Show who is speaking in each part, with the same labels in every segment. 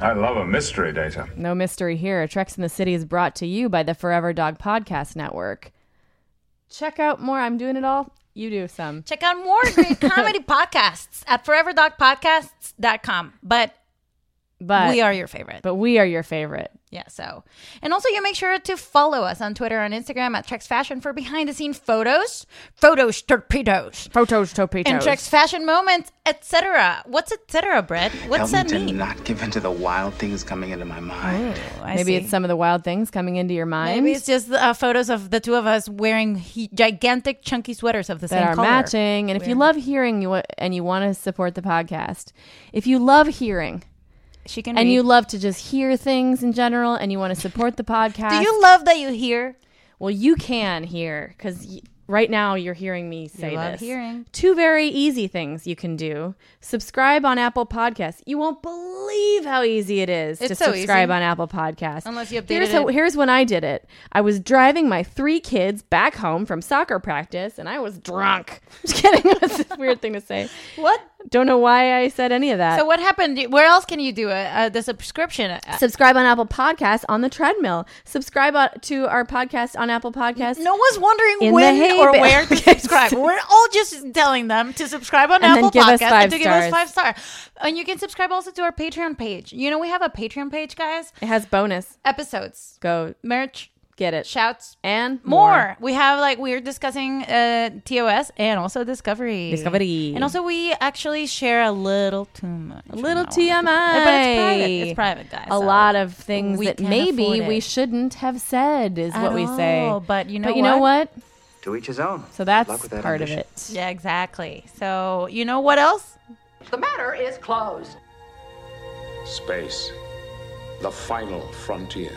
Speaker 1: I love a mystery, Data.
Speaker 2: No mystery here. Treks in the City is brought to you by the Forever Dog Podcast Network. Check out more. I'm doing it all. You do some.
Speaker 3: Check out more great comedy podcasts at foreverdogpodcasts.com. But
Speaker 2: But
Speaker 3: we are your favorite.
Speaker 2: Uh, but we are your favorite.
Speaker 3: Yeah, so. And also, you make sure to follow us on Twitter and Instagram at Trex Fashion for behind the scene photos, photos, torpedoes,
Speaker 2: Protos topitos.
Speaker 3: and Trex Fashion moments, etc. What's etc., Brett? What's
Speaker 4: Help
Speaker 3: that
Speaker 4: me to
Speaker 3: mean?
Speaker 4: not give in to the wild things coming into my mind.
Speaker 3: I
Speaker 2: Maybe
Speaker 3: see.
Speaker 2: it's some of the wild things coming into your mind
Speaker 3: Maybe it's just uh, photos of the two of us wearing he- gigantic, chunky sweaters of the
Speaker 2: that
Speaker 3: same
Speaker 2: are
Speaker 3: color.
Speaker 2: matching. And if you love hearing you and you want to support the podcast, if you love hearing
Speaker 3: She can.
Speaker 2: and
Speaker 3: read.
Speaker 2: you love to just hear things in general and you want to support the podcast,
Speaker 3: Do you love that you hear?
Speaker 2: Well, you can hear because y- right now you're hearing me say
Speaker 3: love
Speaker 2: this.
Speaker 3: hearing.
Speaker 2: Two very easy things you can do: subscribe on Apple Podcasts. You won't believe how easy it is to
Speaker 3: It's so
Speaker 2: subscribe
Speaker 3: easy.
Speaker 2: on Apple Podcasts.
Speaker 3: Unless you updated
Speaker 2: here's how-
Speaker 3: it.
Speaker 2: here's when I did it. I was driving my three kids back home from soccer practice, and I was drunk. Just kidding. That's a weird thing to say.
Speaker 3: What?
Speaker 2: Don't know why I said any of that.
Speaker 3: So what happened? Where else can you do it? Uh, the subscription. Uh,
Speaker 2: Subscribe on Apple Podcasts on the treadmill. Subscribe uh, to our podcast on Apple Podcasts.
Speaker 3: No one's wondering
Speaker 2: In
Speaker 3: when
Speaker 2: the hay
Speaker 3: or
Speaker 2: bale.
Speaker 3: where to subscribe. We're all just telling them to subscribe on
Speaker 2: And then
Speaker 3: Apple
Speaker 2: give us
Speaker 3: Podcasts
Speaker 2: five
Speaker 3: and to give
Speaker 2: stars.
Speaker 3: us five star. And you can subscribe also to our Patreon page. You know we have a Patreon page, guys.
Speaker 2: It has bonus.
Speaker 3: Episodes,
Speaker 2: Go
Speaker 3: merch,
Speaker 2: get it.
Speaker 3: shouts,
Speaker 2: and
Speaker 3: more. We have like we're discussing uh, TOS and also Discovery.
Speaker 2: Discovery.
Speaker 3: And also we actually share a little too much.
Speaker 2: A little
Speaker 3: on that one.
Speaker 2: TMI.
Speaker 3: But it's private. It's private, guys.
Speaker 2: A lot of things
Speaker 3: we
Speaker 2: that
Speaker 3: can't
Speaker 2: maybe
Speaker 3: afford
Speaker 2: we
Speaker 3: it.
Speaker 2: shouldn't have said is
Speaker 3: At
Speaker 2: what we say.
Speaker 3: all, but you know
Speaker 2: but you know what?
Speaker 4: To each his own.
Speaker 2: So that's
Speaker 4: Luck with that
Speaker 2: part
Speaker 4: ambition.
Speaker 2: of it.
Speaker 3: Yeah, exactly. So you know what else?
Speaker 5: The matter is closed.
Speaker 6: Space, the final frontier.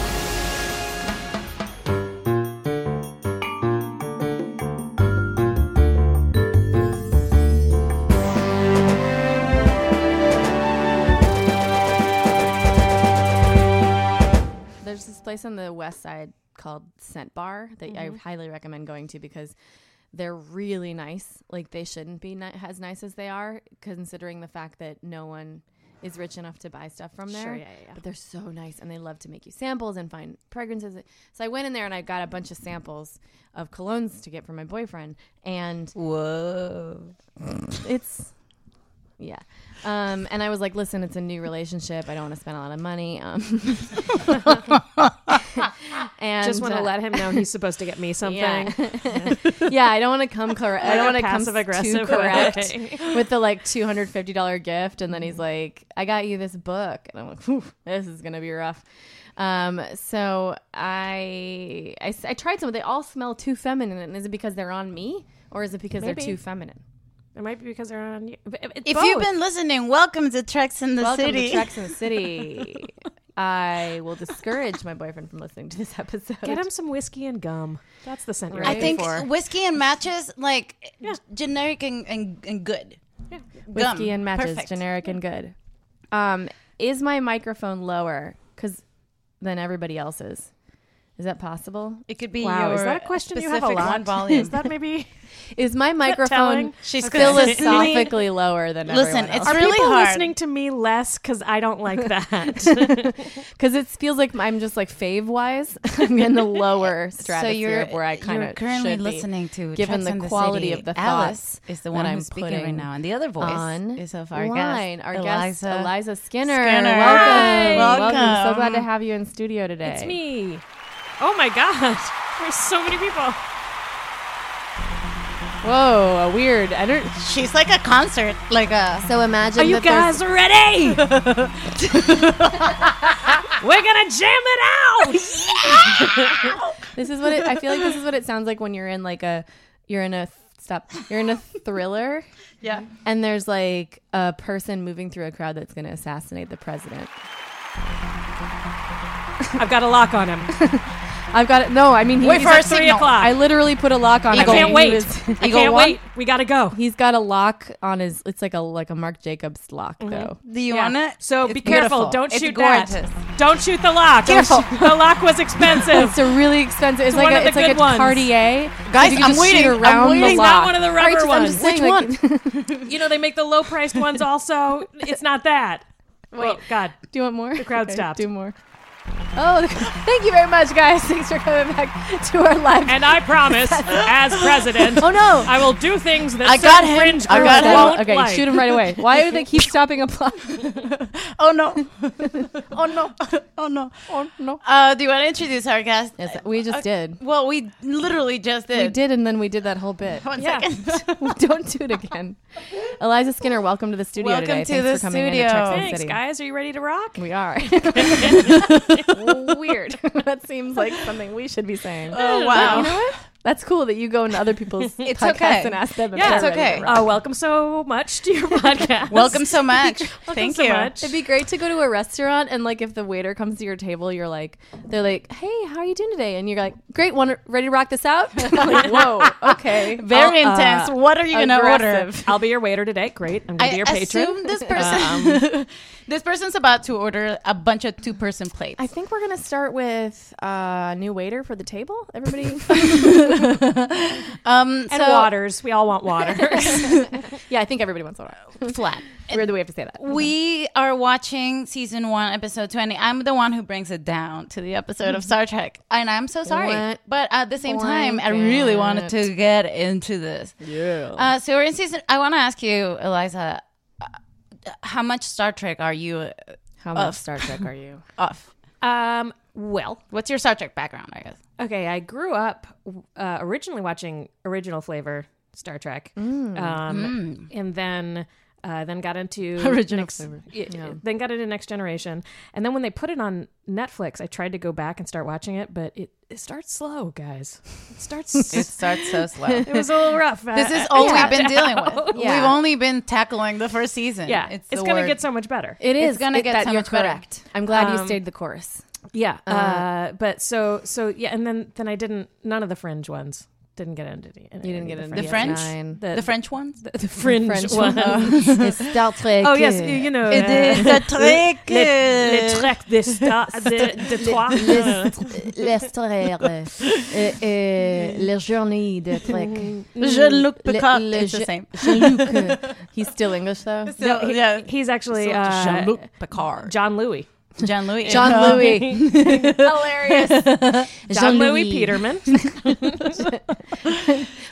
Speaker 2: There's this place on the west side called Scent Bar that
Speaker 3: Mm-hmm.
Speaker 2: I highly recommend going to because they're really nice. Like they shouldn't be ni- as nice as they are, considering the fact that no one is rich enough to buy stuff from there.
Speaker 3: yeah, yeah, yeah.
Speaker 2: But they're so nice, and they love to make you samples and find fragrances. So I went in there and I got a bunch of samples of colognes to get for my boyfriend, and
Speaker 3: Whoa.
Speaker 2: it's yeah um and i was like listen it's a new relationship i don't want to spend a lot of money um and
Speaker 7: Just want to
Speaker 2: uh,
Speaker 7: let him know he's supposed to get me something.
Speaker 2: yeah. yeah, I don't want to come correct. I
Speaker 7: Like a
Speaker 2: don't want to come too
Speaker 7: passive-aggressive
Speaker 2: correct
Speaker 7: way.
Speaker 2: with the like two hundred fifty dollar gift, and then he's like, "I got you this book," and I'm like, Whew, "This is gonna be rough." Um, so I, I s- I tried some. They all smell too feminine. And is it because they're on me, or is it because they're
Speaker 7: Maybe.
Speaker 2: too feminine?
Speaker 7: It might be because they're on. You. but it- it's
Speaker 3: If
Speaker 7: both.
Speaker 3: you've been listening, welcome to Treks in the
Speaker 2: Welcome
Speaker 3: City.
Speaker 2: to Trucks in the City. I will discourage my boyfriend from listening to this episode.
Speaker 7: get him some whiskey and gum. That's the scent you're
Speaker 2: Right.
Speaker 3: I think
Speaker 7: looking for.
Speaker 3: whiskey and matches, like generic and, and, and good. Gum.
Speaker 2: Whiskey and matches,
Speaker 3: Perfect.
Speaker 2: generic and good. Um, is my microphone lower? Because than everybody else's. Is that possible?
Speaker 3: It could be
Speaker 7: Wow,
Speaker 3: your
Speaker 7: is that a question you have a
Speaker 3: specific
Speaker 7: lot?
Speaker 3: one volume.
Speaker 7: Is that maybe?
Speaker 2: Is my microphone
Speaker 7: telling?
Speaker 3: She's
Speaker 2: philosophically lower than
Speaker 3: Listen,
Speaker 2: everyone
Speaker 3: it's
Speaker 2: else?
Speaker 7: Are
Speaker 3: really
Speaker 7: people
Speaker 3: hard.
Speaker 7: listening to me less because I don't like that?
Speaker 2: Because it feels like I'm just like fave wise. I'm in the lower stratosphere
Speaker 3: you're-
Speaker 2: of where I kind
Speaker 3: you're
Speaker 2: of
Speaker 3: currently
Speaker 2: should be,
Speaker 3: listening to
Speaker 2: given
Speaker 3: Tracks in
Speaker 2: the
Speaker 3: the
Speaker 2: quality
Speaker 3: City.
Speaker 2: of the
Speaker 3: Alice
Speaker 2: thoughts
Speaker 3: is the one
Speaker 2: that I'm
Speaker 3: who's speaking right
Speaker 2: putting
Speaker 3: now, and the other voice
Speaker 2: on
Speaker 3: is of our guest,
Speaker 2: line. Our guest
Speaker 3: Eliza
Speaker 2: Eliza Skinner.
Speaker 3: Skinner.
Speaker 2: Welcome.
Speaker 3: Hi.
Speaker 2: welcome. So
Speaker 3: Welcome.
Speaker 2: glad to have you in studio today.
Speaker 7: it's me. Oh my god! There's so many people.
Speaker 2: Whoa, a weird energy.
Speaker 3: She's like a concert, like a.
Speaker 2: So imagine
Speaker 7: Are you
Speaker 2: that there's-
Speaker 7: guys ready? We're gonna jam it out.
Speaker 2: This is what it, I feel like. This is what it sounds like when you're in like a you're in a stop. You're in a thriller.
Speaker 3: Yeah.
Speaker 2: And there's like a person moving through a crowd that's going to assassinate the president.
Speaker 7: I've got a lock on him.
Speaker 2: I've got it. No, I mean, he
Speaker 3: Wait
Speaker 2: he's
Speaker 3: for our
Speaker 2: at
Speaker 3: signal.
Speaker 2: three o'clock. I literally put a lock on.
Speaker 7: I
Speaker 2: him.
Speaker 7: can't
Speaker 2: He
Speaker 7: wait.
Speaker 2: was-
Speaker 7: I
Speaker 3: Eagle
Speaker 7: can't
Speaker 3: one?
Speaker 7: wait. We gotta go.
Speaker 2: He's got a lock on his. It's like a like a Marc Jacobs lock
Speaker 3: Mm-hmm.
Speaker 2: though.
Speaker 3: Do you
Speaker 7: Yeah.
Speaker 3: want it?
Speaker 7: So
Speaker 3: It's
Speaker 7: be careful.
Speaker 3: beautiful.
Speaker 7: Don't
Speaker 3: It's
Speaker 7: shoot
Speaker 3: gorgeous.
Speaker 7: that. Don't shoot the lock. Don't
Speaker 3: Careful.
Speaker 7: shoot- The lock was expensive.
Speaker 2: It's a really expensive. It's
Speaker 7: It's one
Speaker 2: like
Speaker 7: of
Speaker 2: a,
Speaker 7: the
Speaker 2: it's like a
Speaker 7: good ones.
Speaker 2: Cartier. so
Speaker 3: Guys,
Speaker 2: you
Speaker 3: I'm
Speaker 2: can just
Speaker 3: waiting.
Speaker 2: Shoot
Speaker 3: I'm
Speaker 2: around
Speaker 3: waiting.
Speaker 2: the
Speaker 7: It's
Speaker 2: lock.
Speaker 7: not one of the
Speaker 2: Right,
Speaker 7: rubber
Speaker 2: just- I'm
Speaker 7: ones.
Speaker 2: just saying, like-
Speaker 7: you know they make the low priced ones also. It's not that. Wait, God.
Speaker 2: Do you want more? The
Speaker 7: crowd stopped.
Speaker 2: Do more. Oh, the- thank you very much, guys. Thanks for coming back to our live.
Speaker 7: And I promise, as president,
Speaker 2: oh no!
Speaker 7: I will do things that
Speaker 3: I
Speaker 7: certain
Speaker 3: got him.
Speaker 7: fringe
Speaker 3: I
Speaker 7: girls
Speaker 3: got him.
Speaker 7: won't
Speaker 2: okay,
Speaker 7: like.
Speaker 2: shoot him right away. Why do they keep stopping applause?
Speaker 3: Oh no. oh no. Oh no.
Speaker 2: Oh no!
Speaker 3: Uh, do you want to introduce our guest?
Speaker 2: Yes, we just did.
Speaker 3: Well, we literally just did.
Speaker 2: We did, and then we did that whole bit.
Speaker 3: One
Speaker 7: Yeah.
Speaker 3: second. Oh,
Speaker 2: Don't do it again. Eliza Skinner, welcome to the studio
Speaker 3: Welcome
Speaker 2: today.
Speaker 3: to
Speaker 2: Thanks
Speaker 3: the
Speaker 2: for coming
Speaker 3: studio.
Speaker 2: in to Texas
Speaker 7: Thanks,
Speaker 2: City.
Speaker 7: guys. Are you ready to rock?
Speaker 2: We are. Weird. that seems like something we should be saying.
Speaker 3: oh wow.
Speaker 2: That's cool that you go into other people's
Speaker 3: It's
Speaker 2: podcasts
Speaker 3: okay.
Speaker 2: and ask them. if
Speaker 7: Yeah,
Speaker 2: they're ready
Speaker 7: it's
Speaker 2: to
Speaker 3: okay.
Speaker 2: rock.
Speaker 7: Uh, welcome so much to your podcast.
Speaker 3: Welcome so much. Thank
Speaker 7: so
Speaker 3: you.
Speaker 7: much.
Speaker 2: It'd be great to go to a restaurant and like if the waiter comes to your table, you're like, they're like, "Hey, how are you doing today?" And you're like, "Great, one ready to rock this out." like, Whoa, okay,
Speaker 3: Very
Speaker 2: I'll, uh,
Speaker 3: intense. what are you gonna order?
Speaker 2: aggressive.
Speaker 7: I'll be your waiter today. Great. I'm going to be
Speaker 3: I
Speaker 7: your
Speaker 3: assume
Speaker 7: patron.
Speaker 3: this person. this person's about to order a bunch of two-person plates.
Speaker 2: I think we're gonna start with uh, new waiter for the table. Everybody,
Speaker 3: Um,
Speaker 7: And waters. We all want waters.
Speaker 2: yeah, I think everybody wants water.
Speaker 3: flat.
Speaker 2: Weird that we have to say that.
Speaker 3: We are watching season one, episode 20. I'm the one who brings it down to the episode of Star Trek. And I'm so sorry.
Speaker 2: What?
Speaker 3: But at the same time, I really wanted to get into this. Yeah. Uh, so we're in season. I want to ask you, Eliza, uh, how much Star Trek are you uh,
Speaker 2: How much Star Trek are you?
Speaker 3: off?
Speaker 7: um, well,
Speaker 3: What's your Star Trek background, I guess?
Speaker 7: okay. I grew up uh, originally watching original flavor Star Trek. Um, And then. Uh, then got into
Speaker 3: Original
Speaker 7: next, yeah, then got into Next Generation, and then when they put it on Netflix, I tried to go back and start watching it, but it, it starts slow, guys. It starts.
Speaker 3: It starts so slow.
Speaker 7: it was a little rough. Uh,
Speaker 3: This is all we've been dealing with.
Speaker 2: Yeah.
Speaker 3: We've only been tackling the first season.
Speaker 7: yeah. It's,
Speaker 3: It's, the
Speaker 7: gonna
Speaker 3: word.
Speaker 7: get so much better.
Speaker 2: It
Speaker 3: It's gonna get
Speaker 2: that
Speaker 3: so
Speaker 2: you're
Speaker 3: much better.
Speaker 2: correct. I'm glad you stayed the course.
Speaker 7: Yeah. Uh, but so so yeah, and then then I didn't none of the fringe ones didn't get into any.
Speaker 2: Um, You didn't get
Speaker 7: the
Speaker 2: into
Speaker 3: the
Speaker 2: Yeah,
Speaker 3: French.
Speaker 2: nine.
Speaker 7: The,
Speaker 3: The French ones?
Speaker 7: the, the fringe,
Speaker 2: French
Speaker 7: ones.
Speaker 2: Star Trek. euh,
Speaker 7: oh yes, you know.
Speaker 3: It
Speaker 7: uh,
Speaker 3: is a trick.
Speaker 7: Le Trek de Star de, de Trois.
Speaker 2: L'histoire, euh, journée de Trek.
Speaker 3: Jean-Luc Picard. it's the same.
Speaker 2: Jean-Luc. He's still English though.
Speaker 3: So, yeah.
Speaker 7: He's actually uh,
Speaker 3: Picard.
Speaker 7: John Louis.
Speaker 3: John Louis.
Speaker 2: John
Speaker 3: Um,
Speaker 2: Louis. Hilarious.
Speaker 7: John Louis Peterman.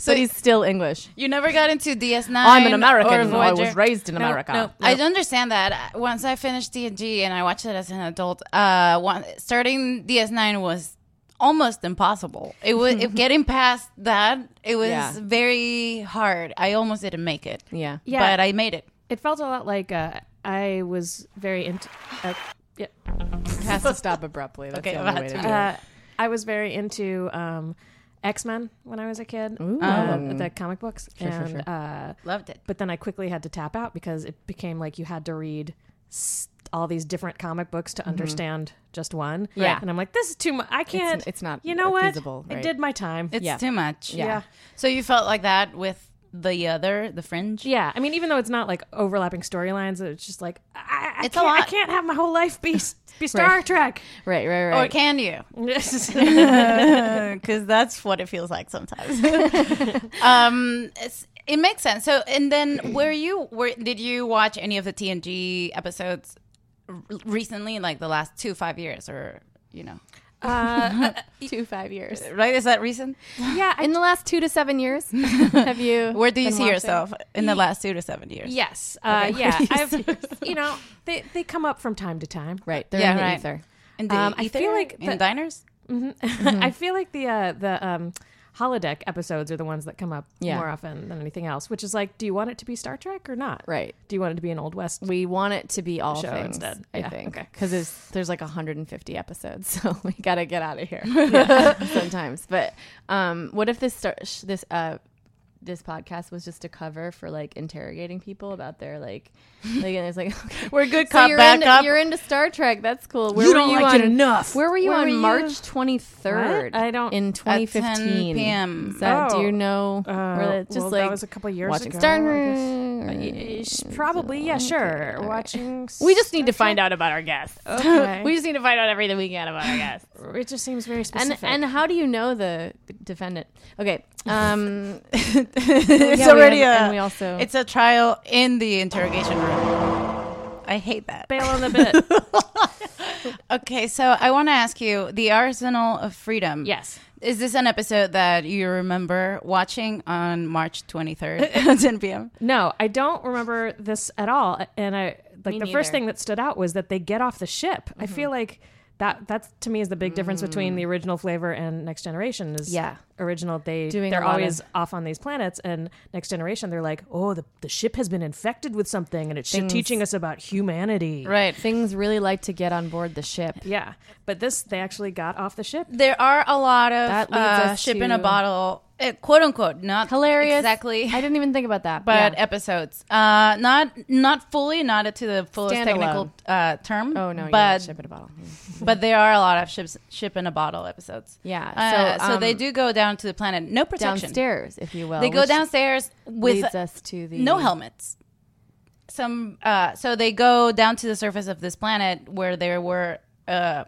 Speaker 2: But he's still English.
Speaker 3: You never got into DS9.
Speaker 2: I'm an
Speaker 3: Or
Speaker 2: American. I
Speaker 3: Voyager.
Speaker 2: was raised in
Speaker 3: No,
Speaker 2: America.
Speaker 3: no. I don't understand that. Uh, Once I finished D&G and I watched it as an adult, uh, one, starting DS9 was almost impossible. It was if getting past that. It was
Speaker 2: Yeah.
Speaker 3: very hard. I almost didn't make it.
Speaker 2: Yeah.
Speaker 7: Yeah.
Speaker 3: but I made it.
Speaker 7: It felt a lot like uh, I was very into. Uh, yeah.
Speaker 2: It has to stop abruptly. That's
Speaker 3: Okay,
Speaker 2: the
Speaker 3: well,
Speaker 2: only way to
Speaker 3: that's
Speaker 2: do it.
Speaker 7: Uh, I was very into um, X Men when I was a kid. Uh, the comic books and uh,
Speaker 3: Loved it.
Speaker 7: but then I quickly had to tap out because it became like you had to read s- all these different comic books to understand just one.
Speaker 2: Mm-hmm. Yeah.
Speaker 7: and I'm like, this is too much. I can't.
Speaker 2: it's not
Speaker 7: You know what?
Speaker 2: feasible,
Speaker 7: I
Speaker 2: right.
Speaker 7: did my time.
Speaker 3: It's
Speaker 2: Yeah.
Speaker 3: too much.
Speaker 2: Yeah.
Speaker 7: yeah.
Speaker 3: So you felt like that with the other, the fringe.
Speaker 7: Yeah, I mean, even though it's not like overlapping storylines, it's just like I, I,
Speaker 3: It's a
Speaker 7: can't, I
Speaker 3: lot.
Speaker 7: can't have my whole life be s- be Star Trek.
Speaker 2: Right, right,
Speaker 3: Or
Speaker 2: right.
Speaker 3: can you?
Speaker 7: yeah,
Speaker 3: because that's what it feels like sometimes. um, it's, it makes sense. So, and then were you were did you watch any of the TNG episodes r- recently, like the last two five years, or you know,
Speaker 7: Oh,
Speaker 2: two five years.
Speaker 3: right? Is that recent?
Speaker 7: uh, I,
Speaker 2: In the last two to seven years, have you?
Speaker 3: Where do you
Speaker 2: been
Speaker 3: see
Speaker 2: watching?
Speaker 3: yourself in the last two to seven years?
Speaker 7: yes, uh, yeah. I've, you know, they they come up from time to time.
Speaker 2: Right, they're
Speaker 3: Yeah,
Speaker 2: in the
Speaker 3: right.
Speaker 2: ether.
Speaker 3: In the
Speaker 7: Um, I feel
Speaker 3: ether?
Speaker 7: like
Speaker 3: in
Speaker 7: the-
Speaker 3: diners.
Speaker 2: Mm-hmm.
Speaker 7: I feel like the uh, the um, holodeck episodes are the ones that come up
Speaker 2: Yeah.
Speaker 7: more often than anything else. Which is like, do you want it to be Star Trek or not?
Speaker 2: Right.
Speaker 7: Do you want it to be an old west?
Speaker 2: We want it to be all
Speaker 7: Show
Speaker 2: things.
Speaker 7: instead.
Speaker 2: I
Speaker 7: Yeah,
Speaker 2: think
Speaker 7: okay.
Speaker 2: because there's there's like 150 episodes, so we gotta get out of here sometimes. But um, what if this star- sh- this uh, this podcast was just a cover for like interrogating people about their like, like and it's like okay.
Speaker 3: We're good
Speaker 2: So
Speaker 3: cop,
Speaker 2: you're,
Speaker 3: bad
Speaker 2: into,
Speaker 3: cop.
Speaker 2: you're into Star Trek. That's cool. Where
Speaker 7: You
Speaker 2: were
Speaker 7: don't
Speaker 2: you
Speaker 7: like
Speaker 2: on,
Speaker 7: it enough.
Speaker 2: Where were you
Speaker 7: Where
Speaker 2: on
Speaker 7: were you-
Speaker 2: March 23rd?
Speaker 7: What? I don't-
Speaker 2: In 2015.
Speaker 3: 10 p.m..
Speaker 2: Is that-
Speaker 7: Oh.
Speaker 2: Do you know? where
Speaker 7: Uh,
Speaker 2: it- just
Speaker 7: well,
Speaker 2: like
Speaker 7: that was a couple years
Speaker 2: watching
Speaker 7: ago,
Speaker 2: Star
Speaker 7: I
Speaker 2: Trek
Speaker 7: guess.
Speaker 2: or-
Speaker 7: Uh, Probably, yeah, sure. Watching.
Speaker 2: We just need to find out about our guests.
Speaker 7: Okay.
Speaker 2: we just need to find out everything we can about our guests.
Speaker 7: It just seems very
Speaker 2: And
Speaker 7: specific.
Speaker 2: and how do you know the defendant? Okay, um,
Speaker 3: it's
Speaker 2: Yeah, we
Speaker 3: already
Speaker 2: have-
Speaker 3: a, uh,
Speaker 2: and we also-
Speaker 3: it's a trial in the interrogation room. I hate that.
Speaker 7: bail on the bit.
Speaker 3: Okay, so I want to ask you the Arsenal of Freedom.
Speaker 7: yes.
Speaker 3: Is this an episode that you remember watching on March 23rd at 10 p.m.?
Speaker 7: No, I don't remember this at all. And I like the first thing that stood out was that they get off the ship. I feel like that that's to me is the big difference between the original flavor and next generation is
Speaker 2: Yeah.
Speaker 7: original they
Speaker 2: Doing
Speaker 7: they're
Speaker 2: a lot
Speaker 7: always
Speaker 2: of-
Speaker 7: off on these planets and next generation they're like oh the, the ship has been infected with something and it's sh- teaching us about humanity
Speaker 3: Right.
Speaker 2: things really like to get on board the ship.
Speaker 7: yeah but this they actually got off the ship
Speaker 3: There are a lot of
Speaker 2: That leads
Speaker 3: uh,
Speaker 2: us
Speaker 3: ship in a
Speaker 2: to-
Speaker 3: bottle, uh, quote unquote, not
Speaker 2: Hilarious.
Speaker 3: exactly,
Speaker 2: I didn't even think about that.
Speaker 3: but
Speaker 2: Yeah.
Speaker 3: episodes. Uh, not not fully, not to the fullest
Speaker 2: Standalone.
Speaker 3: technical uh, term.
Speaker 2: oh no,
Speaker 3: but
Speaker 2: yeah, ship in a bottle.
Speaker 3: but there are a lot of ships ship in a bottle episodes.
Speaker 2: Yeah,
Speaker 3: Uh,
Speaker 2: so,
Speaker 3: so, they
Speaker 2: um,
Speaker 3: do go down to the planet. No protection.
Speaker 2: Downstairs, if you will.
Speaker 3: They go
Speaker 2: which
Speaker 3: downstairs with
Speaker 2: leads us to the
Speaker 3: no helmets. Some uh, so they go down to the surface of this planet where there were uh,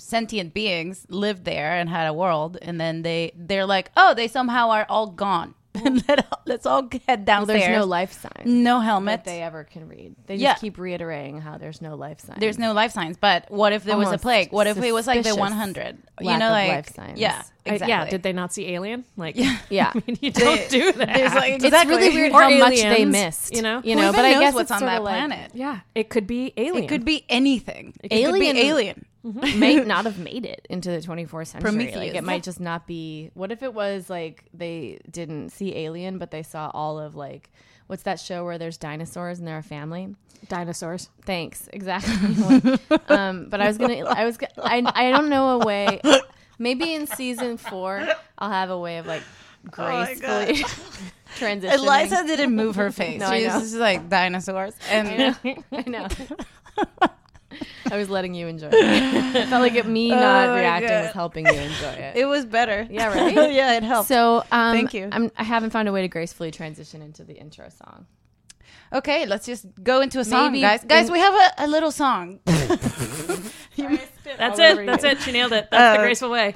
Speaker 3: sentient beings lived there and had a world, and then they they're like, oh, they somehow are all gone. Let, let's all head
Speaker 2: Well,
Speaker 3: downstairs.
Speaker 2: there's no life sign
Speaker 3: no
Speaker 2: that
Speaker 3: helmet.
Speaker 2: they ever can read. They just
Speaker 3: Yeah.
Speaker 2: keep reiterating how there's no life sign.
Speaker 3: There's no life signs. But what if there was
Speaker 2: Almost
Speaker 3: a plague? What if it was like the
Speaker 2: suspicious
Speaker 3: 100? You
Speaker 2: lack
Speaker 3: know,
Speaker 2: of
Speaker 3: like
Speaker 2: life signs. Uh,
Speaker 3: yeah,
Speaker 7: I-
Speaker 3: exactly.
Speaker 7: yeah did they not see alien like yeah,
Speaker 2: Yeah.
Speaker 7: you don't do that
Speaker 3: There's like
Speaker 2: It's
Speaker 3: exactly
Speaker 2: really weird
Speaker 7: Or
Speaker 2: how much they
Speaker 7: aliens,
Speaker 2: missed.
Speaker 7: you know?
Speaker 2: you
Speaker 3: Who
Speaker 2: know.
Speaker 3: even
Speaker 2: But I
Speaker 3: knows
Speaker 2: guess
Speaker 3: what's
Speaker 2: it's
Speaker 3: on
Speaker 2: sorta
Speaker 3: that
Speaker 2: like-
Speaker 3: planet?
Speaker 7: yeah it could be alien
Speaker 3: It could be anything. It
Speaker 2: Alien-
Speaker 3: could be alien.
Speaker 2: may not have made it into the 24th century. Like
Speaker 3: Prometheus.
Speaker 2: it might just not be. What if it was like they didn't see Alien, but they saw all of like what's that show where there's dinosaurs and they're a family?
Speaker 7: dinosaurs
Speaker 2: Thanks, exactly. um, but I was gonna. I was. go- I. I don't know a way. Maybe in season four, I'll have a way of like gracefully transitioning.
Speaker 3: Oh Eliza didn't move her face.
Speaker 2: No, I
Speaker 3: she was
Speaker 2: know.
Speaker 3: just like dinosaurs. And
Speaker 2: I know. I was letting you enjoy it. I felt like it, me not
Speaker 3: Oh my
Speaker 2: reacting
Speaker 3: God.
Speaker 2: was helping you enjoy it.
Speaker 3: it was better.
Speaker 2: Yeah, right?
Speaker 3: yeah, it helped.
Speaker 2: So, um,
Speaker 3: Thank you.
Speaker 2: I'm, I haven't found a way to gracefully transition into the intro song.
Speaker 3: okay, let's just go into a song,
Speaker 2: Maybe
Speaker 3: guys. Guys,
Speaker 2: in-
Speaker 3: we have a, a little song.
Speaker 7: That's it. That's it. She nailed it. That's the graceful way.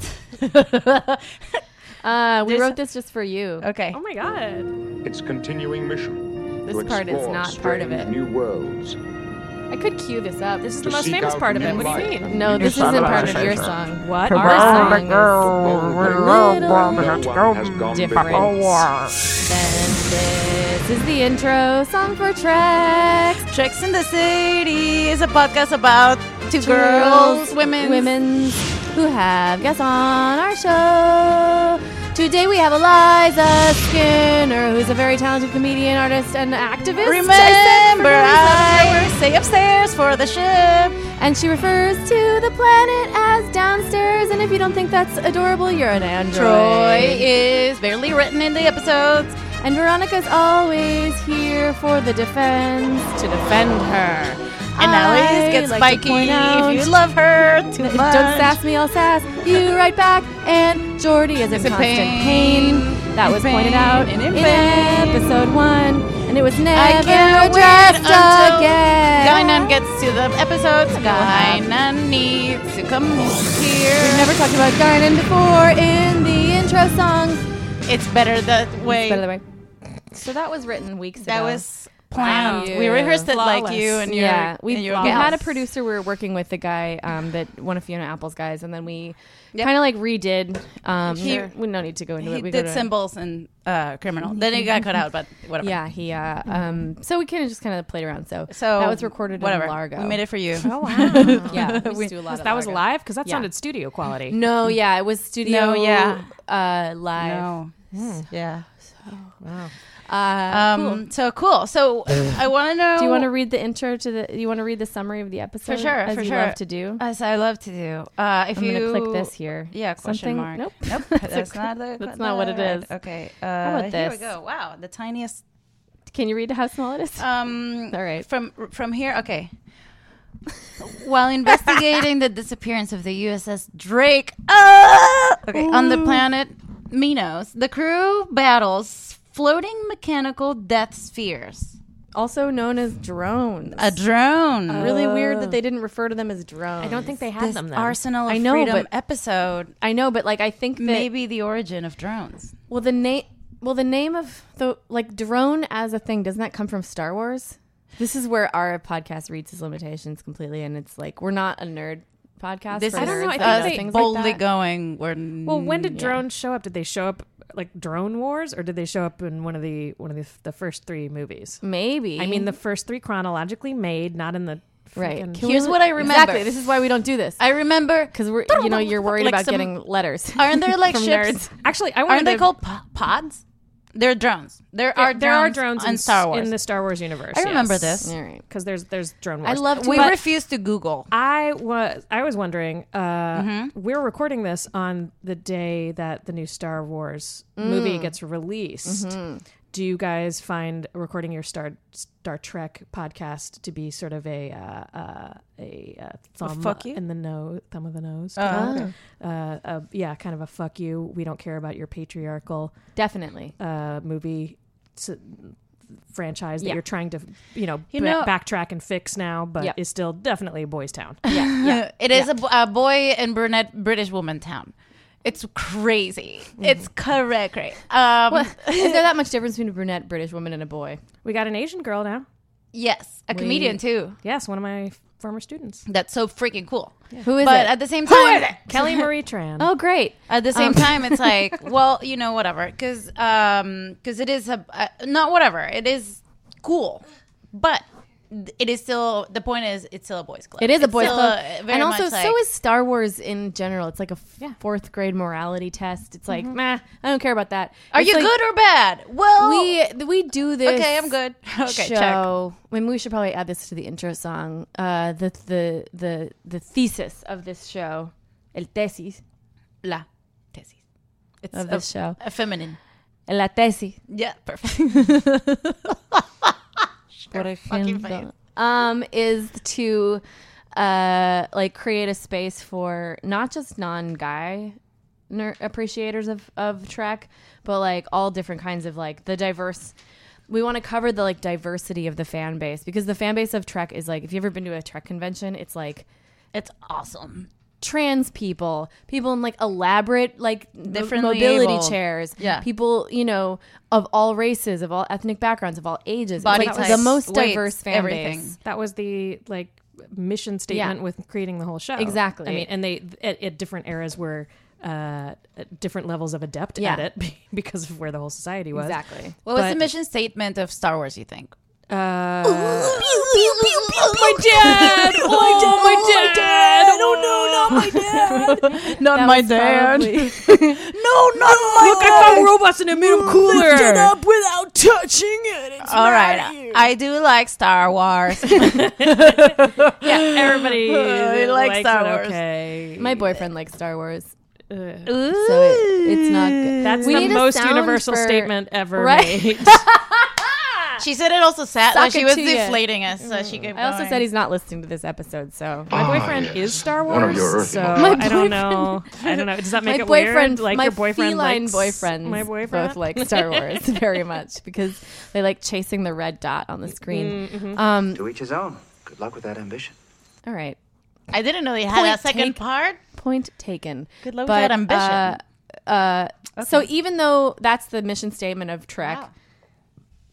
Speaker 2: Uh, we wrote this just for you.
Speaker 3: Okay.
Speaker 7: Oh my god.
Speaker 6: Its continuing mission
Speaker 2: This
Speaker 6: to
Speaker 2: part is
Speaker 6: explore
Speaker 2: not part of
Speaker 6: strange
Speaker 2: it.
Speaker 6: new worlds.
Speaker 2: I could cue this up. This
Speaker 7: It's
Speaker 2: is
Speaker 7: the
Speaker 6: To
Speaker 7: most
Speaker 6: seek
Speaker 7: famous
Speaker 6: out
Speaker 7: part of it.
Speaker 6: new
Speaker 7: What do you
Speaker 6: life.
Speaker 7: mean?
Speaker 2: no, this
Speaker 1: It's
Speaker 2: isn't
Speaker 1: not
Speaker 2: part
Speaker 1: about
Speaker 2: of your
Speaker 1: it.
Speaker 2: song.
Speaker 7: What?
Speaker 2: Our song is
Speaker 1: Oh,
Speaker 2: different.
Speaker 1: wow.
Speaker 2: Then this is the intro song for Treks.
Speaker 3: Tricks in the City is a podcast about two girls, women,
Speaker 2: women who have guests on our show. Today we have Eliza Skinner, who's a very talented comedian, artist, and activist. I said
Speaker 3: Remember, I will stay upstairs for the ship.
Speaker 2: And she refers to the planet as downstairs. And if you don't think that's adorable, you're an android.
Speaker 3: Troy is barely written in the episodes.
Speaker 2: And Veronica's always here for the defense to defend her.
Speaker 3: Uh, And
Speaker 2: I
Speaker 3: Alice gets
Speaker 2: like to
Speaker 3: spiky
Speaker 2: point out-
Speaker 3: if you love her too
Speaker 2: Don't
Speaker 3: much.
Speaker 2: sass me, I'll sass you right back. And Jordy is in
Speaker 3: in
Speaker 2: constant pain.
Speaker 3: pain,
Speaker 2: That
Speaker 3: in
Speaker 2: was pointed
Speaker 3: pain,
Speaker 2: out
Speaker 3: and
Speaker 2: in
Speaker 3: in pain.
Speaker 2: episode one, and it was never
Speaker 3: I can't
Speaker 2: addressed
Speaker 3: wait until
Speaker 2: again.
Speaker 3: Guinan gets to the episodes. Guinan needs to come
Speaker 2: We've
Speaker 3: here.
Speaker 2: never talked about Guinan before in the intro song.
Speaker 3: It's better that way.
Speaker 2: By the way, so that was written weeks ago.
Speaker 3: That was planned.
Speaker 2: Wow.
Speaker 3: We rehearsed it like
Speaker 7: Flawless.
Speaker 3: you and your
Speaker 2: yeah, we,
Speaker 3: and your
Speaker 2: we had a
Speaker 3: boss.
Speaker 2: producer we were working with, the guy um, that one of Fiona Apple's guys, and then we kind of like redid. Um,
Speaker 3: He-
Speaker 2: we no need to go into
Speaker 3: He
Speaker 2: it. We go
Speaker 3: did
Speaker 2: to-
Speaker 3: symbols and uh, criminal. Then it got cut out, but whatever.
Speaker 2: Yeah, he. Uh, um, so we kind of just kind of played around. So,
Speaker 3: So
Speaker 2: that was recorded
Speaker 3: whatever.
Speaker 2: in Largo.
Speaker 3: We made it for you.
Speaker 7: Oh wow.
Speaker 2: Yeah, we, used to do a lot of
Speaker 7: that was
Speaker 2: Largo.
Speaker 7: live because that
Speaker 2: Yeah.
Speaker 7: sounded studio quality.
Speaker 2: No, yeah, it was studio.
Speaker 3: No, yeah.
Speaker 2: uh, live.
Speaker 3: Yeah.
Speaker 2: Uh,
Speaker 3: Um, So cool. So I want to know.
Speaker 2: Do you want to read the intro to the? You want to read the summary of the episode?
Speaker 3: For sure.
Speaker 2: as
Speaker 3: for
Speaker 2: you
Speaker 3: sure. Uh,
Speaker 2: love to do.
Speaker 3: As I love to do. Uh, if
Speaker 2: I'm
Speaker 3: you
Speaker 2: gonna click this here.
Speaker 3: Yeah,
Speaker 2: Something-
Speaker 3: question mark.
Speaker 2: Nope.
Speaker 3: Nope.
Speaker 2: That's a
Speaker 3: that's
Speaker 2: cl-
Speaker 3: not the,
Speaker 2: that's not what it
Speaker 3: right.
Speaker 2: is.
Speaker 3: Okay. Uh,
Speaker 2: about
Speaker 3: Here we
Speaker 2: this?
Speaker 3: go. Wow, the tiniest.
Speaker 2: Can you read how small it is?
Speaker 3: Um,
Speaker 2: All right.
Speaker 3: From from here. Okay. While investigating the disappearance of the USS Drake ah! okay, on the planet Minos, the crew battles floating mechanical death spheres.
Speaker 2: also known as drones.
Speaker 3: A drone.
Speaker 2: really weird that they didn't refer to them as drones.
Speaker 7: I don't think they had
Speaker 3: this
Speaker 7: them then.
Speaker 3: Arsenal of
Speaker 2: I know,
Speaker 3: Freedom
Speaker 2: but-
Speaker 3: episode
Speaker 2: I know, but like I think that
Speaker 3: maybe the origin of drones.
Speaker 2: well the name well the name of the like drone as a thing doesn't that come from Star Wars? This is where our podcast reads its limitations completely, and it's like we're not a nerd podcast.
Speaker 3: This
Speaker 2: for
Speaker 3: is uh,
Speaker 7: I don't know,
Speaker 2: nerds
Speaker 7: I
Speaker 2: that know
Speaker 7: think they
Speaker 2: things like
Speaker 3: boldly
Speaker 2: that.
Speaker 3: going. We're
Speaker 7: Well, when did drones show up? Did they show up like drone wars, or did they show up in one of the one of the, the first three movies?
Speaker 2: Maybe
Speaker 7: I mean, the first three chronologically made, not in the
Speaker 2: right.
Speaker 7: freaking-
Speaker 2: Can
Speaker 3: Here's
Speaker 2: we-
Speaker 3: what I remember.
Speaker 2: Exactly. This is why we don't do this
Speaker 3: I remember
Speaker 2: because we're you know you're worried
Speaker 3: Like
Speaker 2: about
Speaker 3: some-
Speaker 2: getting letters.
Speaker 3: Aren't there like
Speaker 2: from
Speaker 3: ships?
Speaker 2: nerds.
Speaker 7: Actually, I wanted
Speaker 3: Aren't they
Speaker 7: to-
Speaker 3: called po- pods? They're drones. There
Speaker 7: There
Speaker 3: are
Speaker 7: are, there are
Speaker 3: drones,
Speaker 7: drones
Speaker 3: on
Speaker 7: in
Speaker 3: Star
Speaker 7: Star
Speaker 3: Wars.
Speaker 7: in the Star Wars universe.
Speaker 3: I remember this.
Speaker 2: All right.
Speaker 7: because there's there's drone wars.
Speaker 2: I love
Speaker 3: we
Speaker 2: but-
Speaker 3: refuse to Google.
Speaker 7: I was I was wondering. Uh,
Speaker 3: Mm-hmm.
Speaker 7: We're recording this on the day that the new Star Wars movie
Speaker 3: Mm.
Speaker 7: gets released.
Speaker 3: Mm-hmm.
Speaker 7: Do you guys find recording your Star Star Trek podcast to be sort of a uh, uh, a uh, thumb
Speaker 3: fuck you? Oh,
Speaker 7: in the nose, thumb of the nose? uh, uh, yeah, kind of a fuck you. We don't care about your patriarchal
Speaker 2: Definitely.
Speaker 7: uh, movie. s franchise that
Speaker 2: Yeah.
Speaker 7: you're trying to you know,
Speaker 3: You
Speaker 7: ba-
Speaker 3: know-
Speaker 7: backtrack and fix now but
Speaker 2: Yeah.
Speaker 7: is still definitely a boys town
Speaker 3: It is a b- a, boy and brunette British woman town. It's crazy. It's correct. correct. Um,
Speaker 2: is there that much difference between a brunette British woman and a boy?
Speaker 7: We got an Asian girl now.
Speaker 3: yes, a comedian too.
Speaker 7: Yes, one of my f- former students,
Speaker 3: That's so freaking cool.
Speaker 2: Who is
Speaker 3: But
Speaker 2: it?
Speaker 3: at the same time,
Speaker 7: Kelly Marie Tran.
Speaker 2: oh, great.
Speaker 3: At the same time, it's like, well, you know, whatever, because because it is a uh, not whatever. It is cool, but it is still the point is it's still a boys' club.
Speaker 2: It is a
Speaker 3: It's
Speaker 2: boys'
Speaker 3: still,
Speaker 2: club,
Speaker 3: uh, very
Speaker 2: and also
Speaker 3: much like-
Speaker 2: so is Star Wars in general. It's like a f- fourth grade morality test. It's like, meh, I don't care about that.
Speaker 3: Mm-hmm. Are
Speaker 2: It's
Speaker 3: you
Speaker 2: like,
Speaker 3: good or bad? Well,
Speaker 2: We we do this.
Speaker 3: okay, I'm good. Okay, check.
Speaker 2: show. I mean, we should probably add this to the intro song. Uh, the the the the thesis of this show, el tesis
Speaker 3: La tesis. It's
Speaker 2: of
Speaker 3: a,
Speaker 2: this show,
Speaker 3: a feminine.
Speaker 2: la tesis.
Speaker 3: Yeah, perfect.
Speaker 2: Por
Speaker 3: fucking
Speaker 2: ejemplo, um, is to uh, like create a space for not just non guy ner- appreciators of of Trek, but like all different kinds of like the diverse. We want to cover the like diversity of the fan base because the fan base of Trek is like if you've ever been to a Trek convention, it's like
Speaker 3: it's awesome.
Speaker 2: trans people, people in like elaborate like mo-
Speaker 3: Differently
Speaker 2: mobility
Speaker 3: abled.
Speaker 2: chairs,
Speaker 3: Yeah.
Speaker 2: people you know of all races, of all ethnic backgrounds, of all ages, It's,
Speaker 3: Body
Speaker 2: like
Speaker 3: types,
Speaker 2: the most
Speaker 3: weights,
Speaker 2: diverse fan
Speaker 3: everything.
Speaker 2: base.
Speaker 7: that was the like mission statement
Speaker 2: Yeah.
Speaker 7: with creating the whole show.
Speaker 2: Exactly.
Speaker 7: I mean, and they at, at different eras were uh, at different levels of adept
Speaker 2: Yeah.
Speaker 7: at it be- because of where the whole society was.
Speaker 2: Exactly.
Speaker 3: What was
Speaker 7: But-
Speaker 3: the mission statement of Star Wars? You think?
Speaker 7: Uh,
Speaker 3: my dad! Oh, my dad! Oh no, not my dad! not my dad! No, not my
Speaker 7: Look, I
Speaker 3: Oh.
Speaker 7: found robots in a medium cooler.
Speaker 3: without touching it. All right, I do like Star Wars.
Speaker 7: Everybody
Speaker 3: I like
Speaker 7: likes
Speaker 3: Star
Speaker 7: it,
Speaker 3: Wars.
Speaker 7: Okay.
Speaker 2: My boyfriend likes Star Wars,
Speaker 7: Uh,
Speaker 2: so it, it's not good.
Speaker 7: that's
Speaker 2: We
Speaker 7: the
Speaker 2: need a
Speaker 7: most
Speaker 2: sound
Speaker 7: universal
Speaker 2: for-
Speaker 7: statement ever
Speaker 2: Right.
Speaker 7: made.
Speaker 3: she said it also sad, like
Speaker 2: Suck
Speaker 3: she
Speaker 2: it
Speaker 3: was
Speaker 2: to ya.
Speaker 3: deflating us, so she could.
Speaker 2: I also said he's not listening to this episode, so
Speaker 7: My boyfriend is Star Wars,
Speaker 6: Ah, of your Earth
Speaker 7: so
Speaker 6: people.
Speaker 7: I don't know. I don't know. Does that make
Speaker 2: my
Speaker 7: it
Speaker 2: boyfriend,
Speaker 7: weird? Like
Speaker 2: my
Speaker 7: your boyfriend,
Speaker 2: feline
Speaker 7: likes
Speaker 2: boyfriends,
Speaker 7: my boyfriend
Speaker 2: both like Star Wars very much because they like chasing the red dot on the screen.
Speaker 7: Mm.
Speaker 2: Um,
Speaker 4: To each his own. Good luck with that ambition.
Speaker 2: all right.
Speaker 3: I didn't know they had
Speaker 2: Point
Speaker 3: a second
Speaker 2: take.
Speaker 3: part.
Speaker 2: Point taken.
Speaker 3: Good luck with
Speaker 2: But,
Speaker 3: that ambition.
Speaker 2: uh, uh, So even though that's the mission statement of Trek,
Speaker 3: Wow.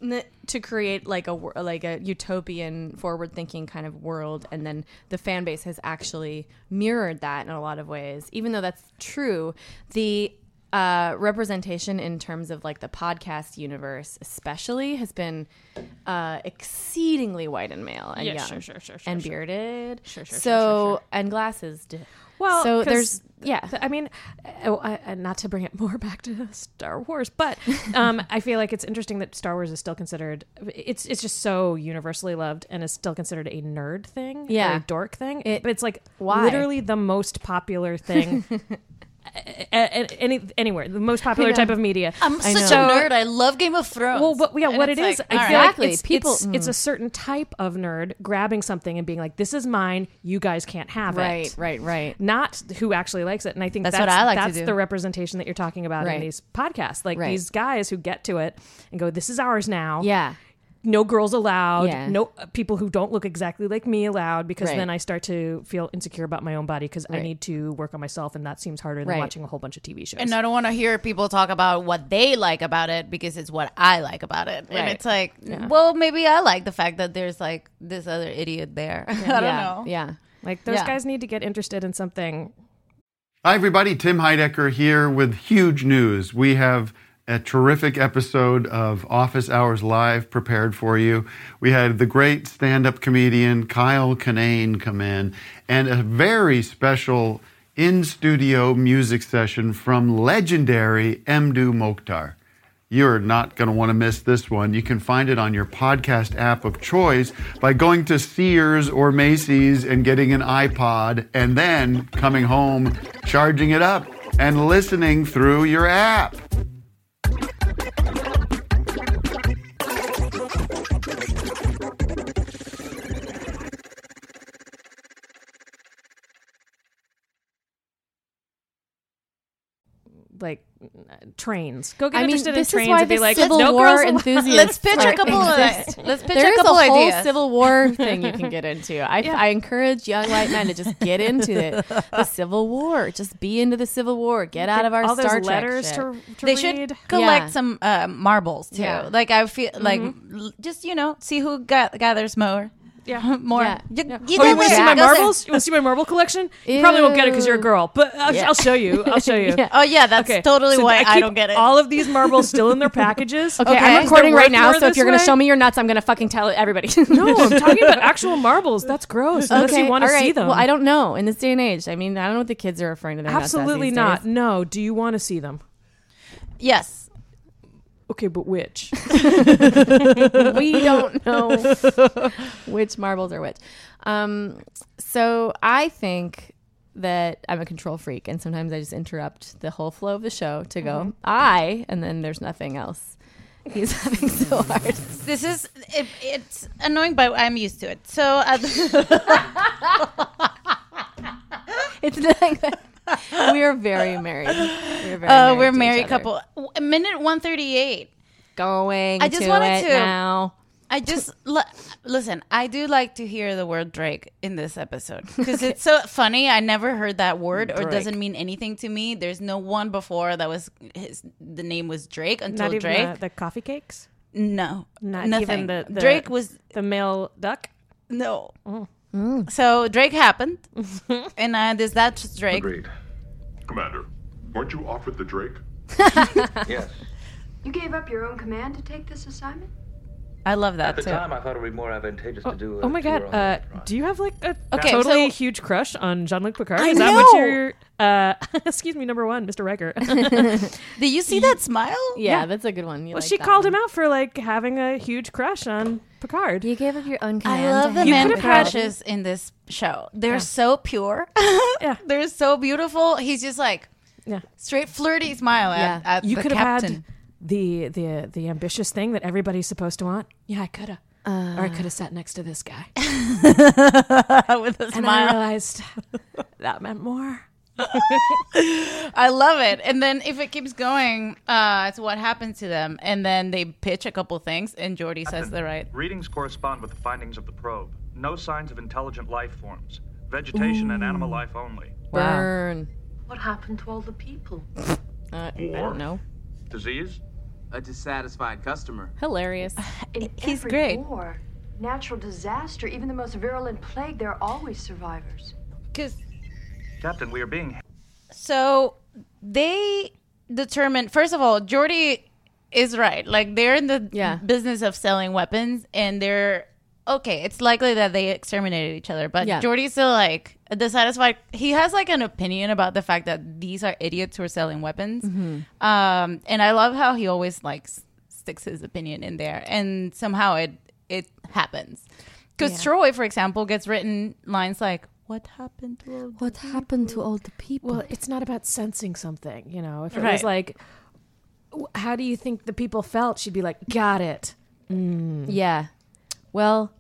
Speaker 2: n- to create like a wor- like a utopian, forward-thinking kind of world, and then the fan base has actually mirrored that in a lot of ways. Even though that's true, the uh, representation in terms of like the podcast universe, especially, has been uh, exceedingly white and male and
Speaker 7: Yeah,
Speaker 2: young,
Speaker 7: sure, sure, sure, sure,
Speaker 2: and
Speaker 7: sure.
Speaker 2: bearded, sure,
Speaker 7: sure, sure,
Speaker 2: so and glasses. d-
Speaker 7: Well,
Speaker 2: so
Speaker 7: 'cause
Speaker 2: there's yeah,
Speaker 7: th- I mean, oh, I, I- not to bring it more back to Star Wars, but um, I feel like it's interesting that Star Wars is still considered. It's it's just so universally loved and is still considered a nerd thing, or
Speaker 2: Yeah.
Speaker 7: a dork thing. but it's like
Speaker 2: Why?
Speaker 7: literally the most popular thing. a- a- any anywhere the most popular type of media.
Speaker 3: I'm
Speaker 2: I
Speaker 3: such
Speaker 2: know.
Speaker 3: a nerd. I love Game of Thrones.
Speaker 7: Well, what, yeah,
Speaker 3: And
Speaker 7: what it
Speaker 3: it's
Speaker 7: is,
Speaker 3: like,
Speaker 7: I
Speaker 3: all
Speaker 7: feel
Speaker 2: Exactly.
Speaker 7: like it's,
Speaker 2: People- mm.
Speaker 7: it's, it's a certain type of nerd grabbing something and being like, "This is mine. You guys can't have it."
Speaker 2: right, right, right.
Speaker 7: not who actually likes it. And I think that's,
Speaker 3: That's what I like to
Speaker 7: that's
Speaker 3: do.
Speaker 7: the representation that you're talking about
Speaker 2: Right.
Speaker 7: in these podcasts. Like
Speaker 2: Right.
Speaker 7: these guys who get to it and go, this is ours now.
Speaker 2: Yeah,
Speaker 7: No girls allowed.
Speaker 2: Yeah.
Speaker 7: No uh, people who don't look exactly like me allowed because
Speaker 2: Right.
Speaker 7: then I start to feel insecure about my own body because I
Speaker 2: Right.
Speaker 7: need to work on myself. And that seems harder than
Speaker 2: Right.
Speaker 7: watching a whole bunch of TV shows.
Speaker 3: And I don't want to hear people talk about what they like about it because it's what I like about it. And
Speaker 2: Right.
Speaker 3: it's like, well, maybe I like the fact that there's like this other idiot there. I don't
Speaker 2: yeah,
Speaker 3: know.
Speaker 2: yeah.
Speaker 7: like those
Speaker 3: Yeah.
Speaker 7: guys need to get interested in something.
Speaker 1: Hi, everybody. Tim Heidecker here with huge news. We have a terrific episode of Office Hours Live prepared for you. We had the great stand up comedian Kyle Kinane come in and a very special in studio music session from legendary Mdu Mokhtar. You're not going to want to miss this one. You can find it on your podcast app of choice by going to Sears or Macy's and getting an iPod and then coming home, charging it up, and listening through your app.
Speaker 7: Like uh, trains, go get
Speaker 2: I mean,
Speaker 7: interested in
Speaker 2: this is
Speaker 7: trains
Speaker 2: why
Speaker 7: and be
Speaker 2: the
Speaker 7: like,
Speaker 2: Civil
Speaker 7: no
Speaker 2: War
Speaker 7: girls allowed."
Speaker 2: enthusiasts
Speaker 3: Let's pitch a
Speaker 2: are-
Speaker 3: couple of
Speaker 2: exist.
Speaker 3: Let's pitch
Speaker 2: There
Speaker 3: a
Speaker 2: is
Speaker 3: couple
Speaker 2: a whole
Speaker 3: ideas.
Speaker 2: Civil War thing you can get into. I, I encourage young white men to just get into it. The Civil War. Just be into the Civil War. Get out of our
Speaker 7: all those
Speaker 2: Star Trek
Speaker 7: letters
Speaker 2: shit.
Speaker 7: to, to
Speaker 3: they
Speaker 7: read.
Speaker 3: should collect
Speaker 2: Yeah.
Speaker 3: some uh, marbles too.
Speaker 2: Yeah. Mm-hmm.
Speaker 3: Like I feel like l- just you know see who ga- gathers more. Yeah, more.
Speaker 2: Yeah.
Speaker 3: You,
Speaker 2: Yeah.
Speaker 3: you
Speaker 7: Oh,
Speaker 3: go
Speaker 7: you
Speaker 3: there.
Speaker 7: want to see my
Speaker 3: Go there.
Speaker 7: marbles? You want to see my marble collection? You probably won't get it because you're a
Speaker 2: Ew.
Speaker 7: girl, but I'll, I'll show you. I'll show you.
Speaker 3: Oh yeah, that's totally
Speaker 7: so
Speaker 3: why
Speaker 7: keep
Speaker 3: I, don't get it.
Speaker 7: All of these marbles still in their packages.
Speaker 2: Okay, I'm recording right now, so if you're
Speaker 7: going
Speaker 2: going
Speaker 7: to
Speaker 2: to show me your nuts, I'm going to fucking tell everybody.
Speaker 7: no, I'm talking about actual marbles. That's gross. Unless you want to see them.
Speaker 2: Well, I don't know. In this day and age, I mean, I don't know what the kids are referring to their nuts as
Speaker 7: Absolutely
Speaker 2: these
Speaker 7: not.
Speaker 2: days.
Speaker 7: No. Do you want to see them?
Speaker 3: yes,
Speaker 7: Okay, but which?
Speaker 2: we don't know which marbles are which. Um, so I think that I'm a control freak, and sometimes I just interrupt the whole flow of the show to go
Speaker 3: Mm-hmm.
Speaker 2: I, and then there's nothing else. He's having so hard.
Speaker 3: this is it, it's annoying, but I'm used to it. So uh,
Speaker 2: It's like that. We are very married. We're, very
Speaker 3: uh, we're
Speaker 2: to each
Speaker 3: married
Speaker 2: other.
Speaker 3: couple. W- Minute one thirty eight.
Speaker 2: Going.
Speaker 3: I just
Speaker 2: to
Speaker 3: wanted
Speaker 2: it
Speaker 3: to-
Speaker 2: now.
Speaker 3: I just li- listen. I do like to hear the word Drake in this episode because it's so funny. I never heard that word, or it doesn't mean anything to me. There's no one before that was his. The name was Drake until
Speaker 7: Not even uh,
Speaker 3: Drake.
Speaker 7: the, the coffee cakes.
Speaker 3: no,
Speaker 7: Not
Speaker 3: nothing.
Speaker 7: even the, the
Speaker 3: Drake was
Speaker 7: the male duck.
Speaker 3: no.
Speaker 7: Mm.
Speaker 3: So Drake happened, and I this that's Drake.
Speaker 6: Agreed.
Speaker 8: Commander, weren't you offered the Drake?
Speaker 9: Yes.
Speaker 5: You gave up your own command to take this assignment?
Speaker 3: I love that
Speaker 9: At the
Speaker 3: too.
Speaker 9: time, I thought it would be more advantageous to do. A
Speaker 7: Oh my god!
Speaker 9: tour on the
Speaker 7: Uh,
Speaker 9: front.
Speaker 7: do you have like a
Speaker 3: Okay,
Speaker 7: totally
Speaker 3: so-
Speaker 7: huge crush on Jean-Luc Picard?
Speaker 3: I
Speaker 7: Is that what
Speaker 3: know!
Speaker 7: you're? Uh, excuse me, number one, Mr. Riker. well,
Speaker 3: Did you see that smile?
Speaker 2: Yeah, that's a good one. You like
Speaker 7: she
Speaker 2: that
Speaker 7: called
Speaker 2: one.
Speaker 7: him out for like having a huge crush on Picard.
Speaker 2: You gave up your own command.
Speaker 3: I love
Speaker 2: to
Speaker 3: the
Speaker 2: hang out
Speaker 3: men
Speaker 2: with Howard.
Speaker 3: crushes in this show. They're so pure.
Speaker 7: Yeah.
Speaker 3: They're so beautiful. He's just like
Speaker 7: Yeah.
Speaker 3: straight flirty smile at,
Speaker 2: Yeah.
Speaker 3: at
Speaker 7: you
Speaker 3: the
Speaker 7: could have
Speaker 3: captain.
Speaker 7: had the the the ambitious thing that everybody's supposed to want. Yeah, I could have. or I could have sat next to this guy,
Speaker 3: with a
Speaker 7: and I
Speaker 3: smile.
Speaker 7: realized that meant more.
Speaker 3: I love it. And then if it keeps going, uh, it's what happens to them. And then they pitch a couple things, and Jordy says the right.
Speaker 10: Readings correspond with the findings of the probe. No signs of intelligent life forms. Vegetation and animal life only.
Speaker 2: Burn.
Speaker 5: What happened to all the people?
Speaker 2: Uh, I don't know.
Speaker 10: Disease?
Speaker 11: A dissatisfied customer.
Speaker 2: Hilarious.
Speaker 5: In
Speaker 3: He's
Speaker 5: every
Speaker 3: great.
Speaker 5: war, natural disaster, even the most virulent plague, there are always survivors.
Speaker 3: 'Cause-
Speaker 10: Captain, we are being
Speaker 3: so they determine. First of all, Jordy is right. Like they're in the
Speaker 2: Yeah.
Speaker 3: business of selling weapons, and they're okay. It's likely that they exterminated each other, but
Speaker 2: Yeah.
Speaker 3: Jordy's still like dissatisfied. He has like an opinion about the fact that these are idiots who are selling weapons.
Speaker 2: Mm-hmm.
Speaker 3: Um, and I love how he always like s- sticks his opinion in there, and somehow it it happens. Because Troy, for example, gets written lines like, "What happened to all the
Speaker 2: What happened to all the people?
Speaker 7: Well, it's not about sensing something, you know. If it
Speaker 3: Right.
Speaker 7: was like, w- how do you think the people felt? She'd be like, got it.
Speaker 2: yeah. Well,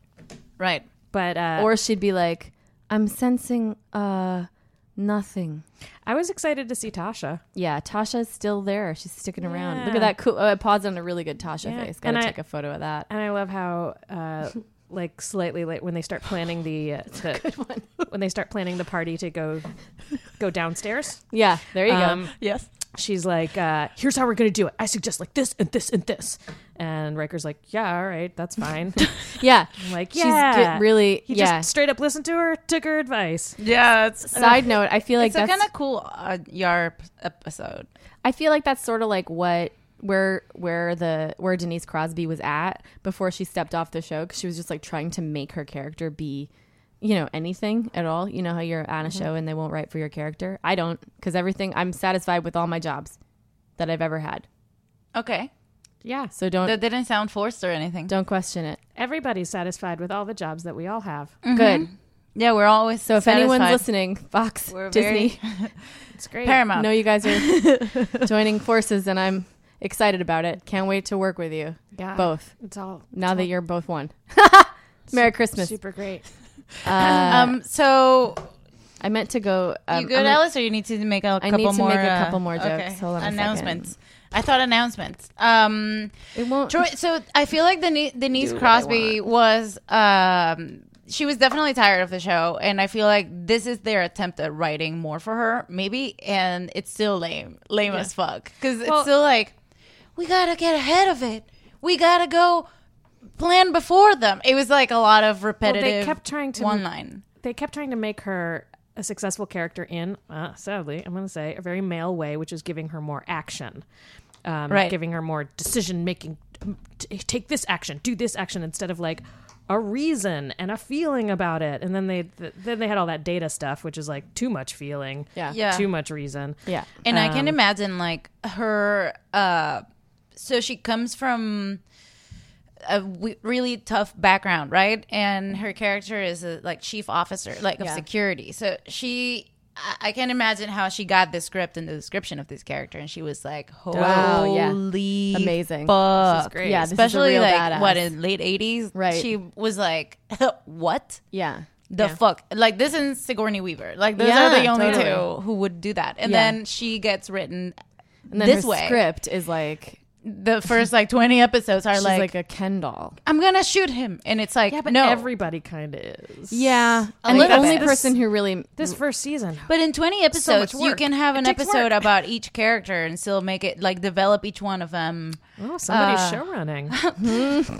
Speaker 3: right?"
Speaker 7: But uh,
Speaker 2: or she'd be like, I'm sensing uh nothing.
Speaker 7: I was excited to see Tasha.
Speaker 2: Yeah, Tasha's still there. She's sticking around. Look
Speaker 7: Yeah.
Speaker 2: at that cool. Oh, I paused on a really good Tasha
Speaker 7: Yeah.
Speaker 2: face. Gotta
Speaker 7: And I-
Speaker 2: take a photo of that.
Speaker 7: And I love how, uh, like, slightly late when they start planning the, uh, the when they start planning the party to go go downstairs.
Speaker 2: Yeah, there you
Speaker 7: Um,
Speaker 2: go.
Speaker 3: Yes.
Speaker 7: She's like, uh, "Here's how we're gonna do it. I suggest like this and this and this." And Riker's like, "Yeah, all right, that's fine."
Speaker 2: Yeah,
Speaker 7: I'm like,
Speaker 2: She's
Speaker 7: "Yeah,
Speaker 2: get- really-
Speaker 7: He
Speaker 2: yeah.
Speaker 7: just straight up listened to her, took her advice.
Speaker 3: Yeah, it's
Speaker 2: Side note, I feel like
Speaker 3: it's a
Speaker 2: that's
Speaker 3: kind of cool uh, YAR episode.
Speaker 2: I feel like that's sort of like what where where the where Denise Crosby was at before she stepped off the show 'cause she was just like trying to make her character be you know anything at all you know how you're on a
Speaker 3: Mm-hmm.
Speaker 2: show and they won't write for your character i don't because everything i'm satisfied with all my jobs that i've ever had
Speaker 3: Okay,
Speaker 7: Yeah,
Speaker 2: so don't
Speaker 3: that didn't sound forced or anything.
Speaker 2: don't question it
Speaker 7: everybody's satisfied with all the jobs that we all have.
Speaker 2: good
Speaker 3: Yeah, we're always
Speaker 2: so if anyone's
Speaker 3: Mm-hmm. satisfied.
Speaker 2: listening fox
Speaker 3: We're
Speaker 2: disney
Speaker 3: very-
Speaker 7: It's great.
Speaker 3: Paramount.
Speaker 2: know you guys are joining forces and i'm excited about it can't wait to work with you
Speaker 3: Ah,
Speaker 7: Yeah,
Speaker 2: both
Speaker 7: It's all
Speaker 2: now that you're both one merry christmas
Speaker 7: super great.
Speaker 3: um, so
Speaker 2: Uh, I meant to go. Um,
Speaker 3: you good,
Speaker 2: I'm gonna-
Speaker 3: Alice, or you need to make a
Speaker 2: I
Speaker 3: couple
Speaker 2: need to
Speaker 3: more?
Speaker 2: make a
Speaker 3: uh,
Speaker 2: couple more jokes.
Speaker 3: okay.
Speaker 2: Hold on a second.
Speaker 3: announcements. I thought announcements. Um,
Speaker 2: It won't.
Speaker 3: Troy, so I feel like Denise, Denise Crosby was um, she was definitely tired of the show, and I feel like this is their attempt at writing more for her, maybe, and it's still lame, lame as fuck, because it's
Speaker 7: Well-
Speaker 3: still like we gotta get ahead of it, we gotta go plan before them. It was like a lot of repetitive.
Speaker 7: kept trying to-
Speaker 3: one line.
Speaker 7: They kept trying to make her a successful character in, uh, sadly, I'm going to say, a very male way, which is giving her more action, um,
Speaker 3: Right.
Speaker 7: giving her more decision making. T- take this action, do this action, instead of like a reason and a feeling about it. And then they th- then they had all that data stuff, which is like too much feeling,
Speaker 2: Yeah.
Speaker 3: Yeah.
Speaker 7: too much reason,
Speaker 2: yeah.
Speaker 3: And I
Speaker 2: Um,
Speaker 3: can imagine like her. Uh, so she comes from a w- really tough background, right? And her character is a, like chief officer, like of
Speaker 2: Yeah.
Speaker 3: security. So she. I- I can imagine how she got the script and the description of this character, and she was like, "Holy,
Speaker 2: Wow, yeah.
Speaker 3: amazing,
Speaker 2: Amazing.
Speaker 3: fuck.
Speaker 2: This is great. Yeah, this is a
Speaker 3: especially
Speaker 2: real
Speaker 3: like
Speaker 2: badass.
Speaker 3: what in late '80s,
Speaker 2: Right.
Speaker 3: She was like, "What?
Speaker 2: Yeah.
Speaker 3: the fuck like this and Sigourney Weaver like those
Speaker 2: Yeah,
Speaker 3: are the only
Speaker 2: totally.
Speaker 3: two who would do that and
Speaker 2: Yeah.
Speaker 3: then she gets written
Speaker 2: And then
Speaker 3: this
Speaker 2: her
Speaker 3: way
Speaker 2: script is like
Speaker 3: the first like 20 episodes are
Speaker 2: she's
Speaker 3: like,
Speaker 2: like, a Ken doll.
Speaker 3: I'm gonna shoot him and it's like
Speaker 7: Yeah, but
Speaker 3: no
Speaker 7: everybody kind of is.
Speaker 2: Yeah.
Speaker 3: A
Speaker 2: And the
Speaker 3: little
Speaker 2: only
Speaker 3: bit.
Speaker 2: person who really
Speaker 7: This first season,
Speaker 3: but in 20 episodes you
Speaker 7: work.
Speaker 3: can have
Speaker 7: It
Speaker 3: an
Speaker 7: takes
Speaker 3: episode
Speaker 7: work.
Speaker 3: about each character and still make it like develop each one of them
Speaker 7: oh, somebody's
Speaker 3: Uh.
Speaker 7: showrunning.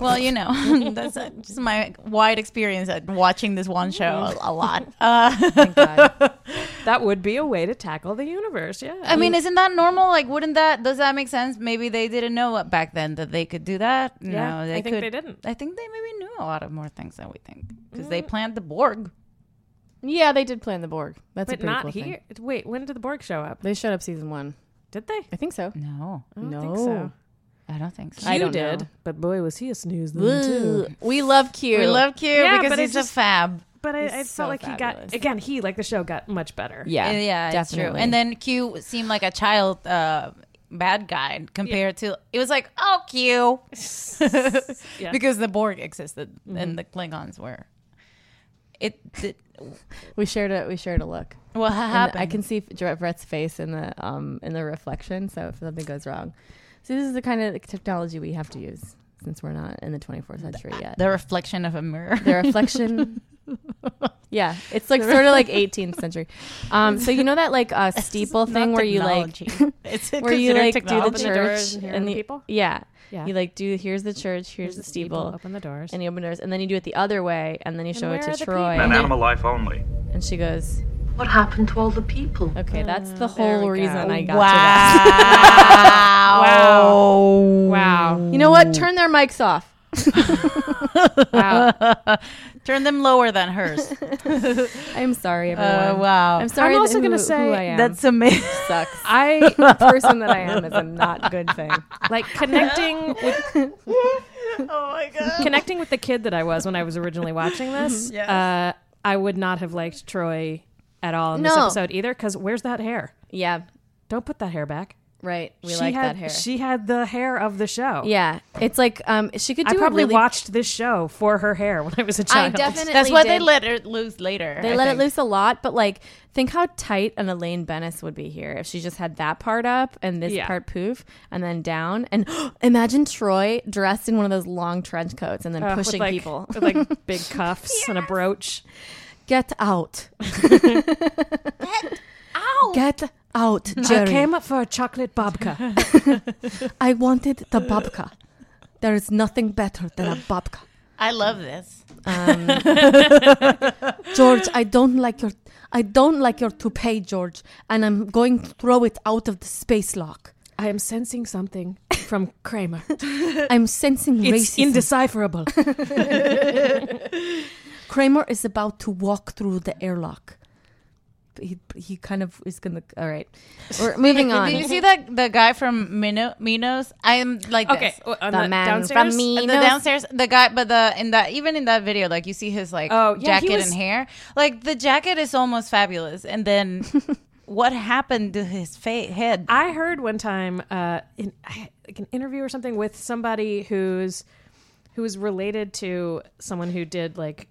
Speaker 3: well you know that's uh, just my wide experience at watching this one show a, a lot uh,
Speaker 7: that would be a way to tackle the universe. Yeah,
Speaker 3: I mean isn't that normal like wouldn't that does that make sense maybe they didn't know back then that they could do that
Speaker 7: Yeah,
Speaker 3: no
Speaker 7: I
Speaker 3: they
Speaker 7: think
Speaker 3: could
Speaker 7: they didn't.
Speaker 3: I think they maybe knew a lot of more things than we think because
Speaker 7: Mm.
Speaker 3: they planned the Borg.
Speaker 2: Yeah, they did plan the Borg. That's a
Speaker 7: but
Speaker 2: pretty
Speaker 7: not
Speaker 2: cool
Speaker 7: here.
Speaker 2: thing.
Speaker 7: Wait, when did the Borg show up?
Speaker 2: They showed up season one.
Speaker 7: Did they?
Speaker 2: I think so.
Speaker 3: No,
Speaker 7: I don't
Speaker 2: no.
Speaker 7: think so.
Speaker 3: I don't think so.
Speaker 2: I don't know.
Speaker 7: but boy, was he a snooze
Speaker 2: Ooh, we love Q.
Speaker 3: We love Q
Speaker 7: Yeah,
Speaker 3: because
Speaker 7: but it
Speaker 3: he's
Speaker 7: just-
Speaker 3: a fab.
Speaker 7: But I, I felt
Speaker 2: so
Speaker 7: like he
Speaker 2: fabulous.
Speaker 7: got again. He like the show got much better.
Speaker 2: Yeah,
Speaker 3: Yeah, yeah
Speaker 2: definitely.
Speaker 3: it's true. And then Q seemed like a child uh, bad guy compared to. It was like, oh, Q,
Speaker 7: Yeah. Mm-hmm.
Speaker 3: because the Borg existed and the Klingons were. It. did
Speaker 2: we shared a we shared a look.
Speaker 3: what
Speaker 2: And
Speaker 3: happened?
Speaker 2: I can see Brett's face in the um in the reflection. So if something goes wrong, so this is the kind of technology we have to use since we're not in the 24th century yet.
Speaker 3: the reflection of a mirror.
Speaker 2: the reflection. yeah, it's like sort of like 18th century. Um, so you know that like uh, steeple thing where you like
Speaker 3: Technology. it's
Speaker 2: where you like do
Speaker 3: technology.
Speaker 2: the
Speaker 7: Open the doors
Speaker 2: church
Speaker 7: and hear
Speaker 2: and
Speaker 7: the
Speaker 2: the
Speaker 7: people?
Speaker 2: Yeah,
Speaker 7: Yeah.
Speaker 2: You like do here's the church, here's, the steeple,
Speaker 7: Open the doors.
Speaker 2: and you open doors, and then you do it the other way, and then you show
Speaker 7: where
Speaker 2: it
Speaker 7: are
Speaker 2: to
Speaker 7: the
Speaker 2: Troy,
Speaker 7: people?
Speaker 10: and animal life only.
Speaker 2: and she goes,
Speaker 12: What happened to all the people?
Speaker 2: Okay, that's the whole reason I got
Speaker 12: Wow.
Speaker 2: to that. wow. Wow. You know what? Turn their mics off.
Speaker 3: Turn them lower than hers.
Speaker 2: I'm sorry, everyone.
Speaker 3: Oh wow.
Speaker 2: Uh, I'm sorry.
Speaker 7: I'm also
Speaker 2: going
Speaker 7: gonna
Speaker 2: to
Speaker 7: say
Speaker 2: who I am.
Speaker 3: That's amazing.
Speaker 2: sucks.
Speaker 7: I
Speaker 2: the person that I am is a not good thing.
Speaker 7: like connecting with
Speaker 3: oh my god.
Speaker 7: connecting with the kid that I was when I was originally watching this.
Speaker 3: Yes.
Speaker 7: Uh, I would not have liked Troy at all in this
Speaker 2: No.
Speaker 7: episode either. Because where's that hair?
Speaker 2: Yeah,
Speaker 7: Don't put that hair back.
Speaker 2: right. We
Speaker 7: She
Speaker 2: like that
Speaker 7: had-
Speaker 2: hair.
Speaker 7: She had the hair of the show.
Speaker 2: yeah, it's like um, she could do
Speaker 7: I probably
Speaker 2: a really
Speaker 7: watched this show for her hair when I was a
Speaker 2: I
Speaker 7: child.
Speaker 2: definitely
Speaker 3: That's why they
Speaker 2: did.
Speaker 3: let it loose later.
Speaker 2: They
Speaker 3: I
Speaker 2: let
Speaker 3: think.
Speaker 2: it loose a lot, but like, think how tight an Elaine Bennis would be here if she just had that part up and this
Speaker 7: Yeah.
Speaker 2: part poof and then down. And imagine Troy dressed in one of those long trench coats and then
Speaker 7: Uh, with,
Speaker 2: pushing
Speaker 7: like-
Speaker 2: people.
Speaker 7: with like big cuffs and a brooch.
Speaker 2: Get out.
Speaker 3: Ow!
Speaker 2: Get out, Jerry. I,
Speaker 7: I came up for a chocolate babka.
Speaker 2: wanted the babka. There is nothing better than a babka. Um,
Speaker 3: I love this.
Speaker 2: George, I don't like your I don't like your toupee, George, and I'm going to throw it out of the space lock.
Speaker 7: I am sensing something from Kramer.
Speaker 2: I'm sensing
Speaker 7: it's
Speaker 2: racism.
Speaker 7: indecipherable.
Speaker 2: Kramer is about to walk through the airlock. He, he kind of is gonna. All right, we're moving on.
Speaker 3: Did you see that the guy from Mino, Minos? I'm like
Speaker 7: okay,
Speaker 3: this.
Speaker 7: on the,
Speaker 2: The man
Speaker 7: downstairs?
Speaker 2: from me.
Speaker 3: The
Speaker 2: Minos?
Speaker 3: downstairs, the guy, but the in that even in that video, like you see his like
Speaker 7: Oh, yeah, he
Speaker 3: jacket
Speaker 7: was-
Speaker 3: and hair, like the jacket is almost fabulous, and then what happened to his fa- head?
Speaker 7: I heard one time uh, in I- like an interview or something with somebody who's who was related to someone who did like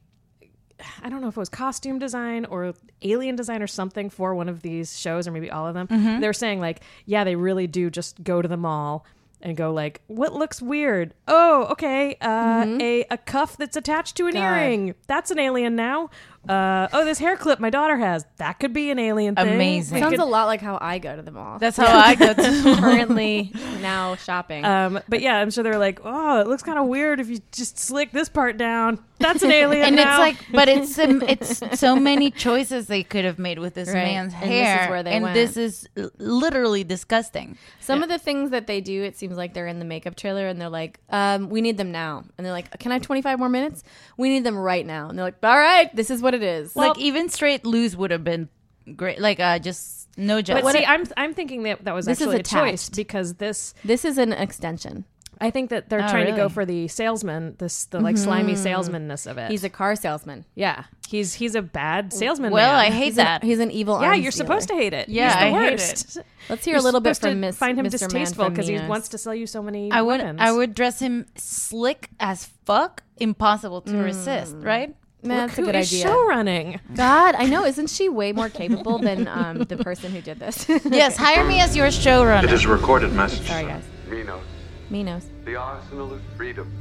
Speaker 7: I don't know if it was costume design or alien design or something for one of these shows or maybe all of them. They were saying like, yeah, they really do just go to the mall and go like, what looks weird? Oh, okay, uh, a a cuff that's attached to an earring. That's an alien now. Uh, oh, this hair clip my daughter has. That could be an alien. Thing.
Speaker 3: Amazing.
Speaker 7: We
Speaker 2: Sounds
Speaker 7: could-
Speaker 2: a lot like how I go to the mall.
Speaker 3: That's how I go to.
Speaker 2: currently now shopping.
Speaker 7: Um, but yeah, I'm sure they're like, oh, it looks kind of weird if you just slick this part down. That's an alien.
Speaker 3: And
Speaker 7: now."
Speaker 3: it's like, but it's um, it's so many choices they could have made with this
Speaker 2: Right.
Speaker 3: man's
Speaker 2: And this is
Speaker 3: hair,
Speaker 2: where they
Speaker 3: and
Speaker 2: went.
Speaker 3: this is l- literally disgusting.
Speaker 2: Some of the things that they do, it seems like they're in the makeup trailer and they're like, um, "We need them now," and they're like, "Can I have 25 more minutes? We need them right now." And they're like, "All right, this is what it is."
Speaker 3: like even straight loose would have been great. Like uh, just no
Speaker 7: but
Speaker 3: judge.
Speaker 7: see, I'm I'm thinking that that was
Speaker 2: This is
Speaker 7: actually a choice
Speaker 2: attached.
Speaker 7: because this.
Speaker 2: this is an extension.
Speaker 7: I think that they're
Speaker 3: Oh,
Speaker 7: trying to go
Speaker 3: really?
Speaker 7: for the salesman, this the like slimy salesmanness of it.
Speaker 2: He's a car salesman.
Speaker 7: yeah, he's he's a bad salesman.
Speaker 3: well,
Speaker 7: man.
Speaker 3: I hate
Speaker 2: He's an-
Speaker 3: that.
Speaker 2: he's an evil.
Speaker 7: yeah,
Speaker 2: arms
Speaker 7: you're supposed to
Speaker 2: dealer.
Speaker 7: hate it.
Speaker 3: Yeah,
Speaker 7: he's the
Speaker 3: I hate
Speaker 7: worst.
Speaker 2: Let's hear
Speaker 7: You're
Speaker 2: a little bit
Speaker 7: supposed to
Speaker 2: from Miss.
Speaker 7: Find him
Speaker 2: Mr.
Speaker 7: distasteful
Speaker 2: because
Speaker 7: because he wants to sell you so many.
Speaker 3: I would
Speaker 7: weapons.
Speaker 3: I would dress him slick as fuck, impossible to resist,
Speaker 2: Mm.
Speaker 3: right?
Speaker 2: That's a
Speaker 7: Who
Speaker 2: good
Speaker 7: is
Speaker 2: idea.
Speaker 7: show running?
Speaker 2: God, I know. Isn't she way more capable than um, the person who did this? Sorry,
Speaker 3: Yes, hire me as your showrunner.
Speaker 8: It is a recorded message.
Speaker 2: guys.
Speaker 13: Minos,
Speaker 2: Minos.
Speaker 13: the arsenal of freedom,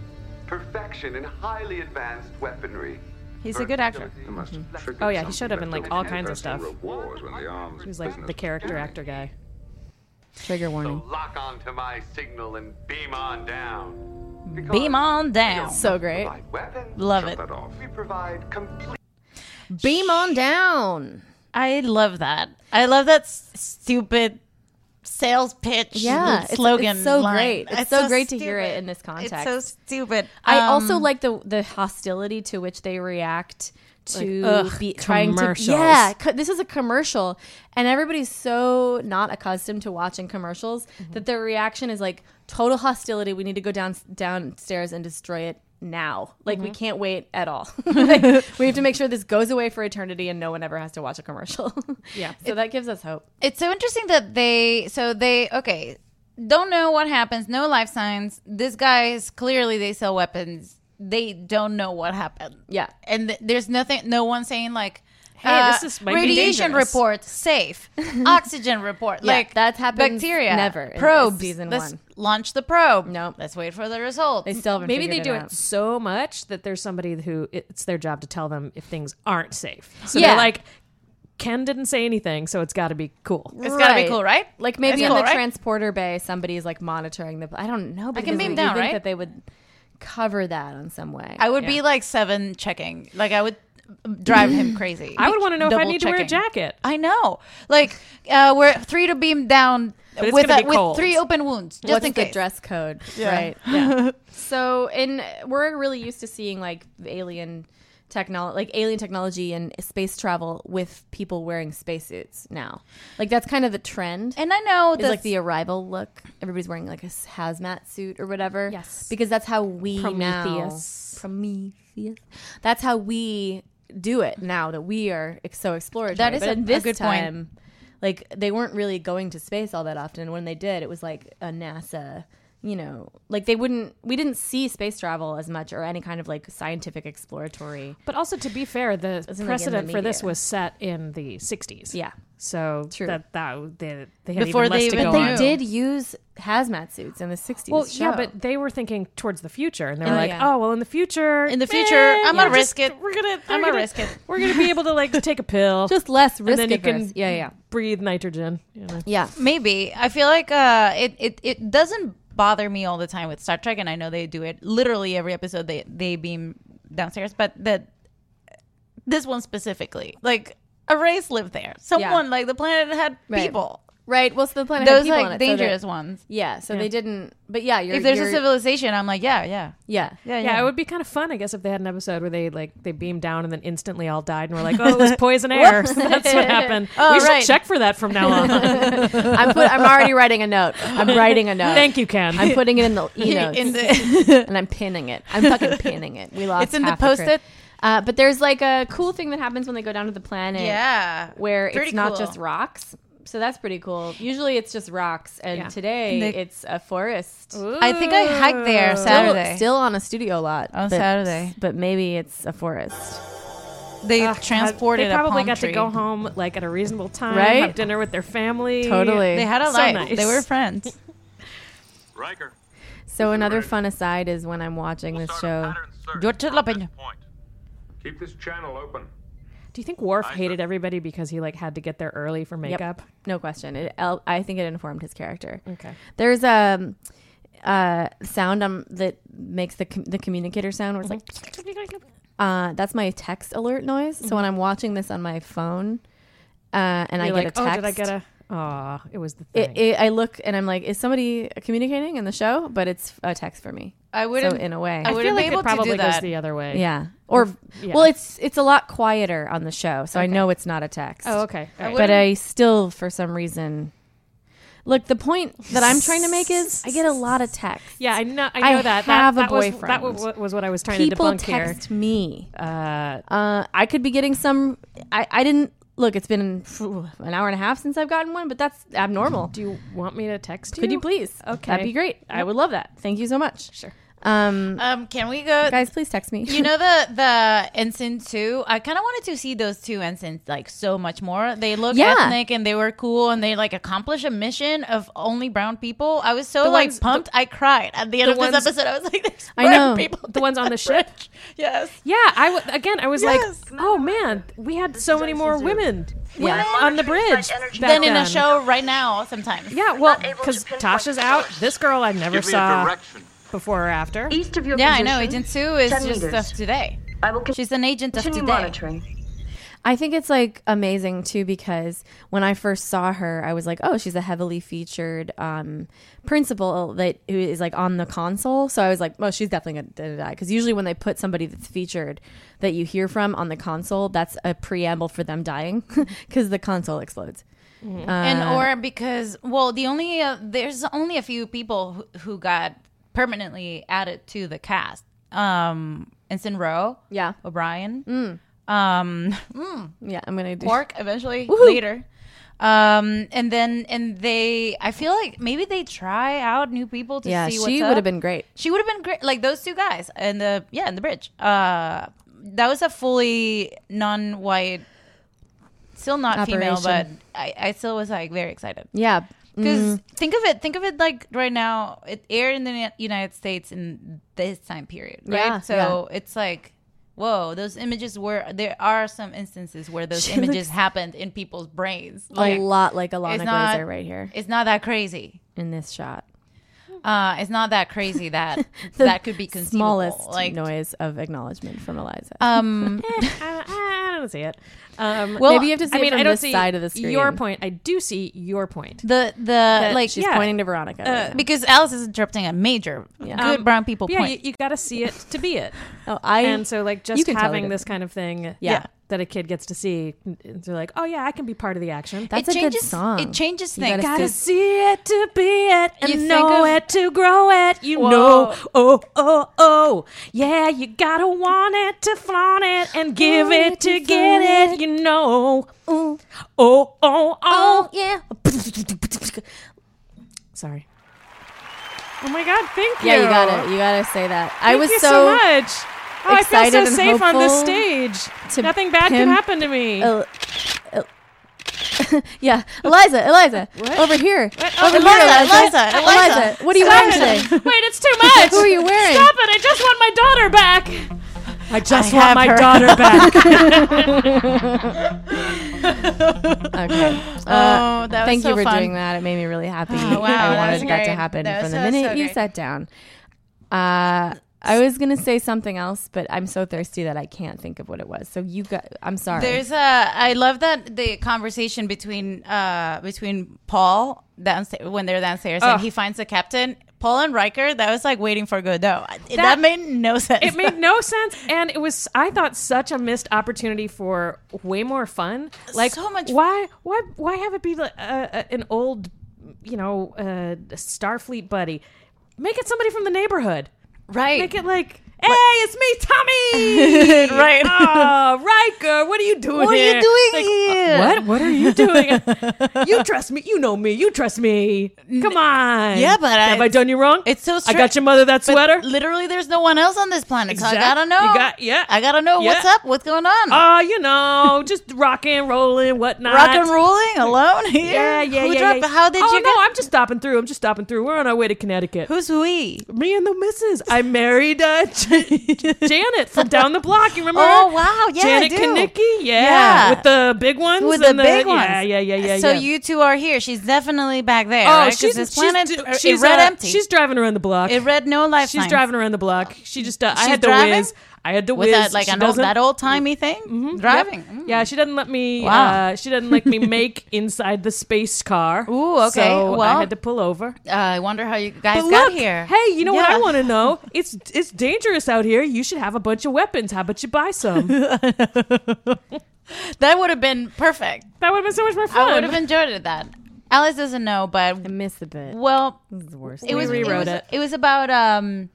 Speaker 13: perfection in highly advanced weaponry.
Speaker 3: He's a good actor.
Speaker 7: Oh yeah, he showed up in like all kinds of stuff.
Speaker 6: Wars when the arms
Speaker 7: He was like the character actor guy.
Speaker 2: Trigger warning.
Speaker 13: So lock onto my signal and beam on down. Because
Speaker 3: Beam on down.
Speaker 2: So great.
Speaker 13: we provide weapons,
Speaker 3: Love it.
Speaker 13: we provide complete
Speaker 2: Beam on down.
Speaker 3: I love that. I love that s- stupid sales pitch
Speaker 2: Yeah, it's-
Speaker 3: slogan.
Speaker 2: it's so
Speaker 3: line.
Speaker 2: great. It's so great to hear it
Speaker 3: stupid.
Speaker 2: in this
Speaker 3: It's so
Speaker 2: context.
Speaker 3: stupid.
Speaker 2: I also
Speaker 3: Um,
Speaker 2: like the the hostility to which they react to
Speaker 7: Like, ugh,
Speaker 2: be trying
Speaker 7: commercials.
Speaker 2: to yeah co- this is a commercial and everybody's so not accustomed to watching commercials
Speaker 7: Mm-hmm.
Speaker 2: that their reaction is like total hostility we need to go down downstairs and destroy it now like
Speaker 7: Mm-hmm.
Speaker 2: we can't wait at all Like, we have to make sure this goes away for eternity and no one ever has to watch a commercial
Speaker 7: Yeah.
Speaker 2: so that gives us hope
Speaker 3: it's so interesting that they so they okay don't know what happens no life signs this guy is clearly they sell weapons they don't know what happened
Speaker 2: Yeah.
Speaker 3: and th- there's nothing no one saying like uh,
Speaker 7: Hey, this is- might be
Speaker 3: radiation
Speaker 7: dangerous.
Speaker 3: report safe oxygen report
Speaker 2: Yeah,
Speaker 3: like
Speaker 2: that happens
Speaker 3: bacteria
Speaker 2: never in
Speaker 3: probes
Speaker 2: season
Speaker 3: let's
Speaker 2: one.
Speaker 3: launch the probe
Speaker 2: Nope.
Speaker 3: let's wait for the result
Speaker 2: they still haven't
Speaker 7: Maybe they
Speaker 2: figured
Speaker 7: do
Speaker 2: it,
Speaker 7: it,
Speaker 2: out.
Speaker 7: so much that there's somebody who it's their job to tell them if things aren't safe. So
Speaker 2: Yeah.
Speaker 7: they're like, Ken didn't say anything, so it's got to be cool.
Speaker 3: it's gotta be cool right
Speaker 2: Like maybe
Speaker 3: It's
Speaker 2: in
Speaker 3: cool,
Speaker 2: the
Speaker 3: right?
Speaker 2: transporter bay, somebody's like monitoring the. I don't know. But
Speaker 3: can beam down,
Speaker 2: think
Speaker 3: right?
Speaker 2: That they would cover that in some way.
Speaker 3: I would be like seven checking. Like I would drive him crazy.
Speaker 7: I would want to know if I need to wear a
Speaker 3: Double-checking.
Speaker 7: jacket.
Speaker 3: I know. Like uh, we're three to beam down
Speaker 7: But it's
Speaker 3: with a,
Speaker 7: gonna be
Speaker 3: with
Speaker 7: cold.
Speaker 3: three open wounds. Just
Speaker 2: What's
Speaker 3: in
Speaker 2: the
Speaker 3: case.
Speaker 2: dress code?
Speaker 3: Yeah.
Speaker 2: Right. Yeah. so, and we're really used to seeing like alien technology, like alien technology and space travel with people wearing spacesuits now. Like that's kind of the trend.
Speaker 3: And I know
Speaker 2: It's
Speaker 3: that's-
Speaker 2: like the arrival look. Everybody's wearing like a s- hazmat suit or whatever. Yes. Because that's how we
Speaker 7: Prometheus.
Speaker 2: now Prometheus. That's how we do it now that we are ex- so exploratory.
Speaker 3: That is
Speaker 2: But
Speaker 3: a-
Speaker 2: in
Speaker 3: a
Speaker 2: this
Speaker 3: good point.
Speaker 2: time, like they weren't really going to space all that often. When they did, it was like a NASA, you know, like they wouldn't. We didn't see space travel as much or any kind of like scientific exploratory.
Speaker 7: But also, to be fair, the
Speaker 2: in the
Speaker 7: precedent for this
Speaker 2: media.
Speaker 7: was set in the 60s.
Speaker 2: Yeah.
Speaker 7: So
Speaker 2: True.
Speaker 7: that, that they, they had
Speaker 3: Before
Speaker 7: even less
Speaker 3: they
Speaker 7: to
Speaker 3: even
Speaker 7: go
Speaker 2: They
Speaker 7: on.
Speaker 2: did use hazmat suits in the sixties.
Speaker 7: Well, yeah, but they were thinking towards the future, and they were
Speaker 2: Oh,
Speaker 7: like,
Speaker 2: yeah.
Speaker 7: "Oh, well, in the future,
Speaker 3: In the
Speaker 7: meh,
Speaker 3: future, I'm
Speaker 7: you
Speaker 3: gonna
Speaker 7: know,
Speaker 3: risk
Speaker 7: just-
Speaker 3: it.
Speaker 7: We're gonna,
Speaker 3: I'm
Speaker 7: we're
Speaker 3: gonna risk it."
Speaker 7: We're gonna be able to like take a pill,
Speaker 2: just less risk
Speaker 7: and then you can
Speaker 2: averse. Yeah, yeah,
Speaker 7: breathe nitrogen. You know.
Speaker 2: yeah.
Speaker 3: Maybe I feel like uh, it, it it doesn't bother me all the time with Star Trek, and I know they do it literally every episode. They they beam downstairs, but the this one specifically, like a race lived there. Someone like the planet had
Speaker 2: Right.
Speaker 3: people.
Speaker 2: Right. Well, so the planet had
Speaker 3: Those
Speaker 2: people on
Speaker 3: like
Speaker 2: it, so they-
Speaker 3: dangerous ones.
Speaker 2: yeah. So they didn't. But yeah, you're,
Speaker 3: If there's a
Speaker 2: you're-
Speaker 3: civilization, I'm like, yeah, yeah,
Speaker 2: yeah,
Speaker 3: yeah, yeah.
Speaker 7: Yeah, it would be kind of fun, I guess, if they had an episode where they like they beamed down and then instantly all died, and we're like, "Oh, it was poison air." That's what happened.
Speaker 3: Oh,
Speaker 7: we should
Speaker 3: right.
Speaker 7: check for that from now on.
Speaker 2: I'm put, I'm already writing a note. I'm writing a note.
Speaker 7: Thank you, Ken.
Speaker 2: I'm putting it in the e notes
Speaker 3: in the
Speaker 2: and I'm pinning it. I'm fucking pinning it. We lost.
Speaker 3: It's in the
Speaker 2: half crit.
Speaker 3: Post-it?
Speaker 2: Uh, but there's like a cool thing that happens when they go down to the planet.
Speaker 3: yeah,
Speaker 2: where
Speaker 3: Pretty
Speaker 2: it's not
Speaker 3: cool.
Speaker 2: just rocks. So that's pretty cool. Usually it's just rocks, and
Speaker 7: Yeah.
Speaker 2: today
Speaker 3: They-
Speaker 2: it's a forest.
Speaker 3: I think I hiked there Saturday.
Speaker 2: Still, still on a studio lot
Speaker 3: On
Speaker 2: but-
Speaker 3: Saturday.
Speaker 2: but maybe it's a forest.
Speaker 3: they
Speaker 7: Ugh, God,
Speaker 3: transported.
Speaker 7: They probably
Speaker 3: a palm
Speaker 7: got
Speaker 3: tree.
Speaker 7: to go home like at a reasonable time,
Speaker 2: Right?
Speaker 7: have dinner with their family.
Speaker 2: Totally.
Speaker 3: They had a
Speaker 7: So
Speaker 3: life.
Speaker 7: nice.
Speaker 3: They were friends.
Speaker 8: Riker,
Speaker 2: So another fun aside is when I'm watching
Speaker 8: we'll
Speaker 2: this
Speaker 8: start a
Speaker 2: show.
Speaker 8: pattern search
Speaker 3: George
Speaker 8: from
Speaker 3: Lopin.
Speaker 8: this point. Keep this channel open.
Speaker 7: Do you think Worf hated everybody because he like had to get there early for
Speaker 2: Yep.
Speaker 7: makeup?
Speaker 2: No question. It, el- I think it informed his character.
Speaker 7: Okay.
Speaker 2: There's a um, uh, sound um, that makes the com- the communicator sound where it's like
Speaker 7: Mm-hmm.
Speaker 2: uh, that's my text alert noise. So when I'm watching this on my phone uh, and I
Speaker 7: You're
Speaker 2: get
Speaker 7: like,
Speaker 2: a text,
Speaker 7: oh, did I get a? Oh, it was the thing.
Speaker 2: it, it, I look and I'm like, is somebody communicating in the show? But it's a text for me.
Speaker 3: I
Speaker 2: So
Speaker 3: wouldn't.
Speaker 2: in a way,
Speaker 3: I
Speaker 7: I
Speaker 3: wouldn't
Speaker 7: feel
Speaker 3: be
Speaker 7: like
Speaker 3: able
Speaker 7: it probably
Speaker 3: to do that.
Speaker 7: goes the other way.
Speaker 2: yeah. Or
Speaker 7: yeah.
Speaker 2: well, it's it's a lot quieter on the show, so I know it's not a text.
Speaker 7: Oh, okay. All right.
Speaker 2: but I still, for some reason, look. The point that I'm trying to make is, I get a lot of text.
Speaker 7: yeah, I know. I know
Speaker 2: I
Speaker 7: that.
Speaker 2: have a
Speaker 7: that, that Was,
Speaker 2: boyfriend.
Speaker 7: that wa- wa- was what I was trying
Speaker 2: People
Speaker 7: to debunk
Speaker 2: text me.
Speaker 7: here. Uh,
Speaker 2: Uh, I could be getting some. I, I didn't look. It's been phew, an hour and a half since I've gotten one, but that's abnormal.
Speaker 7: do you want me to text you?
Speaker 2: Could you please?
Speaker 7: Okay.
Speaker 2: that'd be great. I would love that. Thank you so much. Sure. Um,
Speaker 3: Um, can we go?
Speaker 2: guys, please text me.
Speaker 3: You know the the ensign two. I kind of wanted to see those two ensigns like so much more. They look
Speaker 2: Yeah.
Speaker 3: ethnic and they were cool and they like accomplished a mission of only brown people. I was so
Speaker 7: The
Speaker 3: like
Speaker 7: ones-
Speaker 3: pumped. I cried at the end
Speaker 7: the
Speaker 3: of
Speaker 7: ones-
Speaker 3: this episode. I was like, "There's
Speaker 2: I
Speaker 3: brown
Speaker 2: know.
Speaker 3: people.
Speaker 7: The ones on the ship.
Speaker 3: Yes,
Speaker 7: Yeah, I w- again, I was
Speaker 3: Yes.
Speaker 7: like, oh man, we had so many more women
Speaker 2: Yeah.
Speaker 7: on the bridge. back
Speaker 3: than in a
Speaker 7: then.
Speaker 3: show right now. Sometimes.
Speaker 7: Yeah, well, because Tasha's out. This girl I never
Speaker 8: Give me a
Speaker 7: saw
Speaker 8: direction.
Speaker 7: before or after.
Speaker 5: East of your
Speaker 3: Yeah, I
Speaker 5: position,
Speaker 3: know. Agent Sue is
Speaker 5: 10
Speaker 3: just
Speaker 5: meters.
Speaker 3: of today.
Speaker 5: I will
Speaker 3: She's an agent of
Speaker 5: continue
Speaker 3: today.
Speaker 5: monitoring.
Speaker 2: I think it's like amazing too because when I first saw her, I was like, oh, she's a heavily featured um, principal that who is like on the console. So I was like, oh, she's definitely gonna die because usually when they put somebody that's featured that you hear from on the console, that's a preamble for them dying because the console explodes. Uh,
Speaker 3: and or because well the only uh, there's only a few people who, who got permanently added to the cast um ensign rowe
Speaker 2: Yeah,
Speaker 3: o'brien um
Speaker 2: yeah, I'm gonna do.
Speaker 3: quark eventually later um and then and they i feel like maybe they try out new people to
Speaker 2: yeah,
Speaker 3: see what's
Speaker 2: she
Speaker 3: up.
Speaker 2: would have been great.
Speaker 3: she would have been great like those two guys and the yeah and the bridge uh that was a fully non-white still not female but
Speaker 2: Operation. Mm-hmm.
Speaker 3: I, I still was like very excited
Speaker 2: Yeah,
Speaker 3: because think of it, think of it like right now, it aired in the Uni- United States in this time period, right?
Speaker 2: Yeah,
Speaker 3: so it's like, whoa, those images were. There are some instances where those
Speaker 2: She
Speaker 3: images
Speaker 2: looks-
Speaker 3: happened in people's brains.
Speaker 2: a lot like Alana
Speaker 3: it's not-
Speaker 2: Glazer right here
Speaker 3: It's not that crazy.
Speaker 2: in this shot.
Speaker 3: Uh, it's not that crazy that
Speaker 2: The
Speaker 3: that could be conceivable.
Speaker 2: smallest
Speaker 3: like
Speaker 2: noise of acknowledgement from Eliza.
Speaker 3: um,
Speaker 7: don't see it. Um,
Speaker 2: Well, Maybe you have to see
Speaker 7: I
Speaker 2: it
Speaker 7: mean,
Speaker 2: from
Speaker 7: I don't
Speaker 2: this
Speaker 7: see
Speaker 2: side of the
Speaker 7: Your
Speaker 2: screen.
Speaker 7: point. I do see your point.
Speaker 3: The the like
Speaker 7: she's pointing to Veronica
Speaker 3: uh,
Speaker 7: right now.
Speaker 3: because Alice is interrupting a major good
Speaker 7: Um,
Speaker 3: brown people
Speaker 7: yeah,
Speaker 3: point.
Speaker 7: you, you got to see it to be it.
Speaker 2: oh, I
Speaker 7: and so like
Speaker 2: you
Speaker 7: just
Speaker 2: can tell
Speaker 7: having
Speaker 2: that it-
Speaker 7: this kind of thing, yeah.
Speaker 2: Yeah.
Speaker 7: that a kid gets to see, they're like, oh yeah, I can be part of the action.
Speaker 2: That's
Speaker 3: it
Speaker 2: a good
Speaker 3: changes,
Speaker 2: song.
Speaker 3: It changes
Speaker 2: You
Speaker 3: things.
Speaker 2: gotta
Speaker 7: gotta
Speaker 2: good.
Speaker 7: see it to be it and
Speaker 3: You think
Speaker 7: know
Speaker 3: of-
Speaker 7: it to grow it. You
Speaker 3: Whoa.
Speaker 7: know, oh oh oh, yeah, you gotta want it to flaunt it and give
Speaker 2: Want
Speaker 7: it
Speaker 2: it
Speaker 7: to
Speaker 2: to
Speaker 7: get
Speaker 2: flaunt
Speaker 7: it. You know, oh oh oh.
Speaker 2: yeah.
Speaker 7: Sorry. Oh my god! Thank you.
Speaker 2: Yeah, you got it. You got to say that. I
Speaker 7: Thank
Speaker 2: was
Speaker 7: you
Speaker 2: so,
Speaker 7: so, much. Oh, I feel
Speaker 2: excited
Speaker 7: so
Speaker 2: and
Speaker 7: safe on this
Speaker 2: hopeful
Speaker 7: stage.
Speaker 2: to
Speaker 7: Nothing bad can
Speaker 2: pimp
Speaker 7: happen to me.
Speaker 2: El- el- yeah, Eliza, Eliza, over here,
Speaker 7: Oh,
Speaker 2: over
Speaker 7: Eliza,
Speaker 2: here, Eliza,
Speaker 3: Eliza, Eliza.
Speaker 2: Eliza, What are you wearing today?
Speaker 7: Wait, it's too much.
Speaker 2: Who are you wearing?
Speaker 7: Stop it! I just want my daughter back. I just
Speaker 3: I
Speaker 7: want
Speaker 3: have
Speaker 7: my
Speaker 3: her.
Speaker 7: daughter back.
Speaker 2: Okay.
Speaker 3: Oh, that was
Speaker 2: Thank
Speaker 3: so
Speaker 2: you for
Speaker 3: fun. Oh,
Speaker 2: doing that. It made me really happy.
Speaker 3: wow,
Speaker 2: I
Speaker 3: that
Speaker 2: wanted
Speaker 3: was
Speaker 2: that, to
Speaker 3: great.
Speaker 2: happen
Speaker 3: That
Speaker 2: from
Speaker 3: was
Speaker 2: the
Speaker 3: so,
Speaker 2: minute
Speaker 3: so
Speaker 2: you
Speaker 3: great.
Speaker 2: sat down. Uh, I was gonna say something else, but I'm so thirsty that I can't think of what it was. So you got. I'm sorry.
Speaker 3: There's a. I love that the conversation between uh between Paul downstairs when they're downstairs and he finds the captain. Paul and Riker. That was like waiting for Godot. That, that made no sense.
Speaker 7: it made no sense, and it was I thought such a missed opportunity for way more fun. Like
Speaker 3: So much-
Speaker 7: Why? Why? Why have it be like, uh, uh, an old, you know, uh, Starfleet buddy? Make it somebody from the neighborhood.
Speaker 3: right.
Speaker 7: Make it like, hey, it's me, Tommy.
Speaker 3: Right.
Speaker 7: Oh, Riker, what are you doing
Speaker 3: What are you
Speaker 7: here?
Speaker 3: doing
Speaker 7: Like,
Speaker 3: here?
Speaker 7: What? What are you doing? you trust me. You know me. You trust me. Come on.
Speaker 3: Yeah, but
Speaker 7: have
Speaker 3: I-
Speaker 7: I, done you wrong?
Speaker 3: it's so
Speaker 7: I
Speaker 3: strange,
Speaker 7: got your mother that
Speaker 3: But
Speaker 7: sweater.
Speaker 3: Literally, there's no one else on this planet. so I
Speaker 7: Exact-
Speaker 3: gotta know.
Speaker 7: you got- yeah.
Speaker 3: I gotta know what's
Speaker 7: Yeah.
Speaker 3: up. What's going on?
Speaker 7: Oh, you know, just rocking, rolling, whatnot.
Speaker 3: Rock and rolling alone here.
Speaker 7: Yeah, yeah,
Speaker 3: Who
Speaker 7: yeah,
Speaker 3: dropped-
Speaker 7: yeah.
Speaker 3: How did
Speaker 7: oh,
Speaker 3: you
Speaker 7: no,
Speaker 3: get?
Speaker 7: I'm just stopping through. I'm just stopping through. We're on our way to Connecticut.
Speaker 3: Who's we?
Speaker 7: me and the missus. I married uh, Janet from down the block. You remember?
Speaker 3: Oh
Speaker 7: her?
Speaker 3: wow! Yeah,
Speaker 7: Janet
Speaker 3: I do.
Speaker 7: Kanicki, yeah.
Speaker 3: Yeah.
Speaker 7: with the big ones,
Speaker 3: with the
Speaker 7: and
Speaker 3: big ones.
Speaker 7: yeah, yeah, yeah, yeah.
Speaker 3: So
Speaker 7: yeah.
Speaker 3: you two are here. She's definitely back there.
Speaker 7: oh,
Speaker 3: right? 'Cause
Speaker 7: she's
Speaker 3: this planet.
Speaker 7: she's,
Speaker 3: uh,
Speaker 7: she's,
Speaker 3: it read
Speaker 7: uh,
Speaker 3: empty.
Speaker 7: She's driving around the block.
Speaker 3: it read no life.
Speaker 7: she's driving around the block. She just, uh, I
Speaker 3: She's
Speaker 7: had the
Speaker 3: driving?
Speaker 7: whiz. I had the
Speaker 3: with
Speaker 7: whiz.
Speaker 3: that like
Speaker 7: She
Speaker 3: an old,
Speaker 7: doesn't- Mm-hmm.
Speaker 3: that old timey thing. Driving.
Speaker 7: Yep. Yeah, she doesn't let me.
Speaker 3: Wow.
Speaker 7: Uh, she doesn't let me make inside the space car.
Speaker 3: Ooh, okay.
Speaker 7: So I
Speaker 3: Well,
Speaker 7: had to pull over.
Speaker 3: Uh, I wonder how you guys
Speaker 7: But
Speaker 3: got
Speaker 7: look,
Speaker 3: here.
Speaker 7: Hey, you know what I
Speaker 3: Yeah.
Speaker 7: want to know? It's it's dangerous out here. You should have a bunch of weapons. How about you buy some? that
Speaker 3: That would have been perfect.
Speaker 7: would have been so much more fun.
Speaker 3: I would have enjoyed it then. Alice doesn't know, but
Speaker 2: I missed a bit.
Speaker 3: well,
Speaker 2: This is the worst.
Speaker 3: it was it. Was,
Speaker 7: rewrote it.
Speaker 3: it was about um.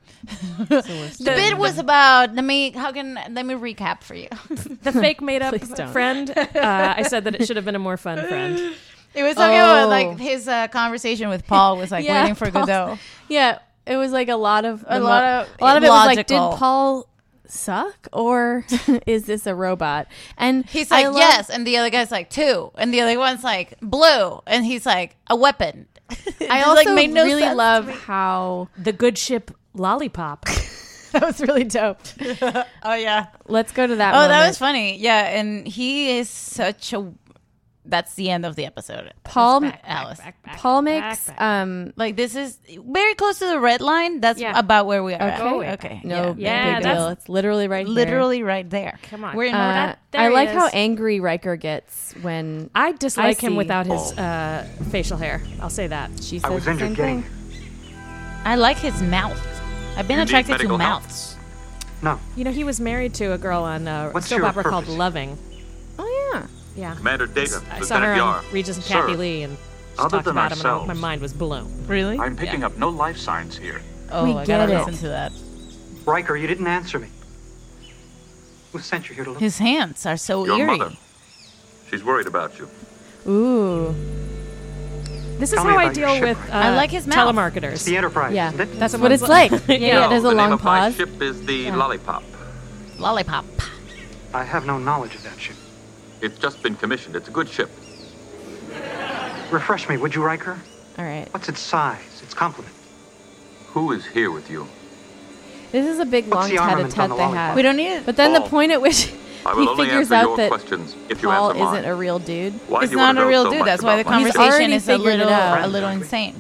Speaker 3: the bit was about let me how can let me recap for you.
Speaker 7: the fake made up
Speaker 2: Please don't.
Speaker 7: friend. Uh, I said that it should have been a more fun friend.
Speaker 3: It was talking about
Speaker 2: Oh.
Speaker 3: like his uh, conversation with Paul was like waiting for
Speaker 2: Paul's-
Speaker 3: Godot.
Speaker 2: Yeah, it was like a lot of
Speaker 3: A lot of
Speaker 2: a lot of it was like, did
Speaker 3: illogical.
Speaker 2: Paul suck or is this a robot? And
Speaker 3: He's
Speaker 2: I
Speaker 3: like
Speaker 2: love-
Speaker 3: yes, and the other guy's like two, and the other one's like blue, and he's like a weapon.
Speaker 2: I
Speaker 3: Just,
Speaker 2: also
Speaker 3: like, made no
Speaker 2: really
Speaker 3: sense to
Speaker 2: love
Speaker 3: me.
Speaker 2: how
Speaker 7: The good ship lollipop.
Speaker 2: that was really dope.
Speaker 3: Oh yeah.
Speaker 2: Let's go to that.
Speaker 3: Oh, that
Speaker 2: moment.
Speaker 3: was funny. Yeah, and he is such a. That's the end of the episode.
Speaker 2: Paul.
Speaker 3: Alice.
Speaker 2: Paul makes um
Speaker 3: Like this is very close to the red line. That's
Speaker 7: Yeah.
Speaker 3: about where we are. at.
Speaker 7: Go way back.
Speaker 3: Okay.
Speaker 2: no
Speaker 3: Yeah.
Speaker 2: big
Speaker 7: Yeah,
Speaker 2: deal.
Speaker 7: that's-
Speaker 2: It's literally right here.
Speaker 3: Literally right there.
Speaker 7: Come on.
Speaker 3: We're in
Speaker 2: Uh,
Speaker 3: order.
Speaker 7: that- there
Speaker 2: I
Speaker 7: it
Speaker 2: like how
Speaker 7: is.
Speaker 2: angry Riker gets when
Speaker 7: I dislike him
Speaker 2: see.
Speaker 7: without his uh, facial hair. I'll say that.
Speaker 2: she
Speaker 4: I
Speaker 2: says
Speaker 4: was
Speaker 2: the same
Speaker 4: injured getting
Speaker 2: thing.
Speaker 4: here.
Speaker 3: I like his mouth. I've been
Speaker 8: You need
Speaker 3: attracted to
Speaker 8: medical help.
Speaker 3: mouths.
Speaker 4: No.
Speaker 7: You know, he was married to a girl on uh, a
Speaker 4: What's
Speaker 7: soap
Speaker 4: your
Speaker 7: opera called
Speaker 4: purpose?
Speaker 7: Loving.
Speaker 2: Oh yeah.
Speaker 7: Yeah.
Speaker 8: Commander Data,
Speaker 7: I saw her
Speaker 8: Lieutenant Yar.
Speaker 7: on Regis and
Speaker 8: Sir,
Speaker 7: Kathy Lee and she
Speaker 8: other
Speaker 7: talked
Speaker 8: than
Speaker 7: about him and I- my
Speaker 8: ourselves.
Speaker 7: mind was blown.
Speaker 3: Really?
Speaker 8: I'm picking up no life signs here.
Speaker 3: Oh,
Speaker 2: We
Speaker 3: I gotta
Speaker 2: get it.
Speaker 3: listen to that.
Speaker 4: Riker, you didn't answer me. Who sent you here to look?
Speaker 3: His hands are so
Speaker 8: Your
Speaker 3: eerie.
Speaker 8: mother. She's worried about you.
Speaker 2: Ooh.
Speaker 7: This is
Speaker 4: Tell me
Speaker 7: how I
Speaker 4: about your
Speaker 7: deal
Speaker 4: ship,
Speaker 7: with uh,
Speaker 4: Riker.
Speaker 3: I like his mouth.
Speaker 4: It's
Speaker 7: telemarketers.
Speaker 4: the Enterprise,
Speaker 2: Yeah.
Speaker 4: isn't it?
Speaker 2: That's
Speaker 7: The
Speaker 2: what
Speaker 7: one's
Speaker 2: it's like.
Speaker 7: like-
Speaker 2: yeah,
Speaker 7: No,
Speaker 2: yeah. There's a
Speaker 8: the name
Speaker 2: long
Speaker 8: of my
Speaker 2: pause.
Speaker 8: ship is the Lollipop.
Speaker 3: Lollipop.
Speaker 4: I have no knowledge of that ship.
Speaker 8: It's just been commissioned. It's a good ship.
Speaker 4: Refresh me, would you, Riker?
Speaker 2: All right.
Speaker 4: What's its size, its complement?
Speaker 8: Who is here with you?
Speaker 2: This is a big
Speaker 4: What's
Speaker 2: long
Speaker 4: the
Speaker 2: tete a
Speaker 4: armament on
Speaker 2: tete
Speaker 4: the
Speaker 2: they have.
Speaker 4: lollipop?
Speaker 3: We don't need it.
Speaker 2: But then the
Speaker 8: Paul,
Speaker 2: point at which
Speaker 8: I will
Speaker 2: he
Speaker 8: only
Speaker 2: figures
Speaker 8: answer your
Speaker 2: out that
Speaker 8: questions if you
Speaker 2: Paul
Speaker 8: answer mine.
Speaker 2: isn't a real dude.
Speaker 8: Why
Speaker 3: it's
Speaker 8: do you wanna
Speaker 3: not a
Speaker 8: know
Speaker 3: real
Speaker 8: so
Speaker 3: dude.
Speaker 8: much
Speaker 3: That's why the
Speaker 8: about my ship?
Speaker 3: conversation
Speaker 2: already
Speaker 3: is a
Speaker 2: figured it
Speaker 3: little,
Speaker 2: out.
Speaker 3: a little insane.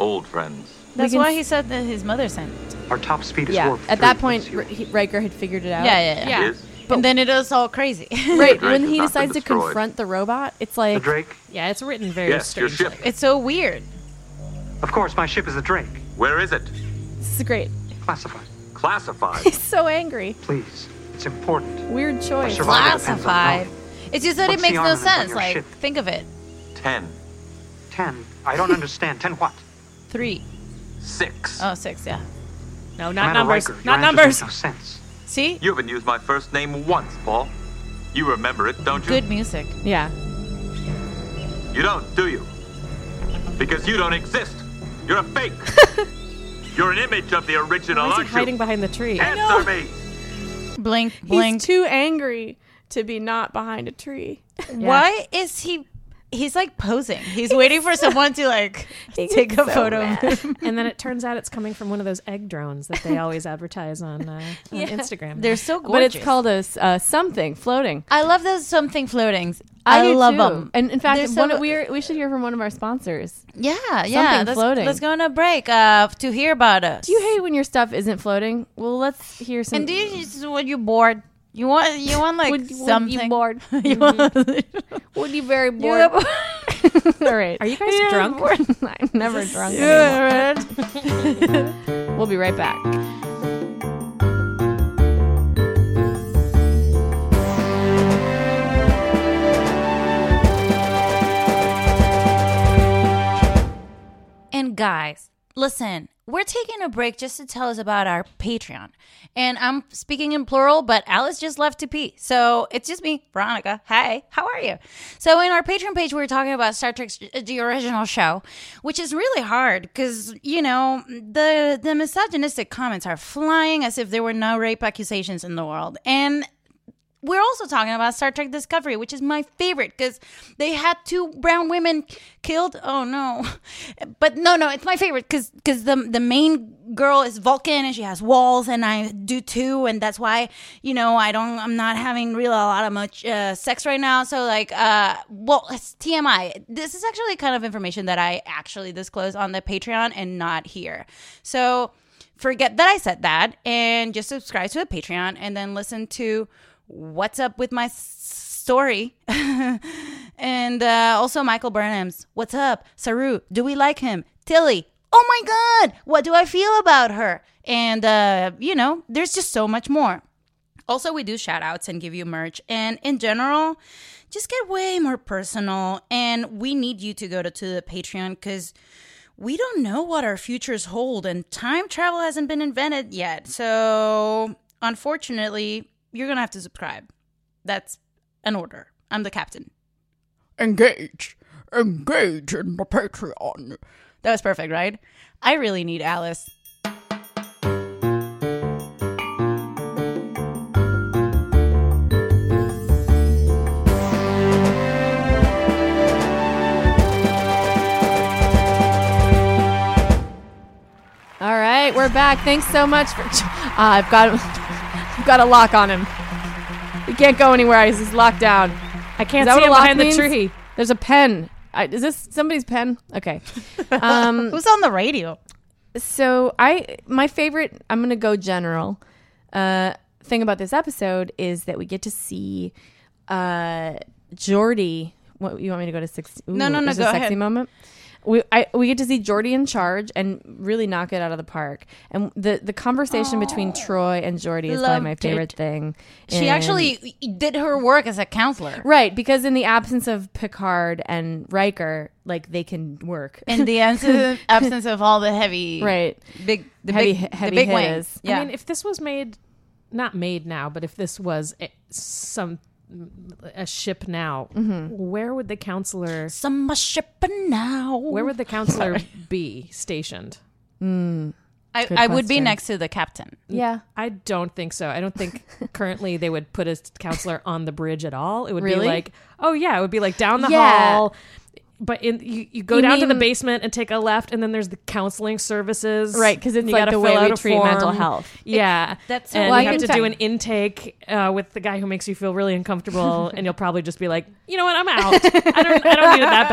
Speaker 8: Old friends.
Speaker 3: That's
Speaker 2: can
Speaker 3: why
Speaker 2: s-
Speaker 3: he said that his mother sent.
Speaker 4: Our top speed is
Speaker 2: Yeah.
Speaker 4: warp
Speaker 2: At that
Speaker 4: three,
Speaker 2: point,
Speaker 4: zero.
Speaker 2: R- he- Riker had figured it out.
Speaker 3: Yeah, yeah, yeah.
Speaker 7: Yeah.
Speaker 8: Is
Speaker 3: and then it is all crazy.
Speaker 2: Right when he decides to confront the robot, it's like
Speaker 4: Drake?
Speaker 7: Yeah, it's written
Speaker 4: very Yes, your strangely. ship.
Speaker 3: It's so weird.
Speaker 4: Of course, my ship is the Drake.
Speaker 8: Where is it?
Speaker 2: This is great.
Speaker 4: Classified.
Speaker 8: Classified.
Speaker 2: He's so angry.
Speaker 4: Please, it's important.
Speaker 2: Weird choice.
Speaker 4: survival depends on
Speaker 3: Classified. It's just that
Speaker 4: What's the
Speaker 3: it makes no
Speaker 4: armament on
Speaker 3: sense.
Speaker 4: your
Speaker 3: Like,
Speaker 4: ship?
Speaker 3: think of it.
Speaker 8: Ten.
Speaker 4: Ten. I don't understand. Ten what?
Speaker 3: Three.
Speaker 8: Six.
Speaker 3: Oh, six. Yeah.
Speaker 7: No,
Speaker 4: Commander Riker, your answers make No sense.
Speaker 3: See?
Speaker 8: You haven't used my first name once, Paul. You remember it, don't you?
Speaker 3: Good music.
Speaker 7: Yeah.
Speaker 8: You don't, do you? Because you don't exist. You're a fake. You're an image of the original,
Speaker 7: Why is he
Speaker 8: aren't you?
Speaker 7: hiding behind the tree?
Speaker 8: Answer me.
Speaker 3: Blink,
Speaker 12: blink. He's too angry to be not behind a tree.
Speaker 3: Why is he? He's like posing. He's waiting for someone to like take a photo of him.
Speaker 7: and then it turns out it's coming from one of those egg drones that they always advertise on, uh, on
Speaker 3: Yeah.
Speaker 7: Instagram.
Speaker 3: They're so
Speaker 2: But it's
Speaker 3: gorgeous.
Speaker 2: called a s- uh, something floating.
Speaker 3: I love those something floatings.
Speaker 2: I,
Speaker 3: I,
Speaker 2: do
Speaker 3: love
Speaker 2: too.
Speaker 3: them.
Speaker 2: And in fact,
Speaker 3: They're so
Speaker 2: one,
Speaker 3: go-
Speaker 2: we are, we should hear from one of our sponsors.
Speaker 3: Yeah, yeah.
Speaker 2: Something
Speaker 3: Let's,
Speaker 2: floating.
Speaker 3: let's go on a break uh, to hear about us.
Speaker 2: Do you hate when your stuff isn't floating? Well, let's hear some.
Speaker 3: And do you just when you bored? You want you want like
Speaker 2: Would- would you
Speaker 3: something
Speaker 2: bored? Mm-hmm.
Speaker 3: you want,
Speaker 2: would you very
Speaker 3: bored?
Speaker 2: All right.
Speaker 7: Are you guys
Speaker 2: Yeah,
Speaker 7: drunk?
Speaker 2: I'm never drunk.
Speaker 7: Yeah,
Speaker 2: anymore. we'll be right back.
Speaker 3: And guys, listen, we're taking a break just to tell us about our Patreon. And I'm speaking in plural, but Alice just left to pee. So it's just me, Veronica. Hi, how are you? So in our Patreon page, we were talking about Star Trek, the original show, which is really hard because, you know, the, the misogynistic comments are flying as if there were no rape accusations in the world. And we're also talking about Star Trek Discovery, which is my favorite because they had two brown women killed. Oh no, but no, no, it's my favorite because the the main girl is Vulcan and she has walls, and I do too, and that's why you know I don't I'm not having real a lot of much uh, sex right now. So like, uh, well, it's TMI. This is actually kind of information that I actually disclose on the Patreon and not here. So forget that I said that and just subscribe to the Patreon and then listen to What's Up with My S- Story. and uh, also Michael Burnham's What's Up? Saru, do we like him? Tilly, oh my God, what do I feel about her? And, uh, you know, there's just so much more. Also, we do shout outs and give you merch. And in general, just get way more personal. And we need you to go to, to the Patreon because we don't know what our futures hold, and time travel hasn't been invented yet. So, unfortunately, you're going to have to subscribe. That's an order. I'm the captain. Engage. Engage in the Patreon. That was perfect, right? I really need Alice.
Speaker 2: All right, we're back. Thanks so much for. Uh, I've got, I've got a lock on him. He can't go anywhere. He's, he's locked down. I
Speaker 7: can't see him behind the tree.
Speaker 2: There's a pen. I, is this somebody's pen? Okay. Um,
Speaker 3: Who's on the radio?
Speaker 2: So I, my favorite. I'm gonna go general. Uh, thing about this episode is that we get to see, uh, Jordy. What you want me to go to six?
Speaker 3: No, no, no,
Speaker 2: there's a
Speaker 3: go
Speaker 2: sexy
Speaker 3: ahead.
Speaker 2: moment. We I, we get to see Jordy in charge and really knock it out of the park. And the the conversation between Troy and Jordy is probably
Speaker 3: Loved
Speaker 2: my favorite thing.
Speaker 3: She
Speaker 2: in-
Speaker 3: actually did her work as a counselor.
Speaker 2: Right, because in the absence of Picard and Riker, like they can work.
Speaker 3: In the absence, absence of all the heavy,
Speaker 2: Right.
Speaker 3: Big, the
Speaker 2: Heavy-
Speaker 3: big,
Speaker 2: heavy
Speaker 3: the big
Speaker 2: hitters.
Speaker 3: wings.
Speaker 7: I mean, if this was made, not made now, but if this was a, some a ship now,
Speaker 2: Mm-hmm.
Speaker 7: where would the counselor?
Speaker 3: Some ship now.
Speaker 7: Where would the counselor be stationed?
Speaker 3: I,
Speaker 7: Good
Speaker 3: I would be
Speaker 7: question.
Speaker 3: next to the captain.
Speaker 2: Yeah.
Speaker 7: I don't think so. I don't think currently they would put a counselor on the bridge at all. It would
Speaker 2: Really?
Speaker 7: be like, oh yeah, it would be like down the
Speaker 2: Yeah.
Speaker 7: hall. But in, you, you go
Speaker 2: You
Speaker 7: down to the
Speaker 2: mean-
Speaker 7: basement and take a left, and then there's the counseling services,
Speaker 2: Right, 'cause it's
Speaker 7: You
Speaker 2: like
Speaker 7: gotta
Speaker 2: the
Speaker 7: fill
Speaker 2: way
Speaker 7: out
Speaker 2: we
Speaker 7: a
Speaker 2: treat mental
Speaker 7: form.
Speaker 2: health.
Speaker 7: Yeah,
Speaker 2: that's so-
Speaker 7: and
Speaker 2: Well, I
Speaker 7: you have
Speaker 2: can
Speaker 7: to
Speaker 2: tell-
Speaker 7: do an intake uh, with the guy who makes you feel really uncomfortable, and you'll probably just be like, you know what, I'm out. I don't, I don't need it that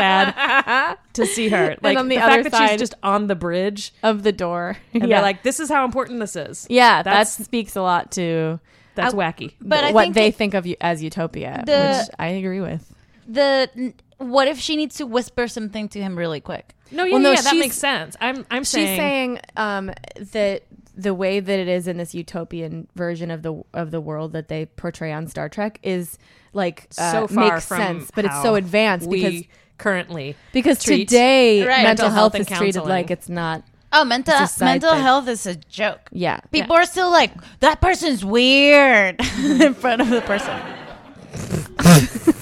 Speaker 7: bad to see her.
Speaker 2: And
Speaker 7: Like
Speaker 2: on the
Speaker 7: fact
Speaker 2: other
Speaker 7: that she's
Speaker 2: side-
Speaker 7: just on the bridge
Speaker 2: of the door,
Speaker 7: and
Speaker 2: Yeah.
Speaker 7: they're like, this is how important this is.
Speaker 2: Yeah, that
Speaker 7: that's
Speaker 2: speaks a lot to
Speaker 7: That's
Speaker 3: I-
Speaker 7: wacky.
Speaker 3: but I
Speaker 2: what
Speaker 3: think
Speaker 2: they
Speaker 3: it-
Speaker 2: think of you as utopia,
Speaker 3: The-
Speaker 2: which I agree with.
Speaker 3: The what if she needs to whisper something to him really quick?
Speaker 7: No, yeah, yeah, that makes sense. I'm, I'm
Speaker 2: She's
Speaker 7: saying,
Speaker 2: saying um, that the way that it is in this utopian version of the of the world that they portray on Star Trek is like uh,
Speaker 7: so far
Speaker 2: makes
Speaker 7: from
Speaker 2: sense, but it's
Speaker 7: how
Speaker 2: so advanced
Speaker 7: we
Speaker 2: because
Speaker 7: currently
Speaker 2: because
Speaker 7: treat
Speaker 2: today
Speaker 3: Right.
Speaker 2: mental health is
Speaker 7: and
Speaker 2: treated
Speaker 7: counseling.
Speaker 2: like it's not.
Speaker 3: Oh, mental
Speaker 2: It's a side
Speaker 3: mental
Speaker 2: thing.
Speaker 3: health is a joke.
Speaker 2: Yeah.
Speaker 3: People are still like, that person's weird in front of the person.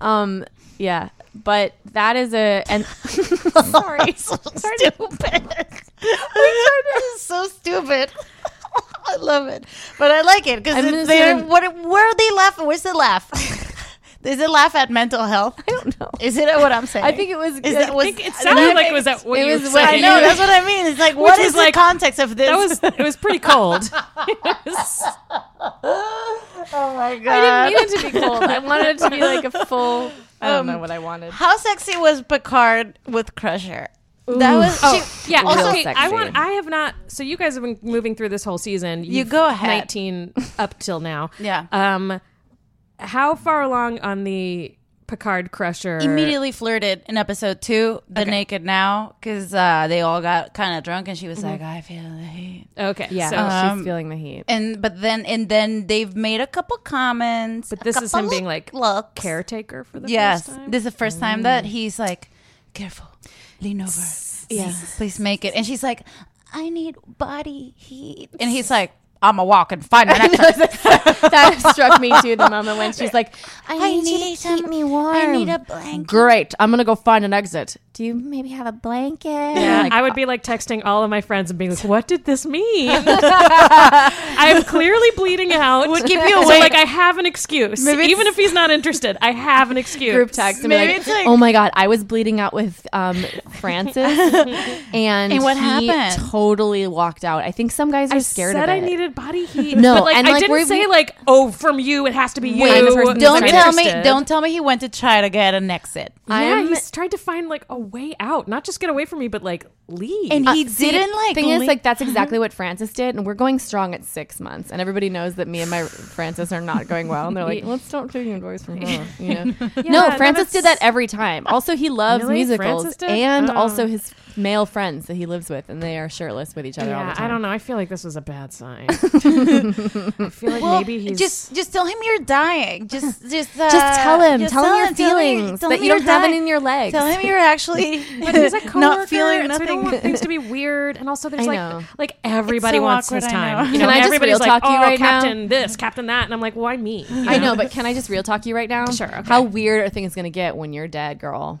Speaker 2: Um. Yeah. But that is a and sorry,
Speaker 3: so stupid. this is so stupid. I love it, but I like it because
Speaker 2: I'm gonna
Speaker 3: they
Speaker 2: say-
Speaker 3: what where are they laughing? Where's the laugh? Is it laugh at mental health? I don't know. Is it what I'm saying?
Speaker 2: I think it was.
Speaker 3: Is that, was,
Speaker 7: it sounded like was that what
Speaker 2: it
Speaker 7: you
Speaker 2: was
Speaker 7: were
Speaker 2: what
Speaker 3: I
Speaker 7: saying?
Speaker 3: know that's what I mean. It's like what
Speaker 7: was
Speaker 3: is
Speaker 7: like-
Speaker 3: the context of this?
Speaker 7: that was it was pretty cold.
Speaker 3: oh my god!
Speaker 2: I didn't mean it to be cold. I wanted it to be like a full. I don't
Speaker 3: Um,
Speaker 2: know what I wanted.
Speaker 3: How sexy was Picard with Crusher? That
Speaker 7: Ooh.
Speaker 3: was
Speaker 7: Oh,
Speaker 3: she-
Speaker 7: yeah.
Speaker 2: Real
Speaker 7: okay, I
Speaker 2: sexy.
Speaker 7: want. I have not. So you guys have been moving through this whole season.
Speaker 3: You
Speaker 7: You've
Speaker 3: go ahead.
Speaker 7: Nineteen up till now.
Speaker 3: Yeah.
Speaker 7: Um, how far along on the Picard Crusher?
Speaker 3: immediately flirted in episode two, the naked now, because uh, they all got kind of drunk, and she was
Speaker 7: Mm-hmm.
Speaker 3: like, "I feel the heat."
Speaker 7: Okay.
Speaker 2: Yeah,
Speaker 7: So,
Speaker 2: she's feeling the heat.
Speaker 3: And but then and then they've made a couple comments.
Speaker 7: but this is him being like
Speaker 3: look.
Speaker 7: caretaker for the
Speaker 3: Yes,
Speaker 7: first time. Mm.
Speaker 3: this is the first time that he's like, "Careful, lean over, yeah, please make it." And she's like, "I need body heat," and he's like, "I'm a walk and find an actor."
Speaker 2: that struck me too. The moment when she's like, "I, need, you to keep me warm. I need a blanket." Great, I'm gonna go find an exit. Do you maybe have a blanket?
Speaker 7: Yeah,
Speaker 2: Like,
Speaker 7: I would be like texting all of my friends and being like, "What did this mean? I'm clearly bleeding out." Would
Speaker 3: give you
Speaker 7: so,
Speaker 3: away.
Speaker 7: Like I have an excuse,
Speaker 3: Maybe
Speaker 7: even if he's not interested. I have an excuse.
Speaker 2: group text and be
Speaker 3: Maybe
Speaker 2: like,
Speaker 3: it's like-
Speaker 2: "Oh my god, I was bleeding out with um, Francis, and,
Speaker 3: And what
Speaker 2: he
Speaker 3: happened?
Speaker 2: Totally walked out. I think some guys are
Speaker 7: I
Speaker 2: scared
Speaker 7: said
Speaker 2: of it.
Speaker 7: I needed body heat.
Speaker 2: No,
Speaker 7: but like
Speaker 2: and,
Speaker 7: I
Speaker 2: like,
Speaker 7: didn't
Speaker 2: we're-
Speaker 7: say
Speaker 2: we-
Speaker 7: like, oh, from you it has to be you.
Speaker 2: I'm the person who's
Speaker 3: don't
Speaker 2: not
Speaker 3: tell me,
Speaker 7: interested.
Speaker 3: don't tell me he went to try to get an exit.
Speaker 7: Yeah,
Speaker 2: I'm-
Speaker 7: he's tried to find like a way out, not just get away from me, but like leave.
Speaker 3: And he
Speaker 2: Uh, see,
Speaker 3: didn't like.
Speaker 2: Thing
Speaker 3: le-
Speaker 2: is, like that's exactly what Francis did, and we're going strong at six months, and everybody knows that me and my Francis are not going well, and they're like, let's don't take advice from her. You know?
Speaker 7: no,
Speaker 2: no, Francis did that
Speaker 7: that's-
Speaker 2: every time. Also, he loves
Speaker 7: Really? Francis
Speaker 2: musicals,
Speaker 7: did?
Speaker 2: and
Speaker 7: Oh.
Speaker 2: also his male friends that he lives with, and they are shirtless with each other all the
Speaker 7: yeah,
Speaker 2: time.
Speaker 7: I don't know. I feel like this was a bad sign. I feel like
Speaker 3: Well,
Speaker 7: maybe he's
Speaker 3: just just tell him you're dying. Just just uh,
Speaker 2: Just tell him. Tell him your
Speaker 3: tell him-
Speaker 2: feelings,
Speaker 3: tell
Speaker 2: that
Speaker 3: him
Speaker 2: you don't
Speaker 3: you're
Speaker 2: have it
Speaker 3: dying.
Speaker 2: in your legs.
Speaker 3: Tell him you're actually
Speaker 7: But he's a coworker,
Speaker 3: not feeling
Speaker 7: so we don't
Speaker 3: nothing.
Speaker 7: want things to be weird. And also,
Speaker 2: I
Speaker 7: there's like
Speaker 2: know.
Speaker 7: like everybody
Speaker 3: so
Speaker 7: wants
Speaker 3: awkward, I
Speaker 7: his
Speaker 3: know.
Speaker 7: time. You
Speaker 2: Can
Speaker 7: know,
Speaker 2: I just
Speaker 7: everybody's
Speaker 2: real
Speaker 7: like,
Speaker 2: talk you
Speaker 7: oh,
Speaker 2: right now?
Speaker 7: captain this, captain that, and I'm like, why me? You
Speaker 2: I know, but can I just real talk you right now?
Speaker 7: Sure, okay.
Speaker 2: How weird are things going to get when you're dead, girl?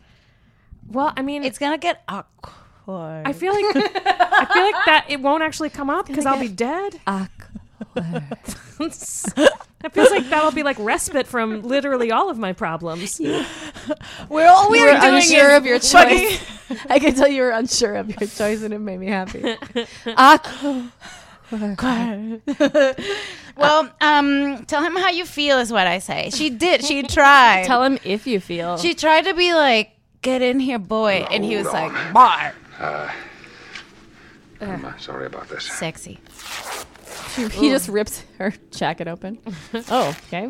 Speaker 7: Well, I mean,
Speaker 3: It's gonna get awkward.
Speaker 7: I feel like I feel like that it won't actually come up because I'll be dead. That feels like that'll be like respite from literally all of my problems.
Speaker 3: We're all we
Speaker 2: you were
Speaker 3: are doing
Speaker 2: unsure
Speaker 3: is
Speaker 2: of your
Speaker 3: fucking-
Speaker 2: choice. I could tell you were unsure of your choice, and it made me happy. Awkward.
Speaker 3: Well, um, tell him how you feel is what I say. She did. She tried.
Speaker 2: Tell him if you feel.
Speaker 3: she tried to be like, get in here, boy, and he was like, bar.
Speaker 6: I'm uh, sorry about this.
Speaker 3: Sexy.
Speaker 2: he just rips her jacket open. oh, okay.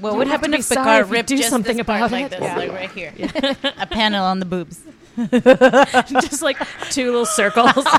Speaker 3: What would happen
Speaker 7: be
Speaker 3: if
Speaker 7: sorry
Speaker 3: Picard
Speaker 7: if you
Speaker 3: ripped
Speaker 7: do
Speaker 3: just
Speaker 7: something
Speaker 3: this part
Speaker 7: about
Speaker 3: like
Speaker 7: it.
Speaker 3: this, like right here, a panel on the boobs?
Speaker 7: just like two little circles.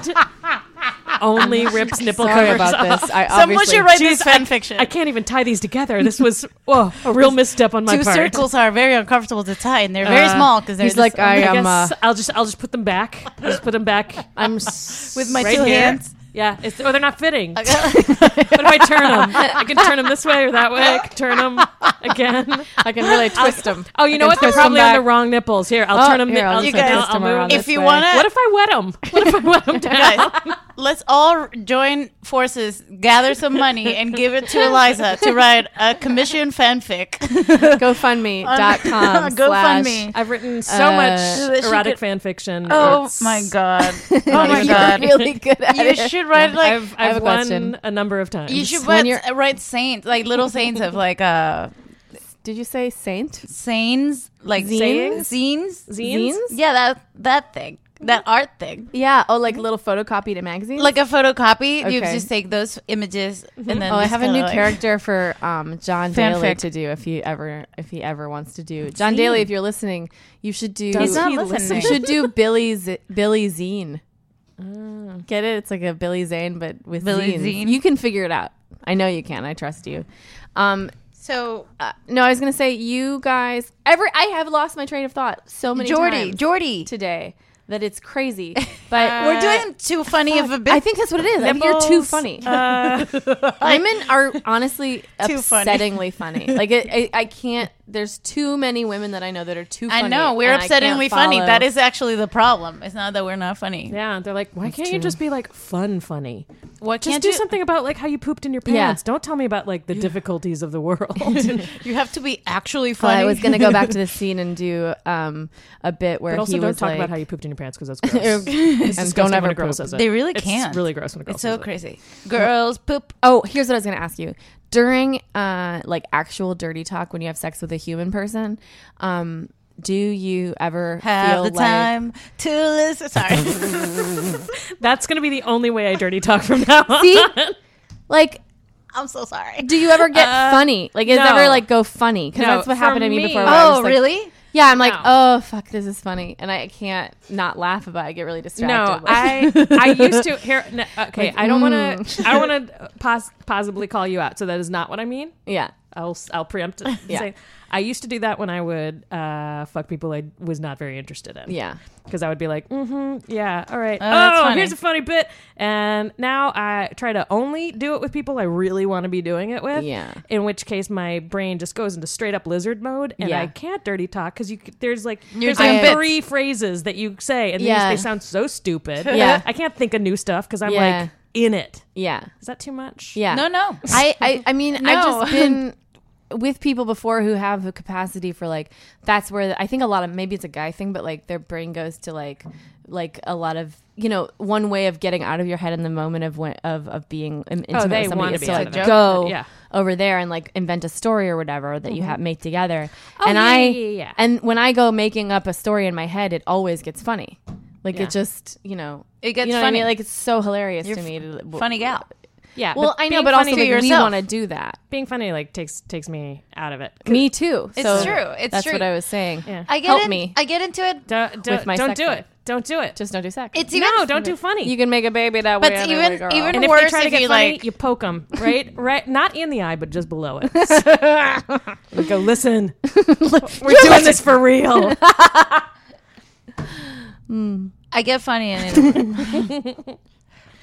Speaker 7: Only ripped nipple
Speaker 2: Sorry
Speaker 7: covers
Speaker 2: about
Speaker 7: off.
Speaker 2: this. I
Speaker 3: Someone
Speaker 2: obviously
Speaker 3: should write
Speaker 7: Jeez,
Speaker 3: this fan fiction.
Speaker 7: I can't even tie these together. This was whoa, a real misstep on my
Speaker 3: Two
Speaker 7: part.
Speaker 3: circles are very uncomfortable to tie, and they're very
Speaker 7: Uh,
Speaker 3: small because they're
Speaker 2: he's like,
Speaker 3: just-
Speaker 2: I
Speaker 7: I
Speaker 2: am. Uh,
Speaker 7: guess I'll just I'll just put them back. I'll just put them back.
Speaker 2: I'm s-
Speaker 3: with my
Speaker 7: right
Speaker 3: two
Speaker 7: here.
Speaker 3: hands.
Speaker 7: Yeah, it's, or they're not fitting. what if I turn them? I can turn them this way or that way. I can turn them again.
Speaker 2: I can really twist them.
Speaker 7: Oh, you know what? They're probably on the wrong nipples. Here, I'll
Speaker 2: Oh,
Speaker 7: turn them.
Speaker 2: here, I'll
Speaker 7: I'll,
Speaker 2: just
Speaker 7: turn-
Speaker 2: twist
Speaker 7: I'll-
Speaker 2: 'em
Speaker 7: I'll move
Speaker 2: around
Speaker 7: 'em.
Speaker 2: this
Speaker 3: If you
Speaker 2: way.
Speaker 3: want
Speaker 7: What
Speaker 3: to,
Speaker 7: if I wet them? What if I wet them down?
Speaker 3: guys, let's all join forces, gather some money, and give it to Eliza to write a commission fanfic.
Speaker 2: GoFundMe.com.
Speaker 3: GoFundMe.
Speaker 7: I've written so much
Speaker 3: that she
Speaker 7: erotic
Speaker 3: could-
Speaker 7: fan fiction.
Speaker 3: Oh
Speaker 7: It's-
Speaker 3: my god! Oh my
Speaker 2: You're
Speaker 3: god!
Speaker 2: really good at
Speaker 3: You
Speaker 2: it.
Speaker 3: should write like
Speaker 7: I've,
Speaker 2: I have
Speaker 7: I've
Speaker 2: a
Speaker 7: won
Speaker 2: question.
Speaker 7: a number of times.
Speaker 3: you should
Speaker 2: when
Speaker 3: write,
Speaker 2: you're-
Speaker 3: write saints like little saints of like uh
Speaker 2: Did you say saint?
Speaker 3: saints like
Speaker 2: Zines?
Speaker 3: zines
Speaker 7: zines.
Speaker 3: Yeah, that that thing. That art thing.
Speaker 2: Yeah. Oh, like little photocopied in magazines.
Speaker 3: Like a photocopy, you
Speaker 2: Okay.
Speaker 3: just take those images and then.
Speaker 2: oh, I
Speaker 3: just
Speaker 2: have a
Speaker 3: kinda
Speaker 2: new
Speaker 3: like-
Speaker 2: character for um, John Daly
Speaker 3: Fanfic.
Speaker 2: to do if he ever if he ever wants to do John Daly.
Speaker 3: Zine.
Speaker 2: If you're listening, you should do.
Speaker 3: Does He's not he listening.
Speaker 2: You should do Billy Z- Billy Zine. Get it? It's like a Billy Zane, but with
Speaker 3: Mm. Billy
Speaker 2: zines.
Speaker 3: Zine.
Speaker 2: You can figure it out. I know you can. I trust you. Um,
Speaker 3: So
Speaker 2: uh, no, I was gonna say you guys. Every I have lost my train of thought so many
Speaker 3: Jordy,
Speaker 2: times.
Speaker 3: Jordy.
Speaker 2: today that it's crazy. But
Speaker 3: We're doing too funny of a bit.
Speaker 2: I think that's what it is. I think you're too
Speaker 3: Nipples.
Speaker 2: funny.
Speaker 3: Uh,
Speaker 2: Women are honestly
Speaker 3: Too funny.
Speaker 2: upsettingly funny. Like it, I, I can't. There's too many women that I know that are too. funny.
Speaker 3: I know we're
Speaker 2: and I can't
Speaker 3: upsettingly funny.
Speaker 2: follow.
Speaker 3: That is actually the problem. It's not that we're not funny.
Speaker 7: Yeah, they're like, why can't you
Speaker 3: true.
Speaker 7: just be like fun, funny?
Speaker 3: What
Speaker 7: Just
Speaker 3: can't
Speaker 7: do
Speaker 3: you-
Speaker 7: something about like how you pooped in your
Speaker 3: Yeah.
Speaker 7: pants. Don't tell me about like the difficulties of the world.
Speaker 3: you have to be actually
Speaker 2: Well,
Speaker 3: funny.
Speaker 2: I was gonna go back to the scene and do um, a bit where
Speaker 7: but also
Speaker 2: he
Speaker 7: don't
Speaker 2: was
Speaker 7: talk
Speaker 2: like,
Speaker 7: about how you pooped in your pants because that's gross. It's
Speaker 2: and
Speaker 7: disgusting
Speaker 2: don't
Speaker 7: when
Speaker 2: ever
Speaker 7: a girl
Speaker 2: poop.
Speaker 7: says it.
Speaker 3: They really
Speaker 7: It's
Speaker 3: can't.
Speaker 7: really gross when a girl
Speaker 3: It's
Speaker 7: says
Speaker 3: so
Speaker 7: it.
Speaker 3: crazy. Girls poop.
Speaker 2: Oh, here's what I was gonna ask you. During uh like actual dirty talk when you have sex with a human person, um, do you ever
Speaker 3: Have
Speaker 2: feel
Speaker 3: the
Speaker 2: like
Speaker 3: time to listen. Sorry.
Speaker 7: That's gonna be the only way I dirty talk from now on.
Speaker 2: See? like
Speaker 3: I'm so sorry.
Speaker 2: do you ever get
Speaker 7: Uh,
Speaker 2: funny? Like, is
Speaker 7: no.
Speaker 2: ever like go funny? Because
Speaker 7: No,
Speaker 2: that's what
Speaker 7: for
Speaker 2: happened to me,
Speaker 7: me-
Speaker 2: before. where I was
Speaker 7: Oh,
Speaker 2: just, like-
Speaker 7: really?
Speaker 2: Yeah, I'm like,
Speaker 7: No.
Speaker 2: oh fuck, this is funny, and I can't not laugh about. it. I get really distracted.
Speaker 7: No, I
Speaker 2: like-
Speaker 7: I used to here. No, okay,
Speaker 2: Like,
Speaker 7: I don't want
Speaker 2: mm.
Speaker 7: to. I don't want to pos- possibly call you out. So that is not what I mean.
Speaker 2: Yeah.
Speaker 7: I'll s- I'll preempt. It and
Speaker 2: Yeah.
Speaker 7: say- I used to do that when I would uh, fuck people I was not very interested in.
Speaker 2: Yeah.
Speaker 7: because I would be like, mm-hmm, yeah, all right.
Speaker 3: Oh, that's
Speaker 7: Oh,
Speaker 3: funny.
Speaker 7: here's a funny bit, and now I try to only do it with people I really want to be doing it with.
Speaker 2: Yeah.
Speaker 7: in which case my brain just goes into straight up lizard mode, and
Speaker 2: Yeah.
Speaker 7: I can't dirty talk because you c- there's like
Speaker 3: You're
Speaker 7: there's like
Speaker 3: doing
Speaker 7: three phrases that you say, and
Speaker 2: Yeah.
Speaker 7: yeah. they sound so stupid.
Speaker 2: Yeah.
Speaker 7: I can't think of new stuff because I'm
Speaker 2: Yeah.
Speaker 7: like in it.
Speaker 2: yeah.
Speaker 7: Is that too much?
Speaker 2: Yeah.
Speaker 3: No, no.
Speaker 2: I, I, I mean, I've
Speaker 3: No.
Speaker 2: just been with people before who have a capacity for like, that's where I think a lot of, maybe it's a guy thing, but like their brain goes to like, like a lot of, you know, one way of getting out of your head in the moment of when, of, of being in- intimate
Speaker 7: Oh, they
Speaker 2: with somebody
Speaker 7: wanna
Speaker 2: is
Speaker 7: be
Speaker 2: to
Speaker 7: out
Speaker 2: like
Speaker 7: of it.
Speaker 2: go
Speaker 7: Yeah. Mm-hmm.
Speaker 2: over there and like invent a story or whatever that you ha- make together.
Speaker 7: Oh,
Speaker 2: and
Speaker 7: yeah,
Speaker 2: I,
Speaker 7: yeah, yeah, yeah.
Speaker 2: and when I go making up a story in my head, it always gets funny. Like
Speaker 7: Yeah.
Speaker 2: it just, you know,
Speaker 3: It gets
Speaker 2: you know what I mean?
Speaker 3: funny.
Speaker 2: Like it's so hilarious
Speaker 3: You're
Speaker 2: to me.
Speaker 3: f-
Speaker 2: to-
Speaker 3: funny gal.
Speaker 7: Yeah.
Speaker 2: well, I know,
Speaker 7: being
Speaker 2: but also
Speaker 7: funny to
Speaker 2: like, we
Speaker 7: yourself-
Speaker 2: want to do that.
Speaker 7: being funny like takes takes me out of it.
Speaker 2: Me too.
Speaker 3: It's
Speaker 2: So
Speaker 3: true. It's
Speaker 2: that's
Speaker 3: true.
Speaker 2: what I was saying.
Speaker 7: Yeah.
Speaker 3: I get
Speaker 2: Help
Speaker 3: in-
Speaker 2: me
Speaker 3: I get into it.
Speaker 7: Don't, don't,
Speaker 2: with my
Speaker 7: don't
Speaker 2: sex
Speaker 7: do
Speaker 2: life.
Speaker 7: it. Don't do it.
Speaker 2: Just don't do sex.
Speaker 3: It's even
Speaker 7: no, don't do funny.
Speaker 2: you can make a baby that
Speaker 3: But
Speaker 2: way.
Speaker 3: even-
Speaker 2: anyway, girl.
Speaker 3: even-
Speaker 7: and if they
Speaker 3: worse
Speaker 7: try to
Speaker 3: if
Speaker 7: get
Speaker 3: you,
Speaker 7: funny,
Speaker 3: like-
Speaker 7: you poke them right, right, not in the eye, but just below it. Like, Go listen. We're doing this for real.
Speaker 3: I get funny in it.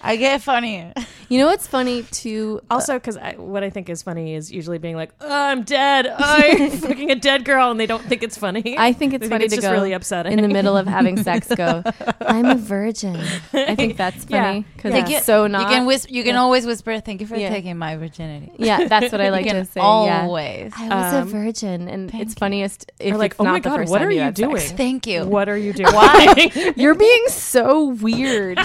Speaker 3: I get funny.
Speaker 2: you know what's funny too?
Speaker 7: also, because I, what I think is funny is usually being like, oh, "I'm dead. Oh, I'm fucking a dead girl," and they don't think it's funny.
Speaker 2: I think it's
Speaker 7: They
Speaker 2: funny to
Speaker 7: just
Speaker 2: go
Speaker 7: really upsetting
Speaker 2: in the middle of having sex. Go, I'm a virgin. I think that's
Speaker 7: Yeah.
Speaker 2: funny because
Speaker 7: They
Speaker 2: it's
Speaker 3: get-
Speaker 2: so not.
Speaker 3: You can whisper. You can always whisper. Thank you for
Speaker 2: Yeah.
Speaker 3: taking my virginity.
Speaker 2: yeah, that's what I
Speaker 3: You
Speaker 2: like
Speaker 3: can
Speaker 2: to say. Yeah.
Speaker 3: Always.
Speaker 2: I was a
Speaker 7: Um,
Speaker 2: virgin, and
Speaker 3: thank
Speaker 2: it's
Speaker 3: you.
Speaker 2: funniest if
Speaker 7: Or like,
Speaker 2: it's
Speaker 7: "Oh
Speaker 2: not
Speaker 7: my
Speaker 2: the
Speaker 7: god,
Speaker 2: first
Speaker 7: what
Speaker 2: time
Speaker 7: are you
Speaker 2: had sex.
Speaker 7: doing?
Speaker 3: Thank you.
Speaker 7: What are you doing?
Speaker 3: Why?
Speaker 2: You're being so weird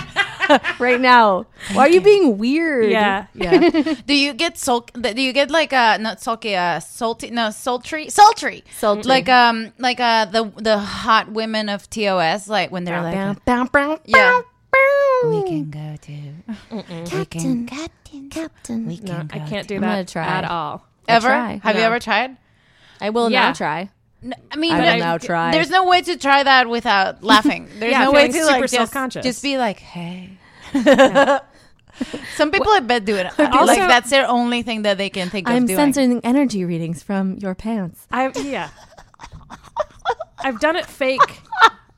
Speaker 2: right now. Why are you being weird?
Speaker 7: Yeah.
Speaker 2: yeah.
Speaker 3: Do you get sulk? Do you get like uh not sulky uh salty no sultry sultry
Speaker 2: Sultry.
Speaker 3: like um like uh the the hot women of TOS like when they're like uh, yeah we can go to
Speaker 5: Captain, Captain, Captain.
Speaker 3: we can
Speaker 7: I
Speaker 3: go
Speaker 7: can't
Speaker 3: to-
Speaker 7: do
Speaker 2: I'm
Speaker 7: that
Speaker 2: gonna try.
Speaker 7: at all.
Speaker 3: ever
Speaker 2: try.
Speaker 3: have you
Speaker 2: No.
Speaker 3: ever tried
Speaker 2: I will
Speaker 7: Yeah.
Speaker 2: now try.
Speaker 3: No, I mean
Speaker 2: I
Speaker 3: but
Speaker 2: will
Speaker 3: I-
Speaker 2: now try.
Speaker 3: there's no way to try that without laughing there's
Speaker 7: Yeah,
Speaker 3: no way
Speaker 7: feeling
Speaker 3: to
Speaker 7: super
Speaker 3: like just,
Speaker 7: self-conscious.
Speaker 3: just be like hey some people I bet do it also, like
Speaker 7: Also-
Speaker 3: that's their only thing that they can think
Speaker 2: I'm
Speaker 3: of doing
Speaker 2: censoring energy readings from your pants.
Speaker 7: I've yeah. I've done it fake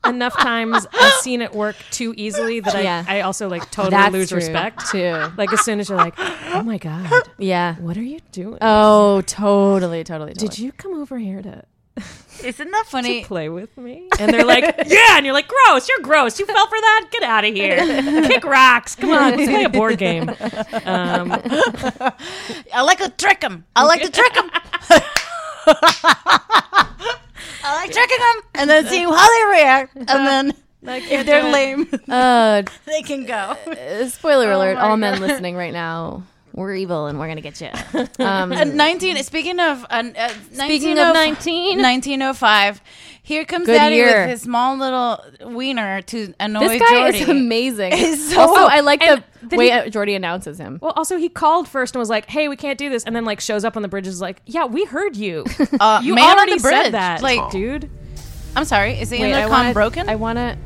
Speaker 7: enough times. I've seen it work too easily that I,
Speaker 2: Yeah.
Speaker 7: I also like totally
Speaker 2: That's
Speaker 7: lose
Speaker 2: true,
Speaker 7: respect.
Speaker 2: too.
Speaker 7: Like as soon as you're like, oh my god,
Speaker 2: Yeah.
Speaker 7: what are you doing?
Speaker 2: Oh, totally, totally. totally.
Speaker 7: Did you come over here to,
Speaker 3: isn't that
Speaker 7: to
Speaker 3: funny
Speaker 7: play with me? And they're like, yeah, and you're like, gross, you're gross. You fell for that. Get out of here. Kick rocks. Come on, let's play a board game. Um,
Speaker 3: I like to trick them. I like to trick them. I like tricking them and then seeing how they react. And then
Speaker 7: like
Speaker 3: if they're lame,
Speaker 2: Uh,
Speaker 3: they can go.
Speaker 2: uh, spoiler alert!
Speaker 3: my
Speaker 2: All men
Speaker 3: God.
Speaker 2: listening right now, We're evil and we're gonna get you. Um,
Speaker 3: Uh, 19 speaking of uh, uh,
Speaker 2: Speaking of 19.
Speaker 3: 1905 here comes
Speaker 2: Good
Speaker 3: Daddy
Speaker 2: year.
Speaker 3: with his small little wiener to annoy
Speaker 2: this guy is
Speaker 3: Jordy.
Speaker 2: amazing.
Speaker 3: It's so-
Speaker 2: also, I like the
Speaker 7: and then
Speaker 2: way
Speaker 7: he-
Speaker 2: uh Jordy announces him.
Speaker 7: Well, also he called first and was like, "Hey, we can't do this," and then like shows up on the bridge and is like, "Yeah, we heard you.
Speaker 3: Uh,
Speaker 7: you
Speaker 3: man on
Speaker 7: already
Speaker 3: the bridge,
Speaker 7: said that,
Speaker 3: like-
Speaker 7: dude."
Speaker 3: I'm sorry. Is the
Speaker 2: Wait, I
Speaker 3: intercom
Speaker 2: wanna-
Speaker 3: broken?
Speaker 2: I want to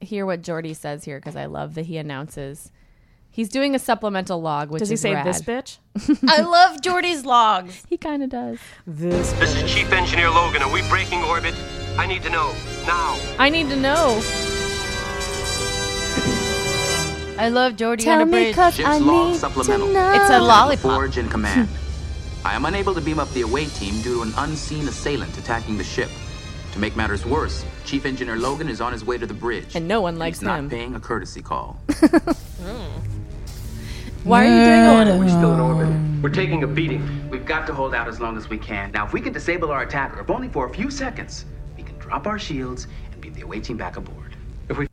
Speaker 2: hear what Jordy says here because I love that he announces he's doing a supplemental log. Which
Speaker 7: Does he
Speaker 2: is
Speaker 7: say
Speaker 2: rad.
Speaker 7: this bitch?
Speaker 3: I love Jordy's logs.
Speaker 2: He kind of does.
Speaker 7: This.
Speaker 14: This is Chief Engineer Logan. Are we breaking orbit? I need to know now.
Speaker 2: I need to know.
Speaker 3: I love Jordy
Speaker 2: Tell
Speaker 3: on a
Speaker 2: me
Speaker 3: bridge.
Speaker 2: 'cause
Speaker 11: Ship's log supplemental.
Speaker 3: It's a lollipop.
Speaker 11: Forge in command. I am unable to beam up the away team due to an unseen assailant attacking the ship. To make matters worse, Chief Engineer Logan is on his way to the bridge.
Speaker 2: And no one likes
Speaker 11: he's not
Speaker 2: him.
Speaker 11: paying a courtesy call.
Speaker 2: Why are you doing all
Speaker 11: We're still in orbit. We're taking a beating. We've got to hold out as long as we can. Now, if we can disable our attacker, if only for a few seconds, we can drop our shields and beam the away team back aboard.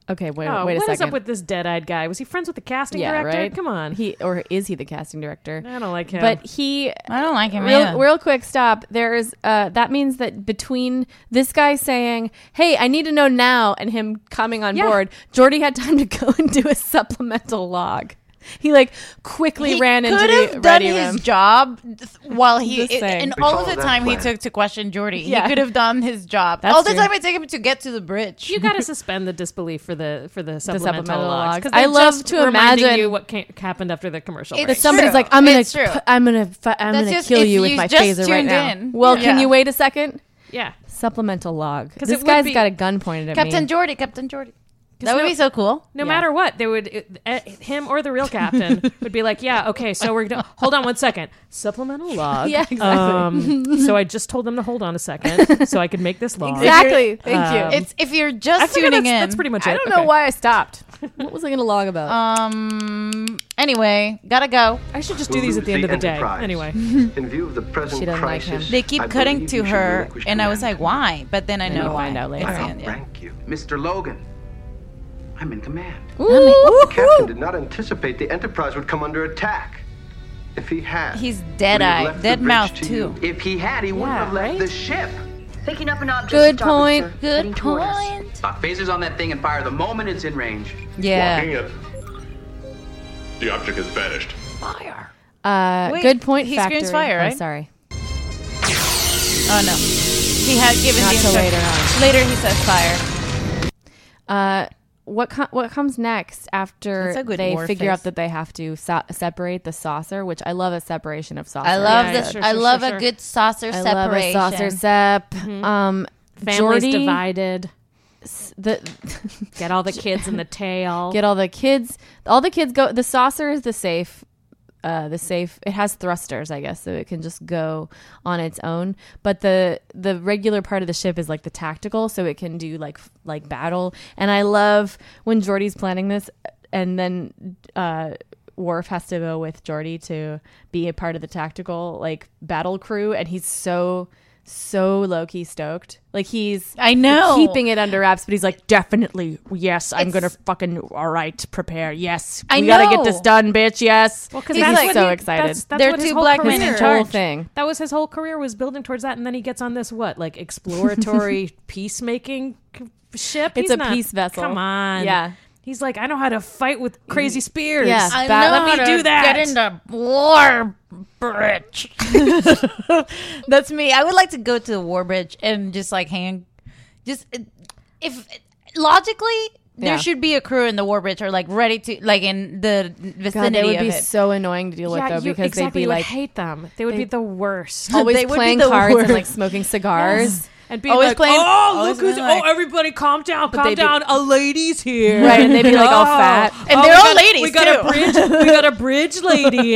Speaker 2: Okay, wait,
Speaker 7: oh,
Speaker 2: wait a
Speaker 7: what
Speaker 2: second.
Speaker 7: is up with this dead-eyed guy? Was he friends with the casting
Speaker 2: yeah,
Speaker 7: director?
Speaker 2: right.
Speaker 7: Come on.
Speaker 2: He or is he the casting director?
Speaker 7: I don't like him.
Speaker 2: But he,
Speaker 3: I don't like him
Speaker 2: Real,
Speaker 3: either.
Speaker 2: real quick, stop. There's uh, that means that between this guy saying, "Hey, I need to know now," and him coming on
Speaker 7: Yeah.
Speaker 2: board, Jordy had time to go and do a supplemental log. He like quickly
Speaker 3: He
Speaker 2: ran into
Speaker 3: could have
Speaker 2: the
Speaker 3: done
Speaker 2: ready
Speaker 3: his
Speaker 2: room.
Speaker 3: job th- while he
Speaker 2: Just saying.
Speaker 3: and
Speaker 2: We
Speaker 3: all of
Speaker 2: follow
Speaker 3: the
Speaker 2: that
Speaker 3: time he
Speaker 2: plan.
Speaker 3: took to question Jordy.
Speaker 2: Yeah.
Speaker 3: He could have done his job.
Speaker 2: That's
Speaker 3: all the
Speaker 2: true.
Speaker 3: time it took him to get to the bridge.
Speaker 7: you got to suspend the disbelief for the for the supplemental,
Speaker 2: supplemental
Speaker 7: logs.
Speaker 2: logs.
Speaker 7: 'cause they're
Speaker 2: I love
Speaker 7: just
Speaker 2: to
Speaker 7: reminding
Speaker 2: imagine-
Speaker 7: you what ca- happened after the commercial.
Speaker 3: It's
Speaker 2: That
Speaker 7: break.
Speaker 2: somebody's
Speaker 3: true.
Speaker 2: like, I'm gonna,
Speaker 3: It's true.
Speaker 2: pu- I'm gonna, fi- I'm
Speaker 3: That's
Speaker 2: gonna
Speaker 3: just
Speaker 2: kill
Speaker 3: if
Speaker 2: you with
Speaker 3: you
Speaker 2: my
Speaker 3: just
Speaker 2: phaser right
Speaker 3: tuned
Speaker 2: now.
Speaker 3: in.
Speaker 2: Well,
Speaker 3: Yeah.
Speaker 2: can
Speaker 3: Yeah.
Speaker 2: you wait a second?
Speaker 7: yeah.
Speaker 2: Supplemental log.
Speaker 7: 'Cause it
Speaker 2: This
Speaker 7: would
Speaker 2: guy's
Speaker 7: be-
Speaker 2: got a gun pointed at
Speaker 3: Captain
Speaker 2: me.
Speaker 3: Jordy, Captain Jordy. That
Speaker 7: no-
Speaker 3: would be so cool.
Speaker 7: No matter what, they would it, uh, him or the real captain would be like, "Yeah, okay, so we're gonna hold on one second. Supplemental log.
Speaker 2: Yeah, exactly.
Speaker 7: Um, so I just told them to hold on a second so I could make this log.
Speaker 2: Exactly.
Speaker 3: Thank you.
Speaker 7: Um,
Speaker 3: It's if you're
Speaker 7: I
Speaker 3: just
Speaker 7: figure
Speaker 3: tuning in.
Speaker 7: that's- that's pretty much
Speaker 2: I
Speaker 7: it.
Speaker 2: don't know
Speaker 7: Okay.
Speaker 2: why I stopped. What was I gonna log about?
Speaker 3: Um. Anyway, gotta go.
Speaker 7: I should just
Speaker 9: We'll
Speaker 7: do these at
Speaker 9: lose
Speaker 7: the end
Speaker 9: the
Speaker 7: of the
Speaker 9: Enterprise.
Speaker 7: day. Anyway,
Speaker 9: In view of the present
Speaker 2: She doesn't like him.
Speaker 9: crisis,
Speaker 3: They keep
Speaker 9: I
Speaker 3: cutting
Speaker 9: believe
Speaker 3: to
Speaker 9: you should
Speaker 3: her,
Speaker 9: relinquish
Speaker 3: and I was
Speaker 9: command.
Speaker 3: like, why? But then I know
Speaker 2: we'll
Speaker 3: why.
Speaker 2: find out later.
Speaker 3: It's
Speaker 9: I
Speaker 3: the end, yeah.
Speaker 9: outrank you.
Speaker 11: Mr. Logan, I'm in command.
Speaker 9: The captain did not anticipate the Enterprise would come under attack. If he had,
Speaker 3: He's
Speaker 9: would
Speaker 3: dead
Speaker 9: he have
Speaker 3: eye,
Speaker 9: left the
Speaker 3: dead
Speaker 9: bridge
Speaker 3: mouth
Speaker 9: to
Speaker 3: too.
Speaker 9: you? If he had, he wouldn't
Speaker 7: Yeah,
Speaker 9: have left
Speaker 7: right?
Speaker 9: the ship.
Speaker 5: Picking up an object.
Speaker 2: Good
Speaker 5: Stop it,
Speaker 2: point.
Speaker 5: sir. Heading
Speaker 3: Good
Speaker 5: toward us.
Speaker 3: point.
Speaker 11: Lock phasers on that thing and fire the moment it's in range.
Speaker 3: Yeah.
Speaker 15: it. The object has vanished.
Speaker 3: Fire.
Speaker 2: Uh,
Speaker 3: Wait,
Speaker 2: good point.
Speaker 3: he
Speaker 2: factory.
Speaker 3: screams fire,
Speaker 2: Oh,
Speaker 3: right?
Speaker 2: sorry.
Speaker 3: Oh no. He had given
Speaker 2: Not
Speaker 3: the
Speaker 2: till later
Speaker 3: instruction. Later, he says fire.
Speaker 2: Uh, what com- what comes next
Speaker 3: That's
Speaker 2: after
Speaker 3: a good
Speaker 2: they
Speaker 3: war
Speaker 2: figure
Speaker 3: face.
Speaker 2: out that they have to so- separate the saucer, which I love a separation of saucer.
Speaker 3: I love
Speaker 7: yeah,
Speaker 3: this.
Speaker 7: sure,
Speaker 3: I
Speaker 7: sure,
Speaker 3: love
Speaker 7: sure,
Speaker 3: a
Speaker 7: sure.
Speaker 3: good saucer
Speaker 2: I love a
Speaker 3: separation.
Speaker 2: saucer sep.
Speaker 3: Mm-hmm.
Speaker 2: Um,
Speaker 7: families
Speaker 2: Jordy,
Speaker 7: divided.
Speaker 2: The
Speaker 7: Get all the kids in the tail.
Speaker 2: get all the kids. All the kids go. The saucer is the safe. Uh, the safe it has thrusters, I guess, so it can just go on its own. But the the regular part of the ship is like the tactical, so it can do like like battle. And I love when Jordy's planning this, and then uh, Worf has to go with Jordy to be a part of the tactical like battle crew, and he's so so low key stoked. Like he's
Speaker 3: I know.
Speaker 2: keeping it under wraps, but he's like definitely yes, I'm
Speaker 3: It's-
Speaker 2: gonna fucking all right, prepare. Yes,
Speaker 3: I
Speaker 2: we gotta get this
Speaker 3: know.
Speaker 2: done, bitch. Yes,
Speaker 7: Well, 'cause
Speaker 2: he's
Speaker 7: that's
Speaker 2: like
Speaker 7: what
Speaker 2: so
Speaker 7: he-
Speaker 2: excited.
Speaker 7: That's, that's
Speaker 3: They're
Speaker 7: what his
Speaker 3: two
Speaker 7: whole
Speaker 3: black
Speaker 7: career
Speaker 3: men in
Speaker 7: is.
Speaker 2: charge. Thing.
Speaker 7: That was his whole career was building towards that, and then he gets on this what like exploratory peacemaking c- ship.
Speaker 2: It's
Speaker 7: He's
Speaker 2: a
Speaker 7: not-
Speaker 2: peace vessel.
Speaker 7: Come on,
Speaker 2: Yeah.
Speaker 7: He's like, I know how to fight with crazy spears.
Speaker 2: Yeah. I
Speaker 7: That-
Speaker 2: know
Speaker 7: let me do that.
Speaker 3: Get into war bridge. That's me. I would like to go to the war bridge and just like hang. Just uh, if logically.
Speaker 2: Yeah.
Speaker 3: There should be a crew in the war bridge or like ready to like in the
Speaker 2: God,
Speaker 3: vicinity
Speaker 2: they would
Speaker 3: of
Speaker 2: be
Speaker 3: it.
Speaker 2: so annoying to deal with
Speaker 7: yeah,
Speaker 2: though
Speaker 7: you,
Speaker 2: because they'd
Speaker 7: exactly.
Speaker 2: be
Speaker 7: you would
Speaker 2: like
Speaker 7: hate them. They would be the worst.
Speaker 2: always
Speaker 3: They would be
Speaker 2: playing
Speaker 3: the
Speaker 2: cards and
Speaker 3: worst.
Speaker 2: like smoking cigars.
Speaker 7: And be
Speaker 3: always
Speaker 7: like,
Speaker 3: playing-
Speaker 7: oh,
Speaker 3: always
Speaker 7: look who's,
Speaker 3: being like-
Speaker 7: oh, everybody calm down, calm
Speaker 2: they'd be-
Speaker 7: down. a lady's here.
Speaker 2: Right, and they'd be like all
Speaker 7: Oh,
Speaker 2: fat.
Speaker 3: And
Speaker 7: oh,
Speaker 3: they're
Speaker 7: we
Speaker 3: all
Speaker 7: got-
Speaker 3: ladies,
Speaker 7: We got
Speaker 3: too.
Speaker 7: a bridge. we got a bridge lady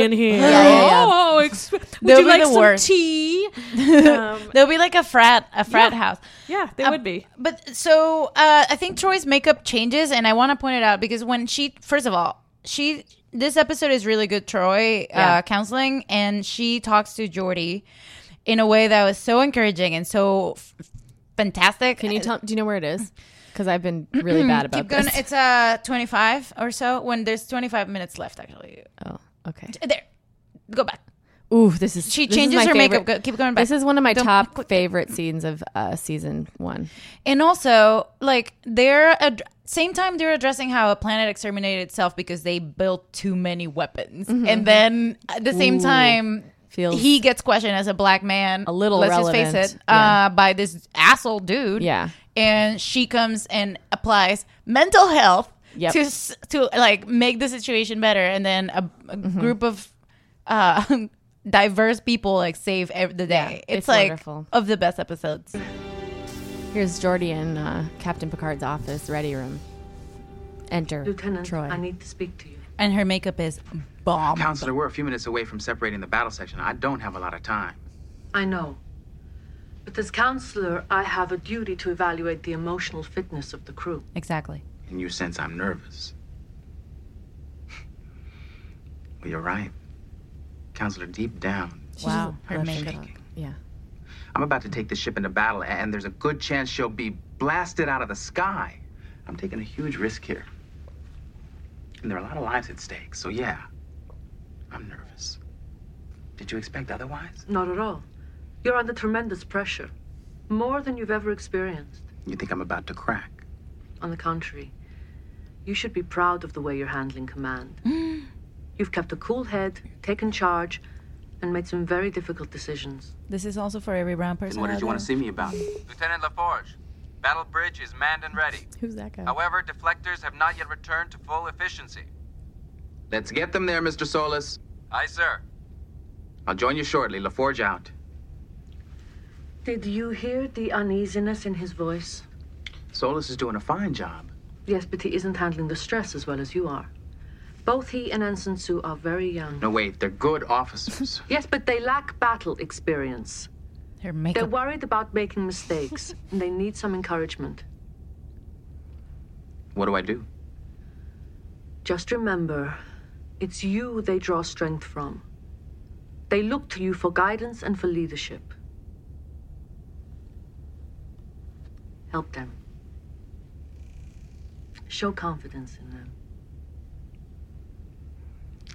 Speaker 7: in here.
Speaker 3: Yeah, yeah, yeah.
Speaker 7: Oh, ex- would
Speaker 3: They'll
Speaker 7: you
Speaker 3: be
Speaker 7: like
Speaker 3: the
Speaker 7: some
Speaker 3: worst.
Speaker 7: tea?
Speaker 3: There'll be like a frat, a frat
Speaker 7: Yeah.
Speaker 3: house.
Speaker 7: Yeah, they
Speaker 3: Uh,
Speaker 7: would be.
Speaker 3: But so uh, I think Troy's makeup changes, and I want to point it out because when she, first of all, she this episode is really good Troy uh,
Speaker 2: Yeah.
Speaker 3: counseling, and she talks to Jordy in a way that was so encouraging and so f- fantastic. Uh,
Speaker 2: Can you tell? Do you know where it is? Because I've been really bad about
Speaker 3: Keep going.
Speaker 2: this.
Speaker 3: It's uh, 25 or so when there's 25 minutes left, actually.
Speaker 2: oh, okay.
Speaker 3: There. Go back.
Speaker 2: Ooh, this is
Speaker 3: She
Speaker 2: this is
Speaker 3: changes
Speaker 2: my
Speaker 3: her makeup.
Speaker 2: favorite-
Speaker 3: Go- keep going back.
Speaker 2: This is one of my
Speaker 3: Don't-
Speaker 2: top favorite scenes of uh, season one.
Speaker 3: And also, like they're ad- same time they're addressing how a planet exterminated itself because they built too many weapons,
Speaker 2: Mhm.
Speaker 3: and then at the same
Speaker 2: Ooh.
Speaker 3: time.
Speaker 2: Feels-
Speaker 3: he gets questioned as a black man. A
Speaker 2: little
Speaker 3: let's just
Speaker 2: relevant,
Speaker 3: face it,
Speaker 2: yeah.
Speaker 3: uh, by this asshole dude.
Speaker 2: Yeah.
Speaker 3: and she comes and applies mental health
Speaker 2: Yep.
Speaker 3: to s- to like make the situation better, and then a, a
Speaker 2: Mm-hmm.
Speaker 3: group of uh, diverse people like save ev- the day.
Speaker 2: it's
Speaker 3: it's, like
Speaker 2: wonderful.
Speaker 3: of the best episodes.
Speaker 2: Here's Jordy in uh, Captain Picard's office, ready room. Enter
Speaker 11: Lieutenant,
Speaker 2: Troy.
Speaker 11: I
Speaker 3: need to speak to you. And her makeup is bomb.
Speaker 11: Counselor, we're a few minutes away from separating the battle section. I don't have a lot of time.
Speaker 16: I know. But as counselor, I have a duty to evaluate the emotional fitness of the crew.
Speaker 3: Exactly.
Speaker 11: And you sense I'm nervous. well, you're right. Counselor, deep down,
Speaker 2: Wow,
Speaker 11: her makeup.
Speaker 2: Yeah.
Speaker 11: I'm about to take the ship into battle, a- and there's a good chance she'll be blasted out of the sky. I'm taking a huge risk here. And there are a lot of lives at stake, so yeah, I'm nervous. Did you expect otherwise?
Speaker 16: Not at all. You're under tremendous pressure, more than you've ever experienced.
Speaker 11: You think I'm about to crack?
Speaker 16: On the contrary, you should be proud of the way you're handling command. You've kept a cool head, taken charge, and made some very difficult decisions.
Speaker 3: This is also for every brown person.
Speaker 11: Then what did you want to see me about?
Speaker 17: Lieutenant LaForge, battle bridge is manned and ready.
Speaker 2: Who's that guy?
Speaker 17: However, deflectors have not yet returned to full efficiency.
Speaker 11: Let's get them there, Mr. Solis.
Speaker 17: Aye, sir.
Speaker 11: I'll join you shortly. LaForge out.
Speaker 16: Did you hear the uneasiness in his voice?
Speaker 11: Solis is doing a fine job.
Speaker 16: Yes, but he isn't handling the stress as well as you are. Both he and Ensign Sue are very young.
Speaker 11: No, wait, they're good officers.
Speaker 16: Yes, but they lack battle experience.
Speaker 3: They're
Speaker 16: They're worried about making mistakes, and they need some encouragement.
Speaker 11: what do I do?
Speaker 16: Just remember, it's you they draw strength from. They look to you for guidance and for leadership. Help them. Show confidence in them.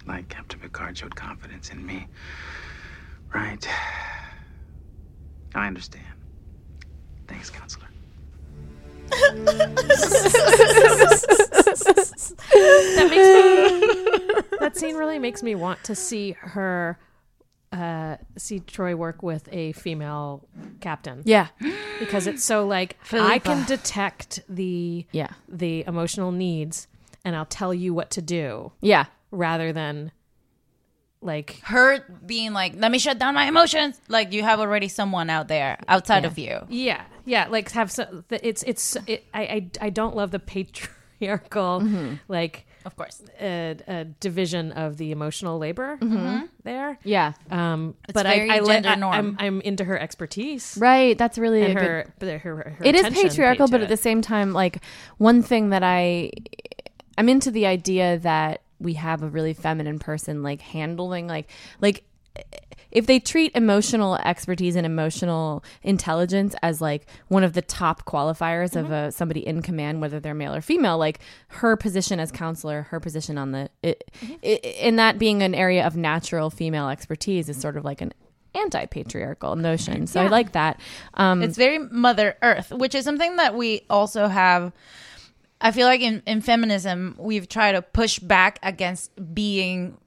Speaker 11: Like Captain Picard showed confidence in me. Right. I understand. Thanks, Counselor.
Speaker 7: that scene really makes me want to see her uh see Troy work with a female captain.
Speaker 2: Yeah.
Speaker 7: Because it's so like I can
Speaker 2: Philippa.
Speaker 7: detect the
Speaker 2: Yeah.
Speaker 7: the emotional needs and I'll tell you what to do.
Speaker 2: Yeah.
Speaker 7: Rather than like
Speaker 3: her being like, "Let me shut down my emotions." Like you have already someone out there outside of you.
Speaker 7: Yeah, yeah. Like have so th- it's it's it, I, I I don't love the patriarchal
Speaker 2: Mhm.
Speaker 7: like
Speaker 3: of course
Speaker 7: uh, uh, division of the emotional labor
Speaker 2: Mhm.
Speaker 7: there.
Speaker 2: Yeah.
Speaker 7: Um,
Speaker 2: It's
Speaker 7: but
Speaker 2: very
Speaker 7: I I, let
Speaker 2: gender
Speaker 7: I
Speaker 2: norm.
Speaker 7: I'm, I'm into her expertise.
Speaker 2: Right, that's really
Speaker 7: and
Speaker 2: a
Speaker 7: her,
Speaker 2: good.
Speaker 7: but her, her
Speaker 2: it is
Speaker 7: attention paid
Speaker 2: patriarchal,
Speaker 7: to
Speaker 2: but
Speaker 7: it.
Speaker 2: at the same time, like one thing that I, I'm into the idea that we have a really feminine person like handling like like if they treat emotional expertise and emotional intelligence as like one of the top qualifiers
Speaker 7: Mm-hmm.
Speaker 2: of a, somebody in command whether they're male or female like her position as counselor her position on the it,
Speaker 7: Mm-hmm.
Speaker 2: it, and that being an area of natural female expertise is sort of like an anti-patriarchal notion so i
Speaker 3: Yeah.
Speaker 2: like that um
Speaker 3: it's very Mother Earth, which is something that we also have. I feel like in, in feminism, we've tried to push back against being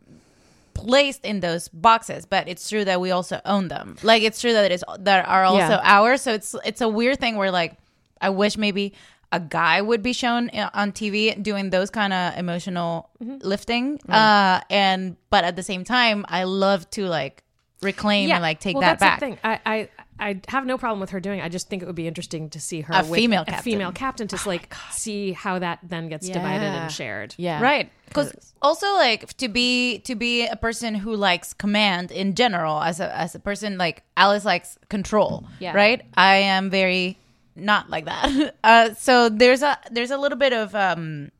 Speaker 3: placed in those boxes, but it's true that we also own them. Like it's true that it's that are also
Speaker 2: Yeah.
Speaker 3: ours. So it's it's a weird thing where like I wish maybe a guy would be shown i- on TV doing those kind of emotional
Speaker 7: Mm-hmm.
Speaker 3: lifting. Uh, and but at the same time, I love to like reclaim and like take
Speaker 7: Well,
Speaker 3: that
Speaker 7: that's
Speaker 3: back.
Speaker 7: the thing. I, I I have no problem with her doing. it. I just think it would be interesting to see her
Speaker 3: A
Speaker 7: with
Speaker 3: female
Speaker 7: a
Speaker 3: captain.
Speaker 7: female captain,
Speaker 2: Oh
Speaker 7: just like see how that then gets divided
Speaker 3: Yeah.
Speaker 7: and shared.
Speaker 3: Right. Because also like to be to be a person who likes command in general as a as a person like Alice likes control.
Speaker 2: Yeah.
Speaker 3: Right. I am very not like that. Uh, so there's a there's a little bit of um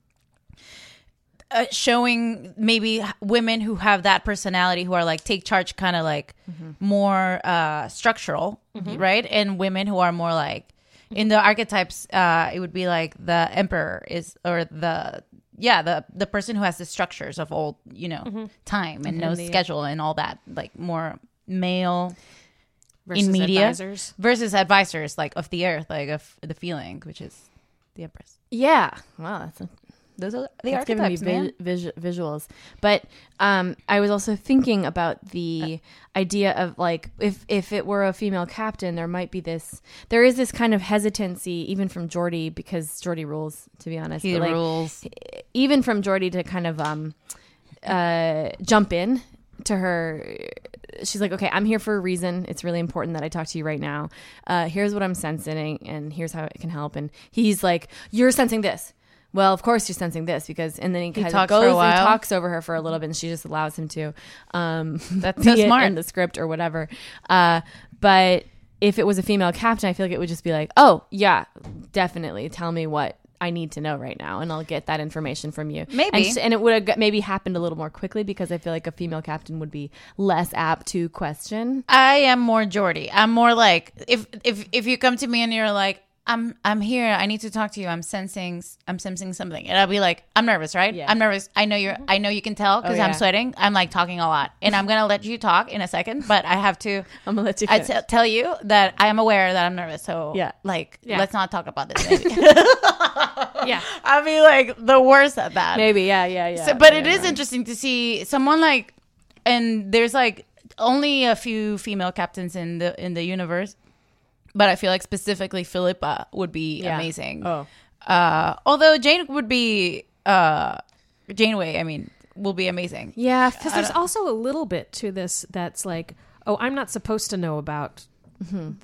Speaker 3: uh, showing maybe women who have that personality who are like take charge kind of like more uh structural
Speaker 2: Mhm.
Speaker 3: right and women who are more like in the archetypes uh it would be like the emperor is or the yeah the the person who has the structures of old you know
Speaker 2: Mhm.
Speaker 3: time and
Speaker 2: And
Speaker 3: no
Speaker 2: the-
Speaker 3: schedule and all that like more male
Speaker 7: Versus
Speaker 3: in media
Speaker 7: advisors.
Speaker 3: versus advisors like of the earth like of the feeling which is the empress
Speaker 2: Yeah. Wow. That's a,
Speaker 3: those are the
Speaker 2: that's giving me
Speaker 3: archetypes, man.
Speaker 2: vis- visuals. But um, I was also thinking about the idea of like if if it were a female captain, there might be this. There is this kind of hesitancy, even from Jordy, because Jordy rules. To be honest,
Speaker 3: He
Speaker 2: But, like,
Speaker 3: rules.
Speaker 2: Even from Jordy to kind of um, uh, jump in to her. She's like, okay, I'm here for a reason. It's really important that I talk to you right now. Uh, here's what I'm sensing, and here's how it can help. And he's like, you're sensing this. Well, of course you're sensing this because, and then he,
Speaker 3: He
Speaker 2: kind of
Speaker 3: talks for
Speaker 2: goes and
Speaker 3: a while.
Speaker 2: talks over her for a little bit, and she just allows him to. Um,
Speaker 3: That's
Speaker 2: be
Speaker 3: so
Speaker 2: it
Speaker 3: smart.
Speaker 2: in the script or whatever. Uh, but if it was a female captain, I feel like it would just be like, oh yeah, definitely tell me what I need to know right now, and I'll get that information from you.
Speaker 3: Maybe.
Speaker 2: and, sh- and it would have got- maybe happened a little more quickly because I feel like a female captain would be less apt to question.
Speaker 3: I am more Jordy. I'm more like if if if you come to me and you're like, I'm I'm here. I need to talk to you. I'm sensing I'm sensing something, and I'll be like, I'm nervous, right?
Speaker 2: Yeah.
Speaker 3: I'm nervous. I know you're. I know you can tell because
Speaker 2: Oh,
Speaker 3: I'm
Speaker 2: yeah.
Speaker 3: sweating. I'm like talking a lot, and I'm gonna let you talk in a second, but I have to.
Speaker 2: I'm gonna let you.
Speaker 3: I
Speaker 2: finish.
Speaker 3: t- tell you that I am aware that I'm nervous. So
Speaker 2: Yeah.
Speaker 3: like
Speaker 2: Yeah.
Speaker 3: let's not talk about this. Maybe. yeah, I'll be like the worst at that.
Speaker 2: Maybe yeah yeah yeah.
Speaker 3: So, but it
Speaker 2: Yeah,
Speaker 3: is
Speaker 2: no.
Speaker 3: interesting to see someone like, and there's like only a few female captains in the in the universe, but I feel like specifically Philippa would be
Speaker 2: Yeah.
Speaker 3: amazing.
Speaker 2: Oh.
Speaker 3: uh, although Jane would be uh, Janeway. I mean, will be amazing.
Speaker 2: Yeah,
Speaker 7: because there's also a little bit to this that's like, oh, I'm not supposed to know about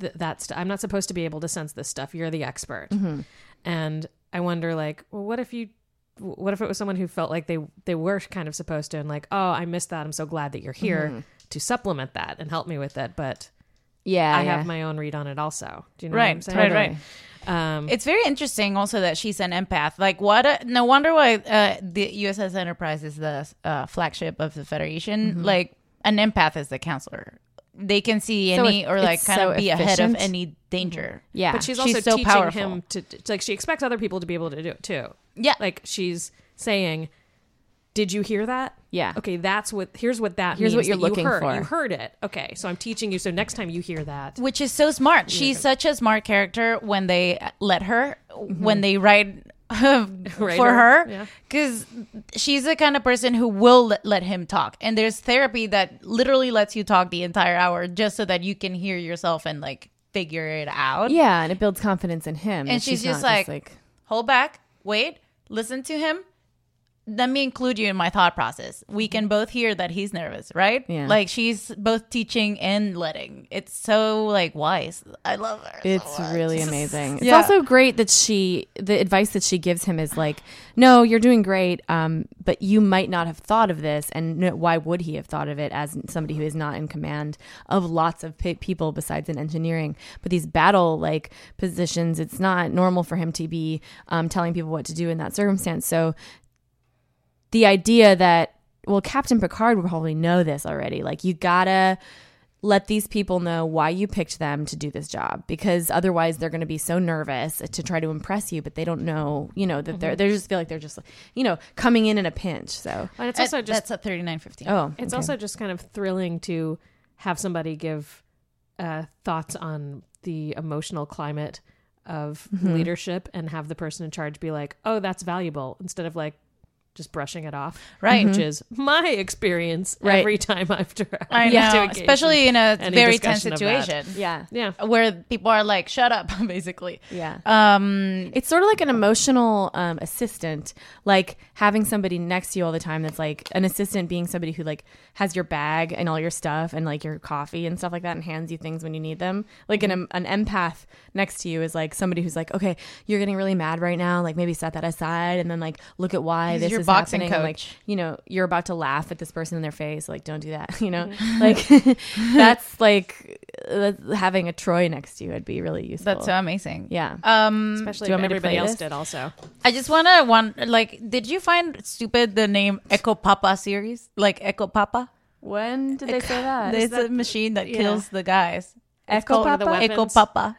Speaker 7: th- that stuff. I'm not supposed to be able to sense this stuff. You're the expert,
Speaker 2: Mhm.
Speaker 7: and I wonder, like, well, what if you, what if it was someone who felt like they they were kind of supposed to, and like, oh, I missed that. I'm so glad that you're here
Speaker 2: Mhm.
Speaker 7: to supplement that and help me with it, but
Speaker 2: Yeah,
Speaker 7: I
Speaker 2: yeah.
Speaker 7: have my own read on it also. Do you know what I'm
Speaker 3: right,
Speaker 7: saying?
Speaker 3: right, right.
Speaker 7: Um,
Speaker 3: it's very interesting also that she's an empath. Like, what? A, no wonder why uh, the USS Enterprise is the uh, flagship of the Federation.
Speaker 2: Mhm.
Speaker 3: Like, an empath is the counselor. They can see
Speaker 2: So
Speaker 3: any
Speaker 2: it-
Speaker 3: or like
Speaker 2: it's
Speaker 3: kind
Speaker 2: so
Speaker 3: of be ahead of
Speaker 2: efficient. Mm-hmm.
Speaker 3: any danger.
Speaker 7: But she's also teaching him to, to- like she expects other people to be able to do it too.
Speaker 3: Yeah.
Speaker 7: Like she's saying, "Did you hear that?
Speaker 2: Yeah.
Speaker 7: Okay, that's what. Here's what that.
Speaker 2: Here's what
Speaker 7: means
Speaker 2: you're
Speaker 7: that
Speaker 2: looking
Speaker 7: you heard.
Speaker 2: for."
Speaker 7: You heard it. Okay, so I'm teaching you. So next time you hear that,
Speaker 3: which is so smart. She's such a smart character when they let her, when they write for
Speaker 7: Mm-hmm. her,
Speaker 3: her, because she's the kind of person who will let, let him talk. And there's therapy that literally lets you talk the entire hour just so that you can hear yourself and like figure it out.
Speaker 2: Yeah, and it builds confidence in him.
Speaker 3: and,
Speaker 2: that
Speaker 3: she's, just,
Speaker 2: not
Speaker 3: like, hold back, wait, listen to him. Let me include you in my thought process. We can both hear that he's nervous, right?
Speaker 2: Yeah.
Speaker 3: Like she's both teaching and letting. It's so like wise. I love her.
Speaker 2: It's really amazing. It's
Speaker 3: Yeah.
Speaker 2: also great that she, the advice that she gives him is like, no, you're doing great, um, but you might not have thought of this. And no, why would he have thought of it as somebody who is not in command of lots of pe- people besides in engineering? But these battle like positions, it's not normal for him to be um, telling people what to do in that circumstance. So the idea that well captain picard would probably know this already like you gotta let these people know why you picked them to do this job because otherwise they're going to be so nervous to try to impress you but they don't know you know that they're
Speaker 7: Mhm.
Speaker 2: they just feel like they're just you know coming in in a pinch so
Speaker 7: and it's also just
Speaker 3: that's a thirty nine fifteen.
Speaker 2: Oh,
Speaker 7: it's
Speaker 2: okay.
Speaker 7: also just kind of thrilling to have somebody give uh, thoughts on the emotional climate of
Speaker 2: Mhm.
Speaker 7: leadership and have the person in charge be like, "Oh, that's valuable," instead of like just brushing it off,
Speaker 3: Right.
Speaker 7: Which
Speaker 3: Mhm.
Speaker 7: is my experience
Speaker 3: Right.
Speaker 7: every time I've tried.
Speaker 3: I
Speaker 7: to
Speaker 3: know,
Speaker 7: engage
Speaker 3: especially in a
Speaker 7: any
Speaker 3: very tense
Speaker 7: discussion of that.
Speaker 3: situation.
Speaker 2: Yeah,
Speaker 7: yeah,
Speaker 3: where people are like, "Shut up," basically.
Speaker 2: Yeah.
Speaker 3: Um,
Speaker 2: it's sort of like an emotional um, assistant, like having somebody next to you all the time. That's like an assistant being somebody who like has your bag and all your stuff and like your coffee and stuff like that, and hands you things when you need them. Like an an empath next to you is like somebody who's like, okay, you're getting really mad right now. Like maybe set that aside and then like look at why
Speaker 3: He's
Speaker 2: this
Speaker 3: your
Speaker 2: is
Speaker 3: boxing
Speaker 2: happening. and, like
Speaker 3: coach.
Speaker 2: you know, you're about to laugh at this person in their face. Like don't do that. You know,
Speaker 3: Mhm.
Speaker 2: like that's like uh, having a Troy next to you would be really useful.
Speaker 3: That's so amazing.
Speaker 2: Yeah.
Speaker 3: Um,
Speaker 7: especially
Speaker 2: Do you
Speaker 7: if
Speaker 2: want me to
Speaker 7: everybody
Speaker 2: play
Speaker 7: else
Speaker 2: this?
Speaker 7: did also.
Speaker 3: I just want to one like, did you find stupid the name Echo Papa series? Like Echo Papa?
Speaker 2: When did they say that?
Speaker 3: There's a machine that
Speaker 2: yeah.
Speaker 3: kills the guys. It's
Speaker 2: Echo
Speaker 3: called
Speaker 2: Papa? One of the
Speaker 3: Echo
Speaker 2: weapons?
Speaker 3: Papa.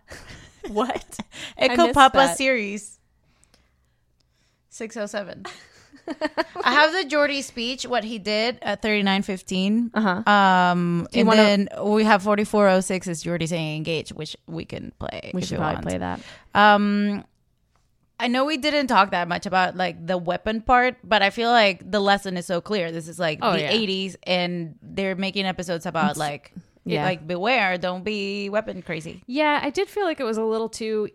Speaker 3: what?
Speaker 2: I
Speaker 3: Echo
Speaker 2: missed
Speaker 3: Papa
Speaker 2: that.
Speaker 3: series. Six oh seven. I have the Jordy speech, what he did at 3915. Uh-huh. Um,
Speaker 2: Do you
Speaker 3: and
Speaker 2: wanna-
Speaker 3: then we have 4406 is Jordy saying engage, which we can play.
Speaker 2: We
Speaker 3: if
Speaker 2: should
Speaker 3: you
Speaker 2: probably
Speaker 3: want.
Speaker 2: play that.
Speaker 3: Um, I know we didn't talk that much about like the weapon part, but I feel like the lesson is so clear. This is like
Speaker 2: Oh,
Speaker 3: the
Speaker 2: yeah.
Speaker 3: 80s, and they're making episodes about
Speaker 7: It's-
Speaker 3: like,
Speaker 7: yeah.
Speaker 3: like beware, don't be weapon crazy.
Speaker 7: Yeah, I did feel like it was a little too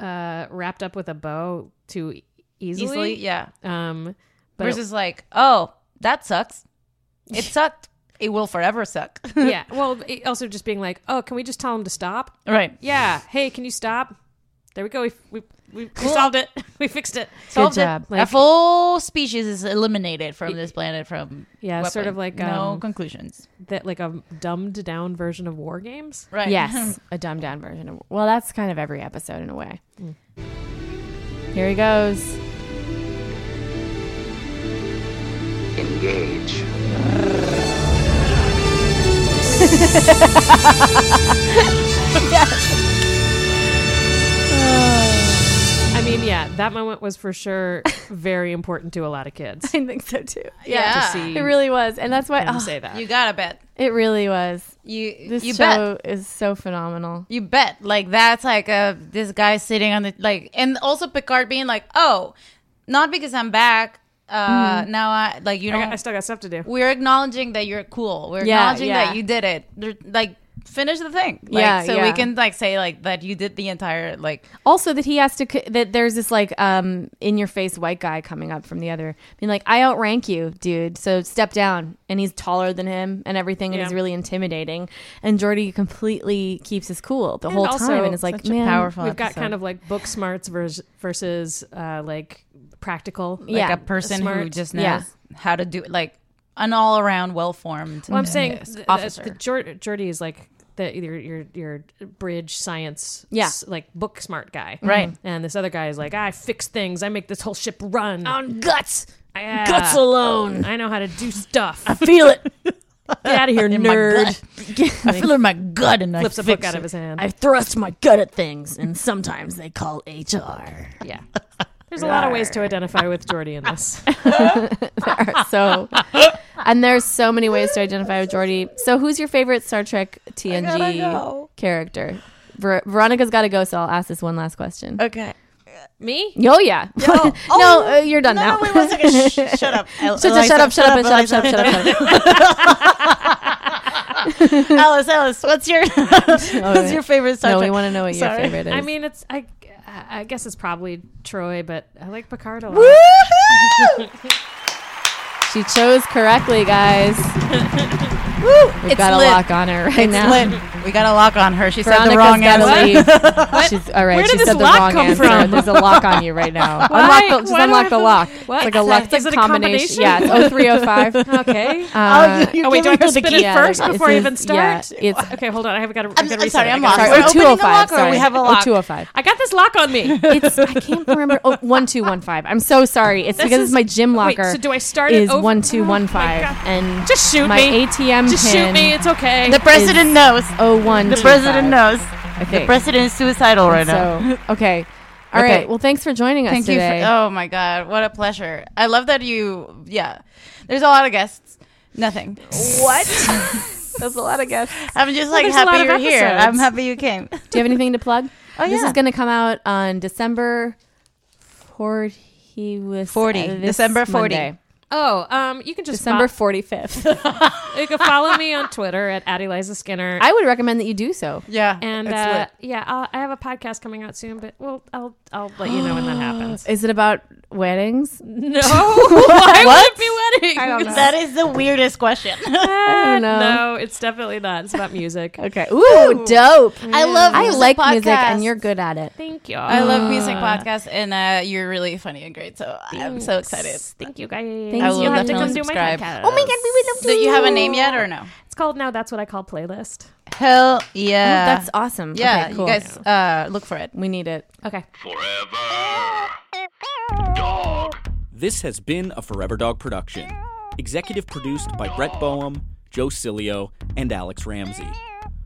Speaker 7: uh, wrapped up with a bow too e- easily.
Speaker 3: Easily, yeah.
Speaker 7: Um, but it-
Speaker 3: Versus like, oh, that sucks. It sucked. It will forever suck.
Speaker 7: yeah. Well, it- also just being like, oh, can we just tell him to stop?
Speaker 3: Right.
Speaker 7: Yeah. Hey, can you stop? There we go. We we we, we solved it. We fixed it.
Speaker 3: Solved it. a full species is eliminated from this planet from
Speaker 7: yeah, sort
Speaker 3: weapon.
Speaker 7: of like
Speaker 3: no
Speaker 7: um,
Speaker 3: conclusions.
Speaker 7: That like a dumbed down version of war games.
Speaker 3: Right.
Speaker 2: Yes, a dumbed down version of. Well, that's kind of every episode in a way. Here he goes.
Speaker 11: Engage.
Speaker 7: I mean, yeah, that moment was for sure very important to a lot of kids.
Speaker 2: I think so too.
Speaker 7: To
Speaker 2: Yeah.
Speaker 7: see
Speaker 2: It really was, and that's why-
Speaker 7: him
Speaker 2: oh.
Speaker 7: say that.
Speaker 3: You gotta bet.
Speaker 2: It really was.
Speaker 3: You
Speaker 2: this
Speaker 3: you
Speaker 2: show is so phenomenal.
Speaker 3: You bet. Like that's like uh this guy sitting on the like and also Picard being like, "Oh, not because I'm back. Uh
Speaker 2: Mm-hmm.
Speaker 7: Mhm.
Speaker 3: now I like you
Speaker 7: I
Speaker 3: know
Speaker 7: got- I still got stuff to do.
Speaker 3: We're acknowledging that you're cool. We're
Speaker 7: Yeah,
Speaker 3: acknowledging
Speaker 7: yeah.
Speaker 3: that you did it. There- like finish the thing. Like
Speaker 2: Yeah,
Speaker 3: so
Speaker 2: yeah.
Speaker 3: we can like say like that you did the entire like
Speaker 2: Also, that he has to c- that there's this like um in your face white guy coming up from the other, being like, "I outrank you, dude. So step down." And he's taller than him and everything, and
Speaker 7: Yeah.
Speaker 2: he's really intimidating. And Jordy completely keeps his cool the
Speaker 7: And
Speaker 2: whole
Speaker 7: also,
Speaker 2: time, and is like,
Speaker 7: such a
Speaker 2: "Man,
Speaker 7: powerful We've got kind of like book smarts vers- versus uh, like practical.
Speaker 3: like
Speaker 7: like
Speaker 3: a person who
Speaker 7: smart.
Speaker 3: just knows how to do like an all around well formed
Speaker 7: Well, I'm saying
Speaker 3: officer.
Speaker 7: officer. The, Jor- Jordy is like the your your your bridge science
Speaker 3: Yeah.
Speaker 7: s- like book smart guy.
Speaker 3: Right. Mhm.
Speaker 7: And this other guy is like, I fix things. I make this whole ship run.
Speaker 2: On guts.
Speaker 7: Yeah.
Speaker 2: Guts alone.
Speaker 7: I know how to do stuff. I
Speaker 2: feel it.
Speaker 7: Get out of here,
Speaker 2: In my
Speaker 7: nerd.
Speaker 2: gut. I feel it in my gut and I
Speaker 7: flips a
Speaker 2: fix
Speaker 7: book out
Speaker 2: it.
Speaker 7: of his hand.
Speaker 2: I thrust my gut at things, and sometimes they call HR.
Speaker 7: Yeah. There's a lot of ways to identify with Jordy in this.
Speaker 2: There are so, and there's so many ways to identify with Jordy. So, who's your favorite Star Trek TNG
Speaker 7: go.
Speaker 2: character? Ver- Veronica's got to go, so I'll ask this one last question.
Speaker 7: Oh.
Speaker 3: Okay.
Speaker 7: Me?
Speaker 2: Oh yeah. No,
Speaker 7: Oh.
Speaker 2: uh, you're done now.
Speaker 3: wait one second. Shh, shut up, El-
Speaker 2: shut, shut
Speaker 3: Eliza,
Speaker 2: up. Shut up. Shut up. Shut up.
Speaker 3: Eliza.
Speaker 2: Shut up. Shut up.
Speaker 3: Alice, Alice, what's your what's
Speaker 2: right.
Speaker 3: your favorite Star
Speaker 2: No, we
Speaker 3: Trek?
Speaker 2: wanna know what your favorite
Speaker 7: I mean, it's I. I guess it's probably Troy, but I like Picard a lot.
Speaker 2: She chose correctly, guys.
Speaker 3: Woo!
Speaker 2: We've got a lock on her right
Speaker 3: It's
Speaker 2: now.
Speaker 3: lit. We got a lock on her. She said the
Speaker 2: Veronica's
Speaker 3: wrong
Speaker 2: gotta
Speaker 3: answer.
Speaker 2: leave. She's, all right,
Speaker 3: Where did
Speaker 2: she
Speaker 3: this
Speaker 2: said the
Speaker 3: lock
Speaker 2: wrong
Speaker 3: come
Speaker 2: answer.
Speaker 3: from?
Speaker 2: There's a lock on you right now. Unlock
Speaker 7: Why-
Speaker 2: the, just
Speaker 7: why do I
Speaker 2: unlock the
Speaker 7: have to-
Speaker 2: lock.
Speaker 7: What?
Speaker 2: It's like a lock. It's
Speaker 7: Is
Speaker 2: like
Speaker 7: it a combination?
Speaker 2: Yeah, it's 0305.
Speaker 7: Okay.
Speaker 2: Uh,
Speaker 7: oh, wait, do I have to spin it first
Speaker 2: Yeah,
Speaker 7: before I
Speaker 2: it's-
Speaker 7: even start?
Speaker 2: Yeah, it's
Speaker 7: okay, hold on. I haven't got to.
Speaker 3: I'm- I'm sorry, I'm lost.
Speaker 2: sorry, Oh,
Speaker 3: We're opening a
Speaker 2: 0205,
Speaker 3: lock or
Speaker 2: sorry.
Speaker 3: we have a lock?
Speaker 2: 0205.
Speaker 7: I got this lock on me.
Speaker 2: It's I can't remember oh, one two one five. I'm so sorry. It's
Speaker 7: This
Speaker 2: because
Speaker 7: is-
Speaker 2: it's my gym
Speaker 7: wait,
Speaker 2: locker.
Speaker 7: so do I start it
Speaker 2: is
Speaker 7: over? Oh
Speaker 2: one two one five
Speaker 7: God.
Speaker 2: and
Speaker 7: Just shoot
Speaker 2: my
Speaker 7: me.
Speaker 2: ATM
Speaker 7: Just shoot
Speaker 2: pin
Speaker 7: me. It's okay.
Speaker 3: The president knows.
Speaker 2: Oh one.
Speaker 3: The president knows. The president is suicidal right now.
Speaker 2: So okay. all right.
Speaker 3: Okay.
Speaker 2: Well, thanks for joining us
Speaker 3: Thank you.
Speaker 2: today.
Speaker 3: For, oh my God, what a pleasure! I love that you. Yeah, there's a lot of guests. Nothing. What?
Speaker 2: That's a lot of guests.
Speaker 3: I'm just
Speaker 2: Well,
Speaker 3: like
Speaker 2: there's a lot
Speaker 3: happy
Speaker 2: of
Speaker 3: you're here.
Speaker 2: episodes.
Speaker 3: I'm happy you came.
Speaker 2: Do you have anything to plug?
Speaker 3: Oh,
Speaker 2: This
Speaker 3: yeah.
Speaker 2: is going to come out on December forty. Was
Speaker 3: 40. December 40.
Speaker 7: Oh, um, you can just
Speaker 2: December
Speaker 7: fo-
Speaker 2: forty fifth.
Speaker 7: you can follow me on Twitter at at Eliza Skinner.
Speaker 2: I would recommend that you do so.
Speaker 3: Yeah,
Speaker 7: and uh, yeah, I'll, I have a podcast coming out soon, but well, I'll I'll let you know when that happens.
Speaker 2: Is it about weddings?
Speaker 7: No.
Speaker 2: What?
Speaker 7: Why would it be wedding?
Speaker 2: I don't know.
Speaker 3: That is the weirdest question.
Speaker 7: I
Speaker 2: don't know.
Speaker 7: No, it's definitely not. It's about music.
Speaker 2: okay. Ooh, dope.
Speaker 3: I love
Speaker 2: I
Speaker 3: music
Speaker 2: like music, and
Speaker 3: podcasts.
Speaker 2: you're good at it.
Speaker 7: Thank you.
Speaker 3: I love music podcasts, and uh, you're really funny and great. So I'm so excited.
Speaker 7: Thank you guys.
Speaker 3: I will
Speaker 7: You'll have to
Speaker 3: definitely
Speaker 7: come do my
Speaker 3: subscribe.
Speaker 7: podcast.
Speaker 3: Oh my God,
Speaker 2: we would love
Speaker 3: Do you have a name yet or no?
Speaker 7: It's called now. That's what I call playlist.
Speaker 3: Hell yeah,
Speaker 2: Oh, that's awesome.
Speaker 3: Yeah,
Speaker 2: Okay, cool.
Speaker 3: you guys uh, look for it.
Speaker 2: We need it.
Speaker 7: Okay.
Speaker 18: This has been a Forever Dog production, executive produced by Brett Boehm, Joe Cilio, and Alex Ramsey.